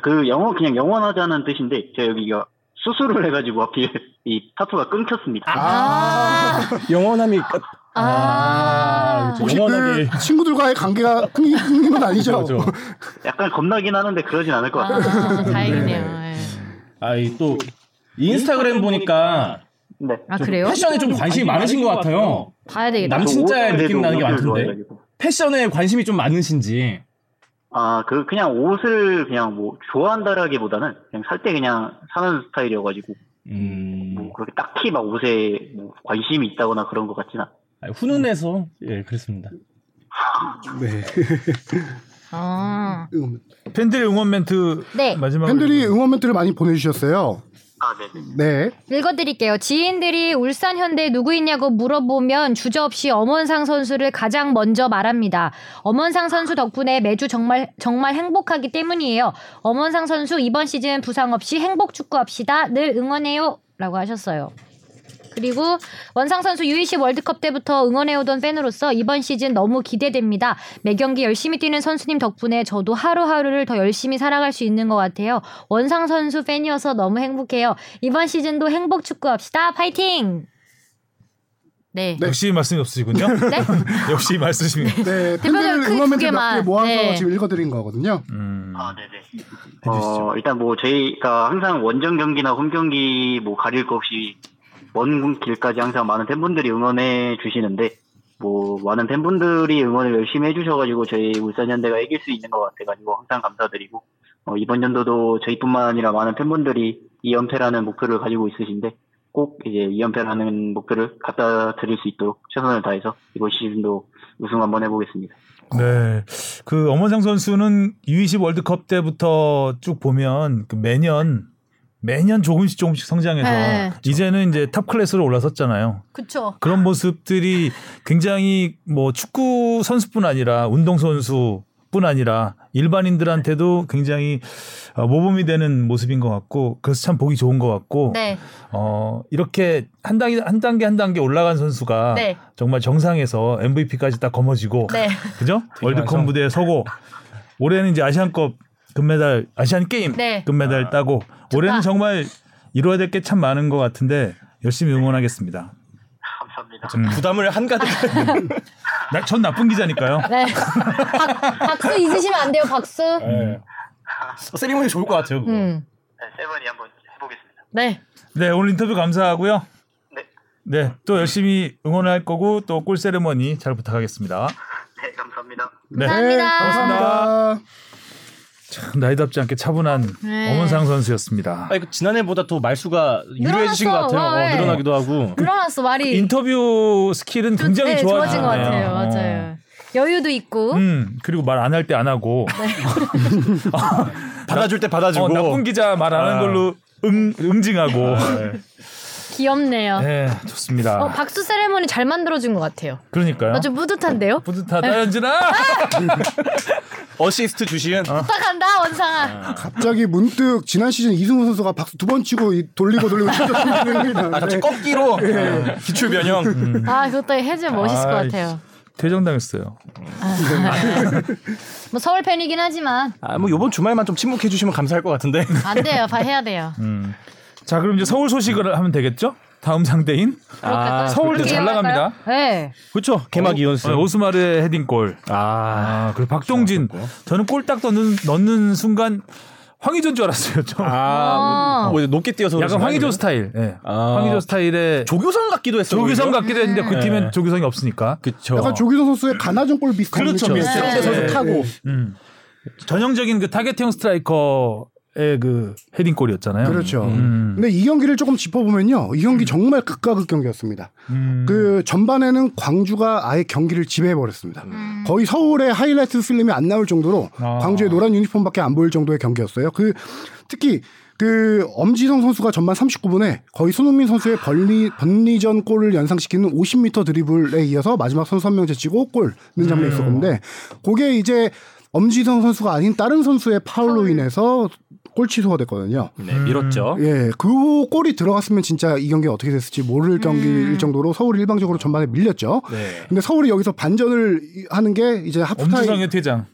[SPEAKER 6] 그 영어, 그냥 영원하자는 뜻인데, 제가 여기가 수술을 해가지고 하필 이 타투가 끊겼습니다.
[SPEAKER 5] 아,
[SPEAKER 1] 영원함이 끝.
[SPEAKER 5] 아,
[SPEAKER 4] 혹시
[SPEAKER 1] 영원하게.
[SPEAKER 4] 그 친구들과의 관계가 끊긴 건 아니죠?
[SPEAKER 1] 그렇죠.
[SPEAKER 6] 약간 겁나긴 하는데 그러진 않을 것 같아요.
[SPEAKER 5] 아, 다행이네요. 예.
[SPEAKER 1] 아이 또 인스타그램 보니까
[SPEAKER 6] 네.
[SPEAKER 5] 아
[SPEAKER 1] 좀
[SPEAKER 5] 그래요?
[SPEAKER 1] 패션에 좀 관심이 많으신 것 같아요.
[SPEAKER 5] 봐야 되겠다.
[SPEAKER 1] 남-
[SPEAKER 6] 저
[SPEAKER 1] 진짜
[SPEAKER 6] 그 옷을
[SPEAKER 1] 느낌 나는 게
[SPEAKER 6] 옷을
[SPEAKER 1] 많던데.
[SPEAKER 6] 좋아해가지고.
[SPEAKER 1] 패션에 관심이 좀 많으신지.
[SPEAKER 6] 아, 그, 그냥 옷을 그냥 뭐, 좋아한다라기보다는, 그냥 살 때 그냥 사는 스타일이어가지고,
[SPEAKER 1] 음.
[SPEAKER 6] 뭐, 그렇게 딱히 막 옷에 뭐 관심이 있다거나 그런 것 같진 않.
[SPEAKER 1] 아, 훈훈해서 예 그렇습니다.
[SPEAKER 4] 네.
[SPEAKER 5] 아,
[SPEAKER 4] 음,
[SPEAKER 2] 팬들의 응원 멘트
[SPEAKER 5] 네.
[SPEAKER 2] 마지막으로.
[SPEAKER 4] 팬들이 응원 멘트를 많이 보내주셨어요.
[SPEAKER 6] 아, 네네.
[SPEAKER 4] 네.
[SPEAKER 5] 읽어드릴게요. 지인들이 울산 현대 누구 있냐고 물어보면 주저없이 엄원상 선수를 가장 먼저 말합니다. 엄원상 선수 덕분에 매주 정말 정말 행복하기 때문이에요. 엄원상 선수 이번 시즌 부상 없이 행복 축구합시다. 늘 응원해요라고 하셨어요. 그리고 원상 선수 U20 월드컵 때부터 응원해오던 팬으로서 이번 시즌 너무 기대됩니다. 매 경기 열심히 뛰는 선수님 덕분에 저도 하루하루를 더 열심히 살아갈 수 있는 것 같아요. 원상 선수 팬이어서 너무 행복해요. 이번 시즌도 행복 축구합시다. 파이팅! 네. 네.
[SPEAKER 2] 역시 말씀이 없으시군요. 역시 말씀이.
[SPEAKER 4] 네.
[SPEAKER 5] 대표적인
[SPEAKER 4] 팬들 응원
[SPEAKER 5] 그두
[SPEAKER 4] 멘트 몇
[SPEAKER 5] 개만.
[SPEAKER 4] 개 모아서
[SPEAKER 5] 네.
[SPEAKER 4] 지금 읽어드린 거거든요.
[SPEAKER 2] 음.
[SPEAKER 6] 아, 네네.
[SPEAKER 2] 해주시죠.
[SPEAKER 6] 어, 일단 뭐, 저희가 항상 원정 경기나 홈 경기 뭐, 가릴 거 없이, 먼 길까지 항상 많은 팬분들이 응원해 주시는데, 뭐, 많은 팬분들이 응원을 열심히 해주셔가지고, 저희 울산현대가 이길 수 있는 것 같아가지고, 항상 감사드리고, 어, 이번 연도도 저희뿐만 아니라 많은 팬분들이 2연패라는 목표를 가지고 있으신데, 꼭 이제 2연패라는 목표를 갖다 드릴 수 있도록 최선을 다해서 이번 시즌도 우승 한번 해보겠습니다.
[SPEAKER 2] 네. 그 엄원상 선수는 U20 월드컵 때부터 쭉 보면 그 매년 매년 조금씩 조금씩 성장해서
[SPEAKER 5] 네.
[SPEAKER 2] 이제는 이제 탑 클래스로 올라섰잖아요.
[SPEAKER 5] 그쵸.
[SPEAKER 2] 그런 모습들이 굉장히 뭐 축구 선수뿐 아니라 운동 선수뿐 아니라 일반인들한테도 굉장히 어, 모범이 되는 모습인 것 같고 그래서 참 보기 좋은 것 같고
[SPEAKER 5] 네.
[SPEAKER 2] 어 이렇게 한 단계 한 단계 한 단계 올라간 선수가
[SPEAKER 5] 네.
[SPEAKER 2] 정말 정상에서 MVP까지 딱 거머쥐고
[SPEAKER 5] 네.
[SPEAKER 2] 그죠? 월드컵
[SPEAKER 1] 완성.
[SPEAKER 2] 무대에 서고 올해는 이제 아시안컵 금메달 아시안 게임
[SPEAKER 5] 네.
[SPEAKER 2] 금메달 따고 올해는 정말 이루어야 될 게 참 많은 것 같은데 열심히 응원하겠습니다.
[SPEAKER 6] 감사합니다.
[SPEAKER 1] 부담을 한가득.
[SPEAKER 2] 음. 나, 전 나쁜 기자니까요.
[SPEAKER 5] 네. 박, 박수 잊으시면 안 돼요, 박수.
[SPEAKER 1] 예. 세리머니 좋을 것 같아요. 그거.
[SPEAKER 5] 음.
[SPEAKER 6] 네, 세븐이 한번 해보겠습니다.
[SPEAKER 5] 네.
[SPEAKER 2] 네 오늘 인터뷰 감사하고요.
[SPEAKER 6] 네.
[SPEAKER 2] 네, 또 열심히 응원할 거고 또 골 세레머니 잘 부탁하겠습니다.
[SPEAKER 6] 네, 감사합니다.
[SPEAKER 2] 네,
[SPEAKER 5] 감사합니다.
[SPEAKER 2] 감사합니다. 참 나이답지 않게 차분한
[SPEAKER 5] 네.
[SPEAKER 2] 엄원상 선수였습니다.
[SPEAKER 1] 아, 이거 지난해보다 더 말수가 유려해지신 것
[SPEAKER 5] 늘어났어.
[SPEAKER 1] 같아요.
[SPEAKER 5] 와,
[SPEAKER 1] 어,
[SPEAKER 5] 네.
[SPEAKER 1] 늘어나기도 하고.
[SPEAKER 5] 늘어났어, 말이.
[SPEAKER 2] 인터뷰 스킬은 굉장히
[SPEAKER 5] 네,
[SPEAKER 2] 좋아진
[SPEAKER 5] 좋아진 것 같아요. 맞아요. 여유도 있고.
[SPEAKER 2] 음 그리고 말 안 할 때 안 하고
[SPEAKER 5] 네.
[SPEAKER 1] 받아줄 때 받아주고.
[SPEAKER 2] 어, 나쁜 기자 말 안 하는
[SPEAKER 1] 아. 네.
[SPEAKER 2] 걸로 응, 응징하고
[SPEAKER 5] 귀엽네요.
[SPEAKER 2] 네,
[SPEAKER 5] 어,
[SPEAKER 2] 좋습니다.
[SPEAKER 5] 박수 세레머니 잘 만들어준 네. 것 같아요.
[SPEAKER 2] 그러니까요.
[SPEAKER 5] 아주 뿌듯한데요?
[SPEAKER 2] 뿌듯하다 현진아.
[SPEAKER 3] 어시스트 주시은
[SPEAKER 5] 부탁한다 원상아.
[SPEAKER 4] 갑자기 문득 지난 시즌 이승우 선수가 박수 두 번 치고 이- 돌리고 돌리고 진짜 생각이 나는데
[SPEAKER 3] 아, 갑자기 꺾기로
[SPEAKER 1] 네. 어,
[SPEAKER 3] 기출 변형.
[SPEAKER 1] 음.
[SPEAKER 5] 아 그것도 해주 멋있을 것
[SPEAKER 2] 아이씨.
[SPEAKER 5] 같아요.
[SPEAKER 2] 퇴정당했어요.
[SPEAKER 5] 뭐 서울 팬이긴 하지만
[SPEAKER 3] 아, 뭐 요번 주말만 좀 침묵해 주시면 감사할 것 같은데.
[SPEAKER 5] 안 돼요. 다 해야 돼요.
[SPEAKER 2] 음. 자, 그럼 이제 서울 소식을 하면 되겠죠? 다음 상대인
[SPEAKER 1] 아,
[SPEAKER 5] 그럴까요?
[SPEAKER 2] 서울도
[SPEAKER 5] 아,
[SPEAKER 1] 그렇죠.
[SPEAKER 5] 그렇게
[SPEAKER 2] 잘 나갑니다.
[SPEAKER 5] 할까요? 네.
[SPEAKER 3] 그렇죠. 개막 이연승.
[SPEAKER 2] 어, 오스마르의 헤딩골.
[SPEAKER 3] 아.
[SPEAKER 2] 아, 그리고 박동진. 저는 골딱 넣는, 넣는 순간 황희조인 줄 알았어요. 저.
[SPEAKER 3] 아.
[SPEAKER 5] 어.
[SPEAKER 3] 뭐 이제 높게 뛰어서
[SPEAKER 2] 약간
[SPEAKER 3] 그러시나,
[SPEAKER 2] 황희조
[SPEAKER 3] 그러면?
[SPEAKER 2] 스타일. 예.
[SPEAKER 3] 아.
[SPEAKER 2] 황희조 스타일의
[SPEAKER 3] 조교성 같기도 했어요.
[SPEAKER 2] 조규성 같기도 했는데 그
[SPEAKER 3] 음.
[SPEAKER 2] 팀엔
[SPEAKER 3] 네.
[SPEAKER 2] 조규성이 없으니까.
[SPEAKER 3] 그렇죠.
[SPEAKER 4] 약간 조기성 선수의 가나전골 비슷한
[SPEAKER 3] 그렇죠.
[SPEAKER 4] 느낌.
[SPEAKER 3] 비슷해요.
[SPEAKER 5] 네.
[SPEAKER 3] 선수 타고.
[SPEAKER 2] 음. 전형적인 그 타겟형 스트라이커의 그 헤딩골이었잖아요.
[SPEAKER 4] 그렇죠.
[SPEAKER 2] 음.
[SPEAKER 4] 근데 이 경기를 조금 짚어보면요. 이 경기 정말 극과 극 경기였습니다.
[SPEAKER 2] 음.
[SPEAKER 4] 그 전반에는 광주가 아예 경기를 지배해버렸습니다. 거의 서울의 하이라이트 필름이 안 나올 정도로
[SPEAKER 2] 아.
[SPEAKER 4] 광주의 노란 유니폼밖에 안 보일 정도의 경기였어요. 그 특히 그 엄지성 선수가 전반 39분에 거의 손흥민 선수의 번리, 번리전 골을 연상시키는 50m 드리블에 이어서 마지막 선수 한 명 제치고 골 넣는 장면이 있었는데 그게 이제 엄지성 선수가 아닌 다른 선수의 파울로 인해서 골 취소가 됐거든요.
[SPEAKER 3] 네, 밀었죠.
[SPEAKER 4] 예, 그 골이 들어갔으면 진짜 이 경기가 어떻게 됐을지 모를 경기일 정도로 서울이 일방적으로 전반에 밀렸죠.
[SPEAKER 3] 네.
[SPEAKER 4] 근데 서울이 여기서 반전을 이- 하는 게 이제 하프타임
[SPEAKER 2] 엄지성의 퇴장.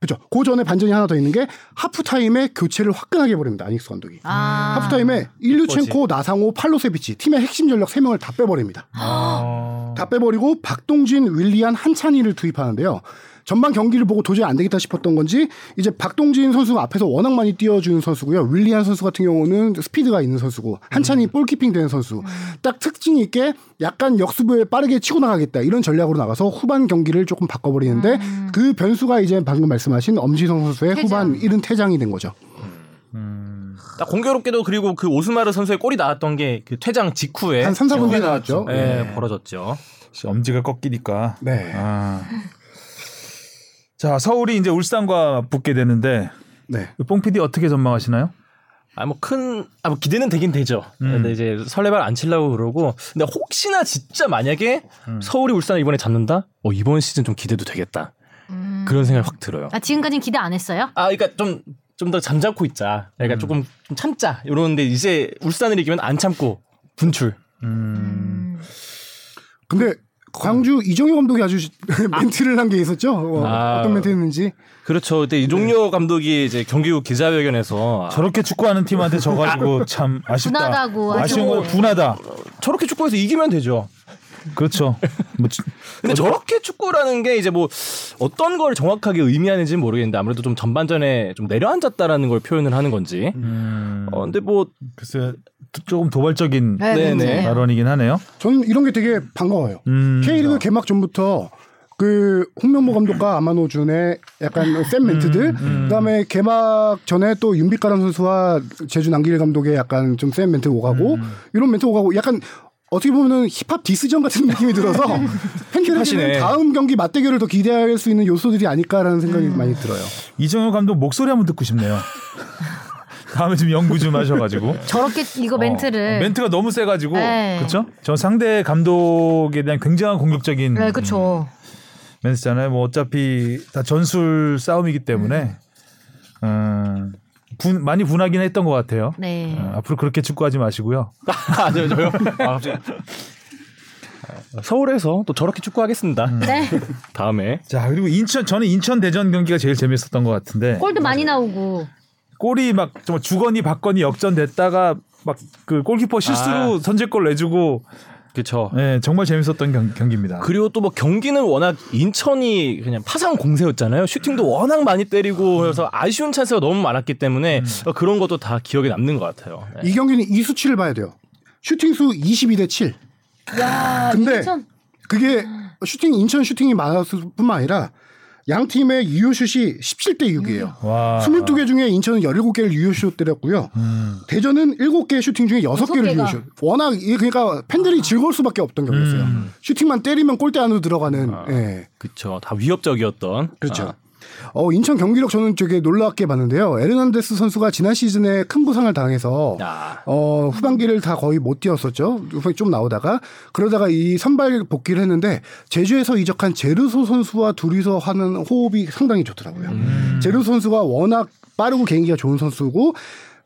[SPEAKER 4] 그죠? 그 전에 반전이 하나 더 있는 게 하프타임에 교체를 화끈하게 버립니다. 아닉스 감독이.
[SPEAKER 5] 아.
[SPEAKER 2] 음.
[SPEAKER 4] 하프타임에 일류첸코, 나상호, 팔로세비치 팀의 핵심 전력 3명을 다 빼버립니다.
[SPEAKER 2] 아.
[SPEAKER 4] 다 빼버리고 박동진, 윌리안, 한찬희를 투입하는데요. 전반 경기를 보고 도저히 안 되겠다 싶었던 건지 이제 박동진 선수가 앞에서 워낙 많이 뛰어주는 선수고요. 윌리안 선수 같은 경우는 스피드가 있는 선수고 한찬이
[SPEAKER 5] 음.
[SPEAKER 4] 볼키핑 되는 선수. 딱 특징 있게 약간 역습을 빠르게 치고 나가겠다 이런 전략으로 나가서 후반 경기를 조금 바꿔버리는데 그 변수가 이제 방금 말씀하신 엄지성 선수의
[SPEAKER 5] 음. 퇴장.
[SPEAKER 4] 후반 이른 퇴장이 된 거죠.
[SPEAKER 3] 딱 공교롭게도 그리고 그 오스마르 선수의 골이 나왔던 게 그 퇴장 직후에
[SPEAKER 4] 한 3, 4분 뒤에 네, 나왔죠.
[SPEAKER 3] 예, 벌어졌죠.
[SPEAKER 2] 씨, 엄지가 꺾이니까.
[SPEAKER 4] 네.
[SPEAKER 2] 아. 자, 서울이 이제 울산과 붙게 되는데
[SPEAKER 4] 네.
[SPEAKER 2] 뽕 PD 어떻게 전망하시나요?
[SPEAKER 3] 아 뭐 큰 아 뭐 기대는 되긴 되죠.
[SPEAKER 2] 음.
[SPEAKER 3] 근데 이제 설레발 안 치려고 그러고 근데 혹시나 진짜 만약에 서울이 울산을 이번에 잡는다? 어 이번 시즌 좀 기대도 되겠다.
[SPEAKER 5] 음.
[SPEAKER 3] 그런 생각이 확 들어요.
[SPEAKER 5] 아 지금까지는 기대 안 했어요?
[SPEAKER 3] 아 그러니까 좀 좀 더 잠자코 있자. 그러니까 조금 좀 참자. 이러는데 이제 울산을 이기면 안 참고 분출.
[SPEAKER 2] 음,
[SPEAKER 4] 근데 광주 이정효 감독이 아주 멘트를 한 게 있었죠. 어,
[SPEAKER 3] 아.
[SPEAKER 4] 어떤 멘트였는지.
[SPEAKER 3] 그렇죠. 그때 이종료 감독이 이제 경기 후 기자회견에서 아,
[SPEAKER 2] 저렇게 축구하는 팀한테 져가지고 참 아쉽다.
[SPEAKER 5] 분하다고
[SPEAKER 2] 아쉬운
[SPEAKER 5] 하죠.
[SPEAKER 2] 거 분하다.
[SPEAKER 3] 저렇게 축구해서 이기면 되죠.
[SPEAKER 2] 그렇죠. 뭐 주-
[SPEAKER 3] 근데 저렇게 축구라는 게 이제 뭐 어떤 걸 정확하게 의미하는지는 모르겠는데 아무래도 좀 전반전에 좀 내려앉았다라는 걸 표현을 하는 건지. 어, 근데 뭐
[SPEAKER 2] 글쎄 조금 도발적인
[SPEAKER 5] 네,
[SPEAKER 3] 네, 네.
[SPEAKER 2] 발언이긴 하네요.
[SPEAKER 4] 저는 이런 게 되게 반가워요.
[SPEAKER 2] 음.
[SPEAKER 4] K리그 개막 전부터 그 홍명보 감독과 아마노준의 약간 센 멘트들, 그다음에 개막 전에 또 윤빛가람 선수와 제주 남길 감독의 약간 좀 센 멘트 오가고 이런 멘트 오가고 약간 어떻게 보면은 힙합 디스전 같은 느낌이 들어서
[SPEAKER 3] 힙하시네.
[SPEAKER 4] 팬들에게는 다음 경기 맞대결을 더 기대할 수 있는 요소들이 아닐까라는 생각이 많이 들어요.
[SPEAKER 2] 이정효 감독 목소리 한번 듣고 싶네요. 다음에 좀 연구 좀 하셔가지고.
[SPEAKER 5] 저렇게 이거 멘트를.
[SPEAKER 2] 어, 멘트가 너무 세가지고
[SPEAKER 5] 네.
[SPEAKER 2] 그렇죠? 저 상대 감독에 대한 굉장한 공격적인
[SPEAKER 5] 네,
[SPEAKER 2] 음.
[SPEAKER 5] 그쵸.
[SPEAKER 2] 멘트잖아요. 뭐 어차피 다 전술 싸움이기 때문에 음, 분 많이 분하긴 했던 것 같아요.
[SPEAKER 5] 네.
[SPEAKER 2] 어, 앞으로 그렇게 축구하지 마시고요.
[SPEAKER 3] 아, 저, 저요. 아, 갑자기. 서울에서 또 저렇게 축구하겠습니다.
[SPEAKER 5] 네.
[SPEAKER 3] 다음에
[SPEAKER 2] 자 그리고 인천 저는 인천 대전 경기가 제일 재밌었던 것 같은데
[SPEAKER 5] 골도 많이 나오고.
[SPEAKER 2] 골이 막 정말 주거니 받거니 역전됐다가 막 그 골키퍼 실수로 선제골 내주고
[SPEAKER 3] 그렇죠.
[SPEAKER 2] 예 정말 재밌었던 경, 경기입니다.
[SPEAKER 3] 그리고 또 뭐 경기는 워낙 인천이 그냥 파상 공세였잖아요. 슈팅도 워낙 많이 때리고 그래서 아쉬운 찬스가 너무 많았기 때문에 어, 그런 것도 다 기억에 남는 것 같아요. 네.
[SPEAKER 4] 이 경기는 이 수치를 봐야 돼요. 슈팅 수 22대 7. 근데
[SPEAKER 5] 인천.
[SPEAKER 4] 그게 슈팅 인천 슈팅이 많았을 뿐만 아니라 양 팀의 유효슛이 17대 6이에요.
[SPEAKER 3] 아.
[SPEAKER 2] 와.
[SPEAKER 4] 22개 중에 인천은 17개를 유효슛 때렸고요.
[SPEAKER 3] 음.
[SPEAKER 4] 대전은 7개 슈팅 중에 6개를
[SPEAKER 5] 개가.
[SPEAKER 4] 유효슛. 워낙 이게 그러니까 팬들이 즐거울 수밖에 없던
[SPEAKER 3] 음.
[SPEAKER 4] 경기였어요. 슈팅만 때리면 골대 안으로 들어가는 예.
[SPEAKER 3] 그렇죠. 다 위협적이었던.
[SPEAKER 4] 그렇죠.
[SPEAKER 3] 아,
[SPEAKER 4] 어, 인천 경기력 저는 되게 놀랍게 봤는데요. 에르난데스 선수가 지난 시즌에 큰 부상을 당해서
[SPEAKER 3] 아.
[SPEAKER 4] 어, 후반기를 다 거의 못 뛰었었죠. 후반기 좀 나오다가 그러다가 이 선발 복귀를 했는데 제주에서 이적한 제르소 선수와 둘이서 하는 호흡이 상당히 좋더라고요.
[SPEAKER 3] 음.
[SPEAKER 4] 제르소 선수가 워낙 빠르고 개인기가 좋은 선수고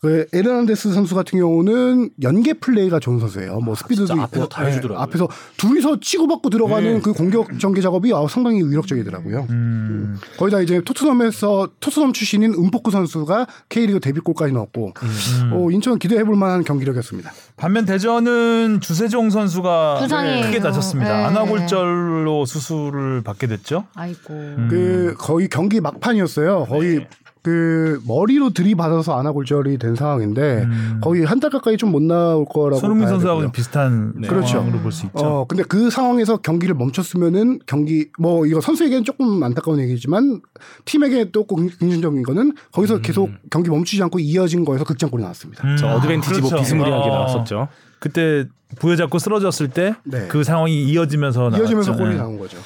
[SPEAKER 4] 그 에르난데스 선수 같은 경우는 연계 플레이가 좋은 선수예요. 뭐 스피드도
[SPEAKER 3] 아, 진짜
[SPEAKER 4] 있고
[SPEAKER 3] 앞에서 다 해주더라고요. 네.
[SPEAKER 4] 앞에서 둘이서 치고받고 들어가는 그 공격 전개 작업이 아, 상당히 위력적이더라고요.
[SPEAKER 3] 음.
[SPEAKER 4] 거의 다 이제 토트넘에서 토트넘 출신인 은포크 선수가 K리그 데뷔골까지 넣었고
[SPEAKER 2] 음.
[SPEAKER 4] 어, 인천 기대해볼 만한 경기력이었습니다.
[SPEAKER 2] 반면 대전은 주세종 선수가
[SPEAKER 5] 부상이에요.
[SPEAKER 2] 크게 다쳤습니다.
[SPEAKER 5] 네.
[SPEAKER 2] 안아골절로 수술을 받게 됐죠.
[SPEAKER 5] 아이고.
[SPEAKER 2] 음.
[SPEAKER 4] 그 거의 경기 막판이었어요. 거의
[SPEAKER 2] 네.
[SPEAKER 4] 그 머리로 들이받아서 안아골절이 된 상황인데 거의 한 달 가까이 좀 못 나올 거라고
[SPEAKER 2] 음. 손흥민
[SPEAKER 4] 봐야
[SPEAKER 2] 선수하고 는
[SPEAKER 4] 되고요.
[SPEAKER 2] 비슷한
[SPEAKER 4] 그렇죠.
[SPEAKER 2] 상황으로 볼 수 있죠.
[SPEAKER 4] 어 근데 그 상황에서 경기를 멈췄으면은 경기 뭐 이거 선수에게는 조금 안타까운 얘기지만 팀에게 또 긍- 긍정적인 거는 거기서 계속 경기 멈추지 않고 이어진 거에서 극장골이 나왔습니다.
[SPEAKER 2] 음,
[SPEAKER 3] 저 어드밴티지
[SPEAKER 2] 그렇죠.
[SPEAKER 3] 뭐 비스무리하게
[SPEAKER 2] 어.
[SPEAKER 3] 나왔었죠.
[SPEAKER 2] 그때 부여잡고 쓰러졌을 때 그
[SPEAKER 4] 네.
[SPEAKER 2] 상황이 이어지면서 나왔죠.
[SPEAKER 4] 이어지면서 골이
[SPEAKER 2] 네.
[SPEAKER 4] 나온 거죠.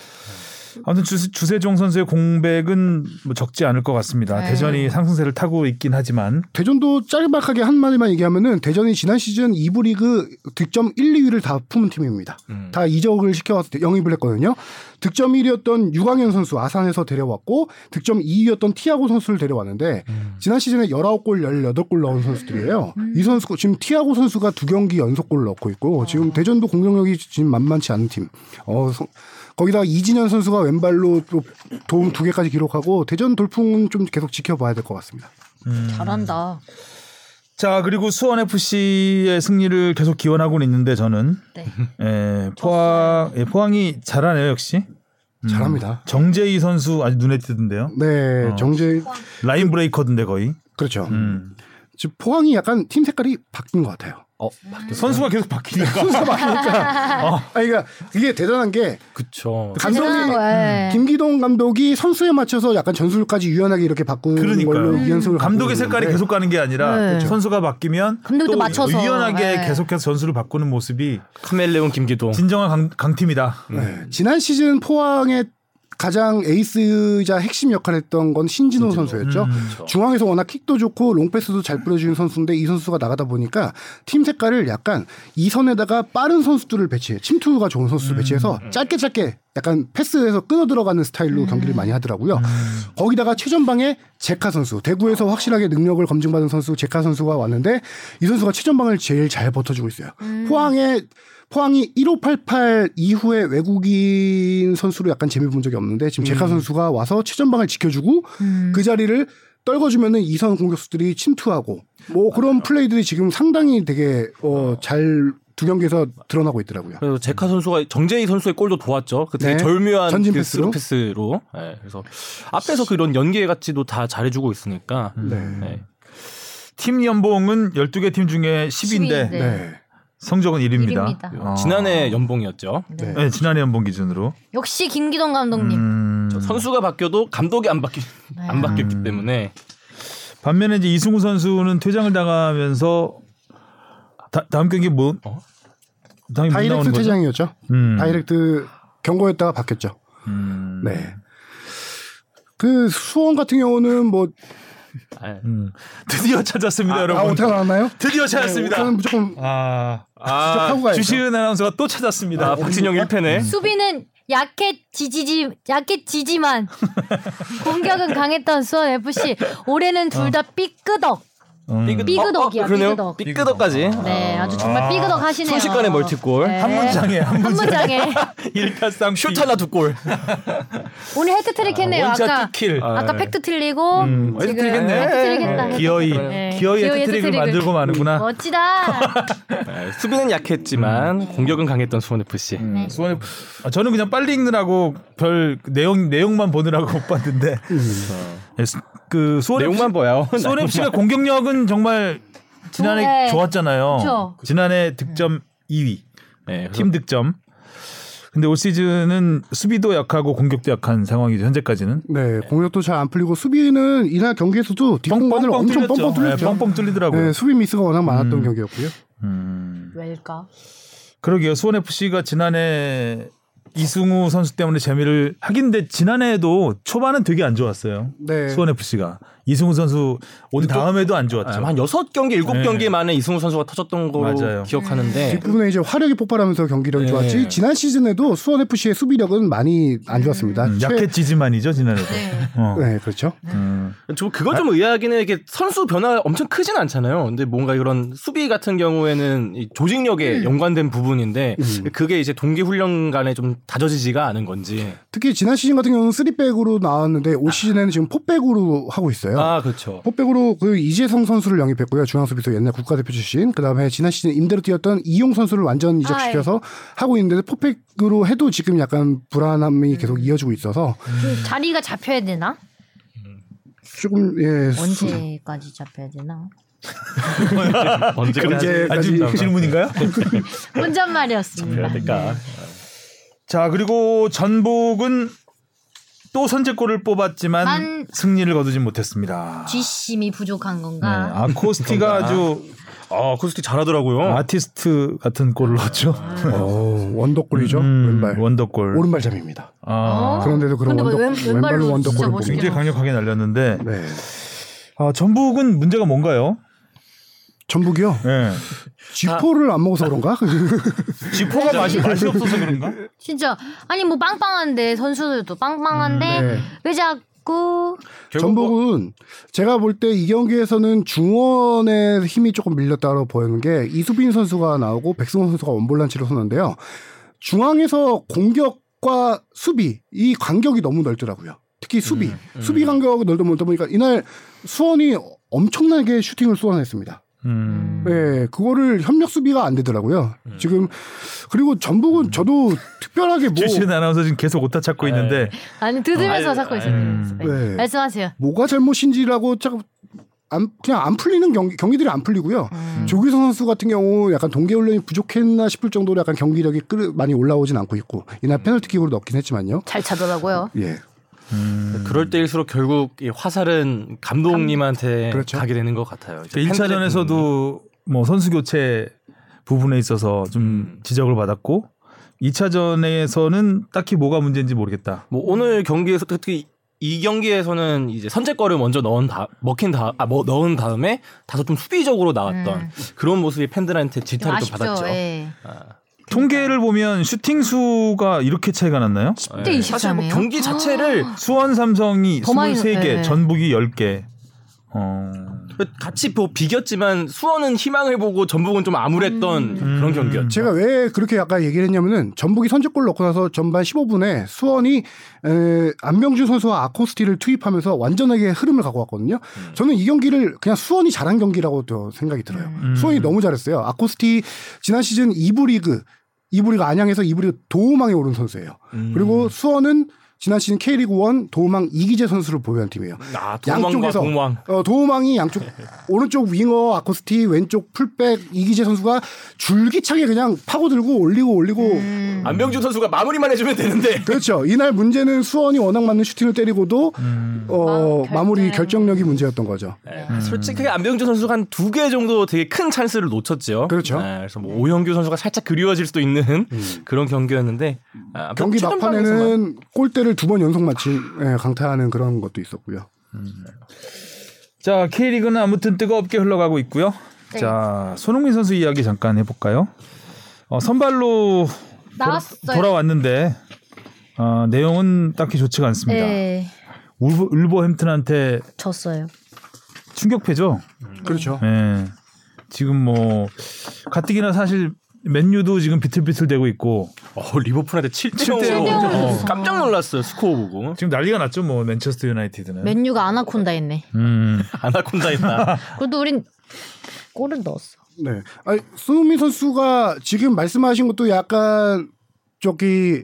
[SPEAKER 2] 아무튼 주, 세종 선수의 공백은 뭐 적지 않을 것 같습니다.
[SPEAKER 5] 네.
[SPEAKER 2] 대전이 상승세를 타고 있긴 하지만
[SPEAKER 4] 대전도 짜리박하게 한 마디만 얘기하면은 대전이 지난 시즌 2부 리그 득점 1, 2위를 다 품은 팀입니다.
[SPEAKER 3] 음.
[SPEAKER 4] 다 이적을 시켜와서 영입을 했거든요. 득점 1위였던 유광현 선수 아산에서 데려왔고 득점 2위였던 티아고 선수를 데려왔는데 지난 시즌에 19골, 18골 넣은 선수들이에요. 이 선수 지금 티아고 선수가 두 경기 연속골 넣고 있고 지금 대전도 공격력이 지금 만만치 않은 팀. 어, 성- 거기다가 이진현 선수가 왼발로 또 도움 두 개까지 기록하고 대전 돌풍은 좀 계속 지켜봐야 될 것 같습니다.
[SPEAKER 5] 잘한다.
[SPEAKER 2] 자 그리고 수원 FC의 승리를 계속 기원하고는 있는데 저는
[SPEAKER 5] 네.
[SPEAKER 2] 에, 포항 예, 포항이 잘하네요 역시 음,
[SPEAKER 4] 잘합니다.
[SPEAKER 2] 정재희 선수 아주 눈에 띄던데요.
[SPEAKER 4] 네, 정재
[SPEAKER 2] 라인 브레이커던데 거의
[SPEAKER 4] 그렇죠.
[SPEAKER 2] 어. 그 음.
[SPEAKER 4] 지금 포항이 약간 팀 색깔이 바뀐 것 같아요.
[SPEAKER 3] 어,
[SPEAKER 2] 선수가 계속 바뀌니까 어.
[SPEAKER 4] 아, 그러니까 이게 대단한 게
[SPEAKER 3] 그쵸.
[SPEAKER 5] 대단한
[SPEAKER 2] 음.
[SPEAKER 4] 감독이
[SPEAKER 5] 거야.
[SPEAKER 4] 김기동 감독이 선수에 맞춰서 약간 전술까지 유연하게 이렇게 바꾼 걸로
[SPEAKER 2] 그러니까요. 음.
[SPEAKER 4] 이 연습을
[SPEAKER 2] 감독의
[SPEAKER 4] 갖고
[SPEAKER 2] 색깔이
[SPEAKER 4] 있는데
[SPEAKER 2] 계속 가는 게 아니라
[SPEAKER 5] 네. 그렇죠.
[SPEAKER 2] 선수가 바뀌면
[SPEAKER 5] 감독도
[SPEAKER 2] 또
[SPEAKER 5] 맞춰서.
[SPEAKER 2] 유연하게
[SPEAKER 5] 네.
[SPEAKER 2] 계속해서 전술을 바꾸는 모습이
[SPEAKER 3] 카멜레온 김기동.
[SPEAKER 2] 진정한 강, 강팀이다.
[SPEAKER 4] 네. 지난 시즌 포항의 가장 에이스이자 핵심 역할을 했던 건 신진호
[SPEAKER 2] 음. 그렇죠.
[SPEAKER 4] 선수였죠.
[SPEAKER 3] 그렇죠.
[SPEAKER 4] 중앙에서 워낙 킥도 좋고 롱패스도 잘 뿌려주는 선수인데 이 선수가 나가다 보니까 팀 색깔을 약간 이 선에다가 빠른 선수들을 배치해 침투가 좋은 선수를 배치해서 짧게 짧게 약간 패스에서 끊어 들어가는 스타일로 경기를 많이 하더라고요. 거기다가 최전방에 제카 선수 대구에서 확실하게 능력을 검증받은 선수 제카 선수가 왔는데 이 선수가 최전방을 제일 잘 버텨주고 있어요. 포항에 포항이 1588 이후에 외국인 선수로 약간 재미 본 적이 없는데 지금 제카 선수가 와서 최전방을 지켜주고
[SPEAKER 5] 음.
[SPEAKER 4] 그 자리를 떨궈주면은 이선 공격수들이 침투하고 뭐 그런 플레이들이 지금 상당히 되게 어, 어잘두 경기에서 드러나고 있더라고요.
[SPEAKER 3] 그래서 제카 선수가 정재희 선수의 골도 도왔죠. 그 되게
[SPEAKER 4] 네.
[SPEAKER 3] 절묘한
[SPEAKER 4] 전진
[SPEAKER 3] 그
[SPEAKER 4] 패스로.
[SPEAKER 3] 스루 패스로. 예, 그래서 앞에서 그런 연계 같이도 다 잘해주고 있으니까.
[SPEAKER 2] 음.
[SPEAKER 4] 네.
[SPEAKER 3] 예.
[SPEAKER 2] 팀 연봉은 12개 팀 중에 10위인데
[SPEAKER 5] 네.
[SPEAKER 4] 네.
[SPEAKER 2] 성적은 1위입니다. 어.
[SPEAKER 5] 일입니다.
[SPEAKER 3] 그 아. 지난해 연봉이었죠.
[SPEAKER 4] 네.
[SPEAKER 2] 네, 지난해 연봉 기준으로.
[SPEAKER 5] 역시 김기동 감독님.
[SPEAKER 2] 음,
[SPEAKER 3] 선수가 바뀌어도 감독이 안 바뀌 안
[SPEAKER 5] 네.
[SPEAKER 3] 바뀌었기 때문에
[SPEAKER 2] 반면에 이제 이승우 선수는 퇴장을 당하면서 다, 다음 경기 뭐
[SPEAKER 3] 어?
[SPEAKER 2] 다음에 못 나오는
[SPEAKER 4] 다이렉트
[SPEAKER 2] 거죠?
[SPEAKER 4] 퇴장이었죠.
[SPEAKER 2] 음.
[SPEAKER 4] 다이렉트 경고였다가 바뀌었죠.
[SPEAKER 2] 음.
[SPEAKER 4] 네. 그 수원 같은 경우는 뭐
[SPEAKER 3] 예.
[SPEAKER 2] 음. 드디어 찾았습니다,
[SPEAKER 4] 아,
[SPEAKER 2] 여러분.
[SPEAKER 4] 오타 나왔나요?
[SPEAKER 2] 드디어
[SPEAKER 4] 네,
[SPEAKER 2] 찾았습니다.
[SPEAKER 4] 오타는 무조건
[SPEAKER 2] 아,
[SPEAKER 4] 지적하고 가야죠.
[SPEAKER 2] 주시은 아나운서가 또 찾았습니다.
[SPEAKER 3] 아, 박진영 1패네.
[SPEAKER 5] 수비는 약해 지지지 약해 지지만 공격은 강했던 수원 FC 올해는 둘 다 삐끄덕
[SPEAKER 2] 음.
[SPEAKER 5] 삐그덕이야,
[SPEAKER 3] 어, 그러네요.
[SPEAKER 5] 삐그덕.
[SPEAKER 3] 삐끄덕까지.
[SPEAKER 5] 네 아주 정말 삐그덕 하시네요
[SPEAKER 3] 순식간에 멀티골.
[SPEAKER 2] 한 문장에 한
[SPEAKER 5] 한 문장에
[SPEAKER 2] 일타쌍
[SPEAKER 3] 슛 하나 두 골.
[SPEAKER 5] 오늘 헤트트릭 했네요
[SPEAKER 2] 원샷
[SPEAKER 5] 아까
[SPEAKER 2] 투킬.
[SPEAKER 5] 아까 팩트 틀리고
[SPEAKER 2] 예.
[SPEAKER 3] 뭐
[SPEAKER 2] 음,
[SPEAKER 5] 지금
[SPEAKER 2] 헤트트릭 했네.
[SPEAKER 5] 헤트트릭 했다
[SPEAKER 2] 기어이
[SPEAKER 5] 네.
[SPEAKER 2] 기어이
[SPEAKER 5] 기어이
[SPEAKER 2] 헤트트릭을
[SPEAKER 5] 헤트트릭을.
[SPEAKER 2] 만들고 마는구나.
[SPEAKER 5] 멋지다
[SPEAKER 3] 예, 수비는 약했지만 공격은 강했던 수원 FC.
[SPEAKER 2] 음, 수원에 아, 저는 그냥 빨리 읽느라고 별 내용 내용만 보느라고 못 봤는데
[SPEAKER 4] 음.
[SPEAKER 2] 예, 수- 그 수원
[SPEAKER 3] 내용만 봐요.
[SPEAKER 2] FC, 수원 FC가 공격력은 정말 지난해
[SPEAKER 5] 네.
[SPEAKER 2] 좋았잖아요.
[SPEAKER 5] 그쵸.
[SPEAKER 2] 지난해 득점 2위
[SPEAKER 3] 네, 그래서
[SPEAKER 2] 팀 득점. 근데 올 시즌은 수비도 약하고 공격도 약한 상황이죠 현재까지는.
[SPEAKER 4] 네 공격도 잘 안 풀리고 수비는 이날 경기에서도 뒷공간을 엄청 뻥뻥
[SPEAKER 2] 네,
[SPEAKER 4] 뚫렸죠.
[SPEAKER 2] 뻥뻥 뚫리더라고요. 음.
[SPEAKER 4] 네, 수비 미스가 워낙 많았던 경기였고요.
[SPEAKER 5] 왜일까
[SPEAKER 2] 그러게요. 수원 FC가 지난해 이승우 선수 때문에 재미를 하긴 근데 지난해에도 초반은 되게 안 좋았어요.
[SPEAKER 4] 네.
[SPEAKER 2] 수원 FC가 이승우 선수 온 다음에도 안
[SPEAKER 4] 아,
[SPEAKER 2] 좋았죠.
[SPEAKER 3] 한 6경기, 7경기
[SPEAKER 2] 네.
[SPEAKER 3] 만에 이승우 선수가 터졌던 걸로
[SPEAKER 2] 맞아요. 네.
[SPEAKER 3] 기억하는데
[SPEAKER 4] 뒷부분에 이제 화력이 폭발하면서 경기력이
[SPEAKER 3] 네.
[SPEAKER 4] 좋았지 지난 시즌에도 수원 FC의 수비력은 많이 안 좋았습니다.
[SPEAKER 2] 음,
[SPEAKER 4] 최-
[SPEAKER 2] 약했지지만이죠 지난해도. 어.
[SPEAKER 4] 네, 그렇죠.
[SPEAKER 2] 음.
[SPEAKER 3] 저 그거 좀 의아하긴 해. 이게 선수 변화 엄청 크진 않잖아요. 근데 뭔가 이런 수비 같은 경우에는 이 조직력에 연관된 부분인데 그게 이제 동기 훈련 간에 좀 다져지지가 않은 건지.
[SPEAKER 4] 특히 지난 시즌 같은 경우는 3백으로 나왔는데
[SPEAKER 2] 아.
[SPEAKER 4] 올 시즌에는 지금 4백으로 하고 있어요.
[SPEAKER 3] 아, 그렇죠.
[SPEAKER 4] 포백으로 그 이재성 선수를 영입했고요. 중앙수비수 옛날 국가대표 출신. 그다음에 지난 시즌 임대로 뛰었던 이용 선수를 완전 이적시켜서
[SPEAKER 5] 아, 예.
[SPEAKER 4] 하고 있는데 포백으로 해도 지금 약간 불안함이
[SPEAKER 5] 음.
[SPEAKER 4] 계속 이어지고 있어서
[SPEAKER 5] 그 자리가 잡혀야 되나?
[SPEAKER 4] 조금 예
[SPEAKER 5] 언제까지 잡혀야 되나?
[SPEAKER 2] 아,
[SPEAKER 4] 언제까지 음. 네.
[SPEAKER 2] 지금 질문인가요? 음.
[SPEAKER 5] 혼잣말이었습니다.
[SPEAKER 1] 그러니까
[SPEAKER 2] 자 그리고 전북은 또 선제골을 뽑았지만
[SPEAKER 5] 만-
[SPEAKER 2] 승리를 거두진 못했습니다.
[SPEAKER 5] 아. 뒷심이 부족한
[SPEAKER 2] 네,
[SPEAKER 5] 건가?
[SPEAKER 2] 아코스티가 아주
[SPEAKER 3] 아, 코스틱
[SPEAKER 2] 어.
[SPEAKER 3] 잘하더라고요.
[SPEAKER 2] 아티스트 같은 골을 넣었죠.
[SPEAKER 4] 어, 원더골이죠.
[SPEAKER 2] 음,
[SPEAKER 4] 왼발.
[SPEAKER 2] 원더골.
[SPEAKER 4] 오른발 잡입니다.
[SPEAKER 2] 아,
[SPEAKER 5] 어?
[SPEAKER 4] 그런데도 그런
[SPEAKER 5] 근데 왜
[SPEAKER 4] 원더,
[SPEAKER 5] 왼- 왼발로
[SPEAKER 4] 왼발로
[SPEAKER 5] 진짜
[SPEAKER 4] 원더골을
[SPEAKER 5] 멋있게
[SPEAKER 4] 보고
[SPEAKER 2] 굉장히 강력하게 날렸는데
[SPEAKER 4] 네.
[SPEAKER 2] 아, 전북은 문제가 뭔가요?
[SPEAKER 4] 전북이요.
[SPEAKER 2] 예.
[SPEAKER 4] 지포를 안 먹어서 그런가?
[SPEAKER 2] 지포가 맛이 맛이 없어서 그런가?
[SPEAKER 5] 진짜 아니 뭐 빵빵한데 선수들도 빵빵한데
[SPEAKER 4] 네.
[SPEAKER 2] 음.
[SPEAKER 5] 왜 자꾸
[SPEAKER 4] 전북은 제가 볼 때 이 경기에서는 중원의 힘이 조금 밀렸다고 보이는 게 이수빈 선수가 나오고 백승호 선수가 원볼란치를 섰는데요. 중앙에서 공격과 수비 이 간격이 너무 넓더라고요. 특히 수비 수비 간격이 넓다 보다 보니까 이날 수원이 엄청나게 슈팅을 쏘아냈습니다.
[SPEAKER 2] 음.
[SPEAKER 4] 예, 그거를 협력 수비가 안 되더라고요. 지금 그리고 전북은 저도 특별하게 뭐
[SPEAKER 2] 주시은 아나운서 지금 계속 오타 찾고 있는데
[SPEAKER 5] 아니 드들면서
[SPEAKER 3] 아유,
[SPEAKER 5] 자꾸
[SPEAKER 3] 아유.
[SPEAKER 5] 있어요.
[SPEAKER 2] 음.
[SPEAKER 4] 네.
[SPEAKER 5] 말씀하세요.
[SPEAKER 4] 뭐가 잘못인지라고 자꾸 안, 그냥 안 풀리는 경기, 경기들이 안 풀리고요.
[SPEAKER 2] 음.
[SPEAKER 4] 조규성 선수 같은 경우 약간 동계훈련이 부족했나 싶을 정도로 약간 경기력이 끄, 많이 올라오진 않고 있고 이날 페널티킥으로 넣긴 했지만요.
[SPEAKER 5] 잘 차더라고요.
[SPEAKER 4] 예.
[SPEAKER 2] 음.
[SPEAKER 3] 그럴 때일수록 결국 이 화살은 감독님한테
[SPEAKER 4] 그렇죠.
[SPEAKER 3] 가게 되는 것 같아요. 이제 팬들의
[SPEAKER 2] 1차전에서도 그 뭐 선수 교체 부분에 있어서 좀 지적을 받았고 2차전에서는 딱히 뭐가 문제인지 모르겠다.
[SPEAKER 3] 뭐 오늘 경기에서 특히 이 경기에서는 이제 선제골을 먼저 넣은 다 먹힌 다 아 뭐 넣은 다음에 다소 좀 수비적으로 나왔던
[SPEAKER 5] 음.
[SPEAKER 3] 그런 모습이 팬들한테
[SPEAKER 5] 좀
[SPEAKER 3] 질타를 또
[SPEAKER 5] 아쉽죠.
[SPEAKER 3] 받았죠.
[SPEAKER 5] 예.
[SPEAKER 2] 통계를 보면 슈팅 수가 이렇게 차이가 났나요?
[SPEAKER 5] 10대 23이에요. 아.
[SPEAKER 3] 사실 뭐 경기 자체를
[SPEAKER 2] 수원 삼성이
[SPEAKER 5] 더 많이
[SPEAKER 2] 23개,
[SPEAKER 5] 네.
[SPEAKER 2] 전북이 10개. 어.
[SPEAKER 3] 같이 뭐 비겼지만 수원은 희망을 보고 전북은 좀 암울했던
[SPEAKER 5] 음.
[SPEAKER 3] 그런 경기였죠.
[SPEAKER 4] 음. 제가 왜 그렇게 아까 얘기를 했냐면은 전북이 선제골 넣고 나서 전반 15분에 수원이 에, 안병준 선수와 아코스티를 투입하면서 완전하게 흐름을 갖고 왔거든요. 저는 이 경기를 그냥 수원이 잘한 경기라고 또 생각이 들어요. 수원이 너무 잘했어요. 아코스티 지난 시즌 2부 리그 2부 리그 안양에서 2부 리그 도우망에 오른 선수예요.
[SPEAKER 3] 음.
[SPEAKER 4] 그리고 수원은 지난 시즌 K리그 1 도우망 이기재 선수를 보유한 팀이에요.
[SPEAKER 3] 아, 도망과
[SPEAKER 4] 양쪽에서
[SPEAKER 3] 동망.
[SPEAKER 4] 어, 도우망이 양쪽 오른쪽 윙어 아코스티 왼쪽 풀백 이기재 선수가 줄기차게 그냥 파고들고 올리고 올리고 음.
[SPEAKER 5] 음.
[SPEAKER 3] 안병준 선수가 마무리만 해주면 되는데
[SPEAKER 4] 그렇죠 이날 문제는 수원이 워낙 맞는 슈팅을 때리고도 어,
[SPEAKER 5] 마-
[SPEAKER 4] 마무리
[SPEAKER 5] 결정.
[SPEAKER 4] 결정력이 문제였던 거죠
[SPEAKER 3] 예,
[SPEAKER 1] 음.
[SPEAKER 3] 솔직하게 안병준 선수가 한 두 개 정도 되게 큰 찬스를 놓쳤죠.
[SPEAKER 4] 그렇죠.
[SPEAKER 3] 네, 그래서 뭐 오형규 선수가 살짝 그리워질 수도 있는
[SPEAKER 1] 음.
[SPEAKER 3] 그런 경기였는데 아,
[SPEAKER 4] 경기
[SPEAKER 3] 최전방에서만-
[SPEAKER 4] 막판에는 골대를 두 번 연속 맞힌 예, 강타하는 그런 것도 있었고요
[SPEAKER 2] 자, K리그는 아무튼 뜨겁게 흘러가고 있고요.
[SPEAKER 5] 네.
[SPEAKER 2] 자, 손흥민 선수 이야기 잠깐 해 볼까요? 어, 선발로
[SPEAKER 5] 나왔어요.
[SPEAKER 2] 돌아왔는데 어, 내용은 딱히 좋지가 않습니다.
[SPEAKER 5] 예.
[SPEAKER 2] 울버, 울버햄튼한테
[SPEAKER 5] 졌어요.
[SPEAKER 2] 충격패죠.
[SPEAKER 4] 그렇죠
[SPEAKER 2] 예. 지금 뭐 가뜩이나 사실 맨유도 지금 비틀비틀대고 있고
[SPEAKER 3] 어, 리버풀한테 7대
[SPEAKER 2] 칠
[SPEAKER 3] 0으로
[SPEAKER 2] 대 영으로
[SPEAKER 5] 졌어.
[SPEAKER 3] 깜짝 놀랐어요. 스코어 보고.
[SPEAKER 2] 지금 난리가 났죠. 뭐 맨체스터 유나이티드는.
[SPEAKER 5] 맨유가 아나콘다 했네.
[SPEAKER 2] 음.
[SPEAKER 3] 아나콘다 있다.
[SPEAKER 5] 그래도 우린 골은 넣었어.
[SPEAKER 4] 네 아니 수민 선수가 지금 말씀하신 것도 약간 저기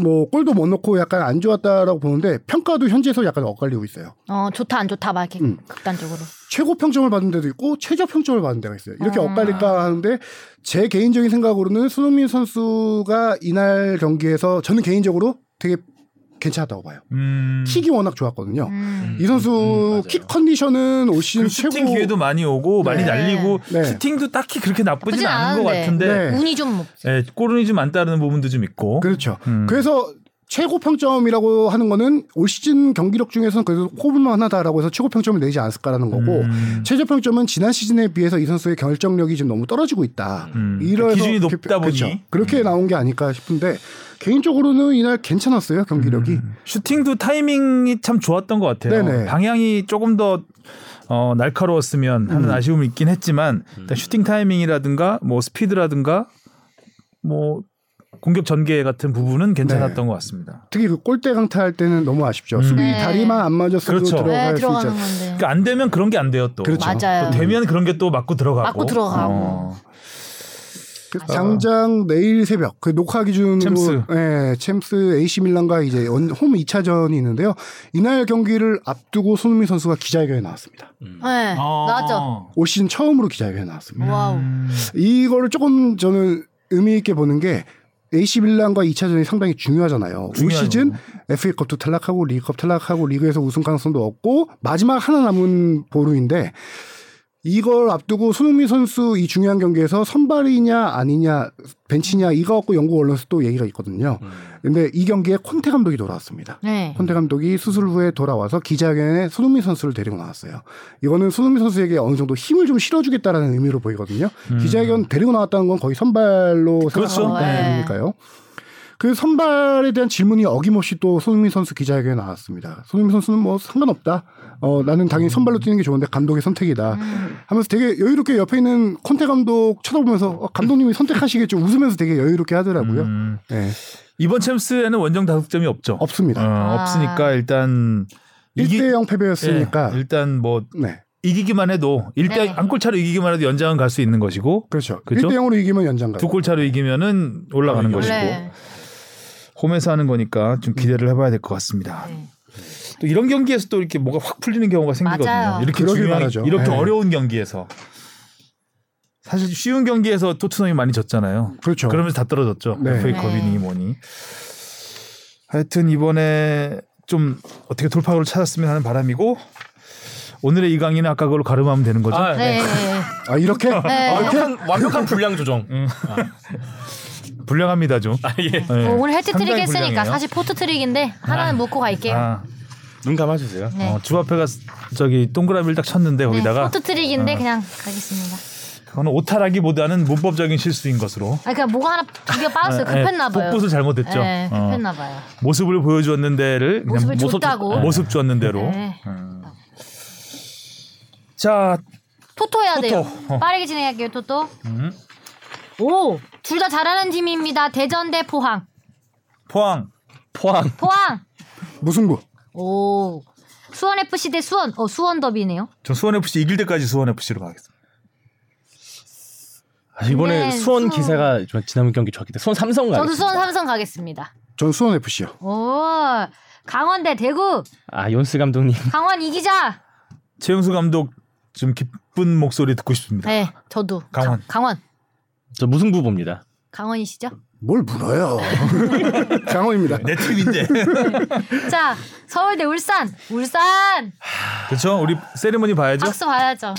[SPEAKER 4] 뭐 골도 못 넣고 약간 안 좋았다라고 보는데 평가도 현지에서 약간 엇갈리고 있어요.
[SPEAKER 5] 어 좋다 안 좋다 막 이렇게 극단적으로.
[SPEAKER 4] 최고 평점을 받은 데도 있고 최저 평점을 받은 데가 있어요.
[SPEAKER 2] 아.
[SPEAKER 4] 이렇게 엇갈릴까 하는데 제 개인적인 생각으로는 손흥민 선수가 이날 경기에서 저는 개인적으로 되게 괜찮았다고 봐요.
[SPEAKER 2] 음.
[SPEAKER 4] 킥이 워낙 좋았거든요.
[SPEAKER 5] 음.
[SPEAKER 4] 이 선수 킥 컨디션은 올 시즌
[SPEAKER 2] 그
[SPEAKER 4] 최고.
[SPEAKER 2] 슈팅 기회도 많이 오고 많이
[SPEAKER 5] 네.
[SPEAKER 2] 날리고
[SPEAKER 4] 네.
[SPEAKER 2] 슈팅도 딱히 그렇게 나쁘진
[SPEAKER 5] 나쁘진
[SPEAKER 2] 않은 것
[SPEAKER 5] 않은데.
[SPEAKER 2] 같은데
[SPEAKER 4] 네.
[SPEAKER 5] 운이 좀뭐
[SPEAKER 2] 예, 골운이 좀 안 따르는 부분도 좀 있고
[SPEAKER 4] 그렇죠.
[SPEAKER 2] 음.
[SPEAKER 4] 그래서 최고 평점이라고 하는 거는 올 시즌 경기력 중에서는 그래도 꼽을만 하다라고 해서 최고 평점을 내지 않았을까라는 거고
[SPEAKER 2] 음.
[SPEAKER 4] 최저 평점은 지난 시즌에 비해서 이 선수의 결정력이 지금 너무 떨어지고 있다.
[SPEAKER 2] 음.
[SPEAKER 4] 이래서
[SPEAKER 2] 기준이
[SPEAKER 4] 그-
[SPEAKER 2] 높다 보니. 음.
[SPEAKER 4] 그렇죠. 그렇게 나온 게 아닐까 싶은데 개인적으로는 이날 괜찮았어요 경기력이.
[SPEAKER 2] 음. 슈팅도 타이밍이 참 좋았던 것 같아요.
[SPEAKER 4] 네네.
[SPEAKER 2] 방향이 조금 더 어, 날카로웠으면
[SPEAKER 4] 음.
[SPEAKER 2] 하는 아쉬움이 있긴 했지만 일단 슈팅 타이밍이라든가 뭐 스피드라든가 뭐 공격 전개 같은 부분은 괜찮았던
[SPEAKER 4] 네.
[SPEAKER 2] 것 같습니다.
[SPEAKER 4] 특히 그 골대 강타할 때는 너무 아쉽죠. 수비
[SPEAKER 5] 네.
[SPEAKER 4] 다리만 안 맞았어도
[SPEAKER 2] 음. 그렇죠.
[SPEAKER 5] 네,
[SPEAKER 4] 들어갈 수
[SPEAKER 5] 들어가는
[SPEAKER 4] 있죠.
[SPEAKER 5] 건데.
[SPEAKER 2] 그러니까 안 되면 그런 게 안 돼요 또.
[SPEAKER 4] 그렇죠.
[SPEAKER 5] 맞아요.
[SPEAKER 2] 또 되면 그런 게 또 맞고 들어가고.
[SPEAKER 5] 맞고 들어가고.
[SPEAKER 4] 그 당장 내일 새벽 그 녹화 기준으로
[SPEAKER 2] 아. 챔스.
[SPEAKER 4] 예, 챔스 AC 밀란과 이제 원- 홈 2차전이 있는데요. 이날 경기를 앞두고 손흥민 선수가 기자회견에 나왔습니다.
[SPEAKER 3] 음.
[SPEAKER 5] 네, 맞아.
[SPEAKER 2] 어.
[SPEAKER 4] 올 시즌 처음으로 기자회견에 나왔습니다.
[SPEAKER 5] 와우.
[SPEAKER 2] 음.
[SPEAKER 4] 이거를 조금 저는 의미 있게 보는 게 AC 밀란과 2차전이 상당히 중요하잖아요. 올
[SPEAKER 2] 중요하죠.
[SPEAKER 4] 시즌 E FA컵도 탈락하고 리그컵 탈락하고 리그에서 우승 가능성도 없고 마지막 하나 남은 보루인데 이걸 앞두고 손흥민 선수 이 중요한 경기에서 선발이냐 아니냐 벤치냐 이거 갖고 영국 언론에서 또 얘기가 있거든요.
[SPEAKER 3] 음.
[SPEAKER 4] 근데 이 경기에 콘테 감독이 돌아왔습니다.
[SPEAKER 5] 네.
[SPEAKER 4] 콘테 감독이 수술 후에 돌아와서 기자회견에 손흥민 선수를 데리고 나왔어요. 이거는 손흥민 선수에게 어느 정도 힘을 좀 실어주겠다라는 의미로 보이거든요. 기자회견 데리고 나왔다는 건 거의 선발로
[SPEAKER 2] 음. 그렇죠.
[SPEAKER 4] 생각하는
[SPEAKER 5] 네.
[SPEAKER 4] 아닙니까요? 그 선발에 대한 질문이 어김없이 또 손흥민 선수 기자회견에 나왔습니다. 손흥민 선수는 뭐 상관없다. 어, 나는
[SPEAKER 2] 음.
[SPEAKER 4] 당연히 선발로 뛰는 게 좋은데 감독의 선택이다. 하면서 되게 여유롭게 옆에 있는 콘테 감독 쳐다보면서 어, 감독님이 선택하시겠죠. 웃으면서 되게 여유롭게 하더라고요.
[SPEAKER 2] 음.
[SPEAKER 4] 네,
[SPEAKER 2] 이번 챔스에는 원정 다득점이 없죠. 어,
[SPEAKER 4] 없습니다.
[SPEAKER 5] 아.
[SPEAKER 2] 없으니까 일단 이기-
[SPEAKER 4] 1대0
[SPEAKER 2] 예,
[SPEAKER 4] 패배였으니까.
[SPEAKER 2] 일단 뭐
[SPEAKER 4] 네.
[SPEAKER 2] 이기기만 해도 일대
[SPEAKER 5] 네.
[SPEAKER 2] 한 골 차로 이기기만 해도 연장은 갈 수 있는 것이고
[SPEAKER 4] 그렇죠.
[SPEAKER 2] 그죠?
[SPEAKER 4] 1대 0으로 이기면 연장 가요.
[SPEAKER 2] 두 골 차로 이기면은 올라가는 것이고
[SPEAKER 5] 원래
[SPEAKER 2] 홈에서 하는 거니까 좀 기대를 해봐야 될 것 같습니다.
[SPEAKER 5] 네.
[SPEAKER 2] 또 이런 경기에서 또 이렇게 뭐가 확 풀리는 경우가 생기거든요.
[SPEAKER 5] 맞아요.
[SPEAKER 2] 이렇게
[SPEAKER 4] 그러길
[SPEAKER 2] 중요한
[SPEAKER 4] 바라죠.
[SPEAKER 2] 이렇게
[SPEAKER 4] 네.
[SPEAKER 2] 어려운 경기에서 사실 쉬운 경기에서 토트넘이 많이 졌잖아요.
[SPEAKER 4] 그렇죠.
[SPEAKER 2] 그러면서 다 떨어졌죠.
[SPEAKER 4] 네.
[SPEAKER 2] FA 컵이니 뭐니. 하여튼 이번에 좀 어떻게 돌파구를 찾았으면 하는 바람이고 오늘의 이 강의는 아까 그걸로 가름하면 되는 거죠.
[SPEAKER 3] 아,
[SPEAKER 5] 네.
[SPEAKER 4] 아 이렇게
[SPEAKER 5] 네.
[SPEAKER 3] 완벽한 완벽한 분량 조정.
[SPEAKER 1] 음.
[SPEAKER 2] 불량합니다 좀.
[SPEAKER 4] 아,
[SPEAKER 2] 예.
[SPEAKER 5] 어, 오늘 헤트 트릭
[SPEAKER 2] 상당히
[SPEAKER 5] 했으니까
[SPEAKER 2] 불량해요.
[SPEAKER 5] 사실 포트 트릭인데 하나는 묶고 갈게요.
[SPEAKER 2] 아,
[SPEAKER 1] 눈 감아주세요.
[SPEAKER 5] 네.
[SPEAKER 2] 어, 주 앞에 가 저기 동그라미를 딱 쳤는데
[SPEAKER 5] 네,
[SPEAKER 2] 거기다가 어.
[SPEAKER 5] 포트 트릭인데 그냥 가겠습니다.
[SPEAKER 2] 그거는 오타라기보다는 문법적인 실수인 것으로.
[SPEAKER 5] 아, 그러니까 뭐가 하나 비가 빠졌어요.
[SPEAKER 2] 예,
[SPEAKER 5] 급했나 봐요.
[SPEAKER 2] 복붙을 잘못했죠.
[SPEAKER 5] 네,
[SPEAKER 2] 어,
[SPEAKER 5] 급했나 봐요.
[SPEAKER 2] 모습을 보여주었는데를 그냥
[SPEAKER 5] 모습을 줬다고.
[SPEAKER 2] 모습 줬는 대로. 음.
[SPEAKER 5] 네.
[SPEAKER 2] 자,
[SPEAKER 5] 토토 해야 돼요.
[SPEAKER 2] 토토. 어. 음.
[SPEAKER 5] 빠르게 진행할게요, 토토. 오, 둘 다 잘하는 팀입니다. 대전 대 포항.
[SPEAKER 2] 포항.
[SPEAKER 1] 포항.
[SPEAKER 5] 포항.
[SPEAKER 4] 무승부.
[SPEAKER 5] 오, 수원 FC 대 수원. 어, 수원 더비네요.
[SPEAKER 2] 저 수원 FC 이길 때까지 수원 FC로 가겠습니다.
[SPEAKER 1] 아, 이번에
[SPEAKER 5] 네,
[SPEAKER 1] 수원
[SPEAKER 5] 수원.
[SPEAKER 1] 기세가 저- 지난번 경기 좋았기 때문에 수원 삼성 가.
[SPEAKER 5] 저도 수원 삼성 가겠습니다.
[SPEAKER 4] 전 수원 FC요.
[SPEAKER 5] 오, 강원 대 대구.
[SPEAKER 1] 아 연스 감독님.
[SPEAKER 5] 강원 이기자.
[SPEAKER 2] 최영수 감독 좀 기쁜 목소리 듣고 싶습니다.
[SPEAKER 5] 네, 저도
[SPEAKER 2] 강원.
[SPEAKER 5] 가- 강원.
[SPEAKER 1] 저 무승부 봅니다.
[SPEAKER 5] 강원이시죠?
[SPEAKER 4] 뭘 물어요? 강호입니다.
[SPEAKER 2] 내 팀인데.
[SPEAKER 5] 자, 서울대 울산. 울산.
[SPEAKER 2] 그렇죠? 우리 세리머니 봐야죠.
[SPEAKER 5] 박수 봐야죠.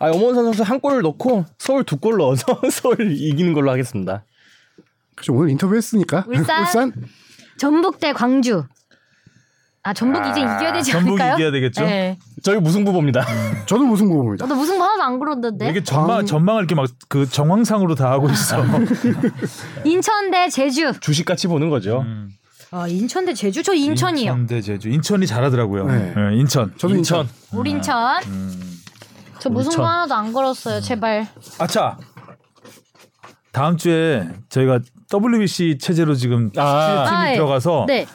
[SPEAKER 1] 아 엄원산 선수 한 골을 넣고 서울 두 골 넣어서 서울 이기는 걸로 하겠습니다.
[SPEAKER 4] 그렇죠. 오늘 인터뷰했으니까.
[SPEAKER 5] 울산. 전북 대 광주. 아, 전북 이제 이겨야 되지
[SPEAKER 2] 전북이
[SPEAKER 5] 않을까요?
[SPEAKER 2] 이겨야 되겠죠?
[SPEAKER 5] 네.
[SPEAKER 1] 저희 무승부 봅니다.
[SPEAKER 4] 저도 무승부 봅니다.
[SPEAKER 5] 저도 무슨 거 하나도 안 그러던데.
[SPEAKER 2] 이게 전망 전망을 이렇게 막 그 정황상으로 다
[SPEAKER 5] 아,
[SPEAKER 2] 하고 있어.
[SPEAKER 5] 인천 대 제주.
[SPEAKER 1] 주식 같이 보는 거죠.
[SPEAKER 4] 음.
[SPEAKER 5] 아, 인천 대 제주? 저 인천이요.
[SPEAKER 2] 인천 대 제주. 인천이 잘하더라고요.
[SPEAKER 4] 네.
[SPEAKER 2] 예, 인천.
[SPEAKER 4] 저도 인천.
[SPEAKER 2] 음.
[SPEAKER 5] 우린천. 저 무슨 거 하나도 안 걸었어요. 제발.
[SPEAKER 2] 아차. 다음 주에 저희가 WBC 체제로 지금
[SPEAKER 1] 아,
[SPEAKER 5] 아, 예.
[SPEAKER 2] 들어가서
[SPEAKER 5] 네.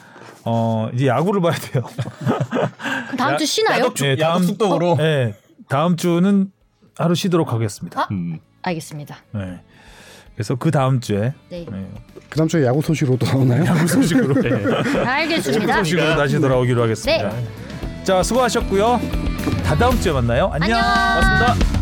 [SPEAKER 2] 어 이제 야구를 봐야 돼요.
[SPEAKER 5] 그럼 다음 주 쉬나요?
[SPEAKER 2] 네, 다음
[SPEAKER 1] 숙덕으로.
[SPEAKER 2] 네, 다음 주는 하루 쉬도록 하겠습니다.
[SPEAKER 5] 아? 알겠습니다.
[SPEAKER 2] 네. 그래서 그 다음 주에
[SPEAKER 5] 네.
[SPEAKER 2] 네,
[SPEAKER 4] 그 다음 주에 야구 소식으로 돌아오나요?
[SPEAKER 2] 야구 소식으로 네,
[SPEAKER 5] 알겠습니다. 네.
[SPEAKER 2] 소식으로 다시 돌아오기로 하겠습니다. 자 수고하셨고요. 다 다음 주에 만나요. 안녕.
[SPEAKER 5] 안녕.
[SPEAKER 2] 고맙습니다.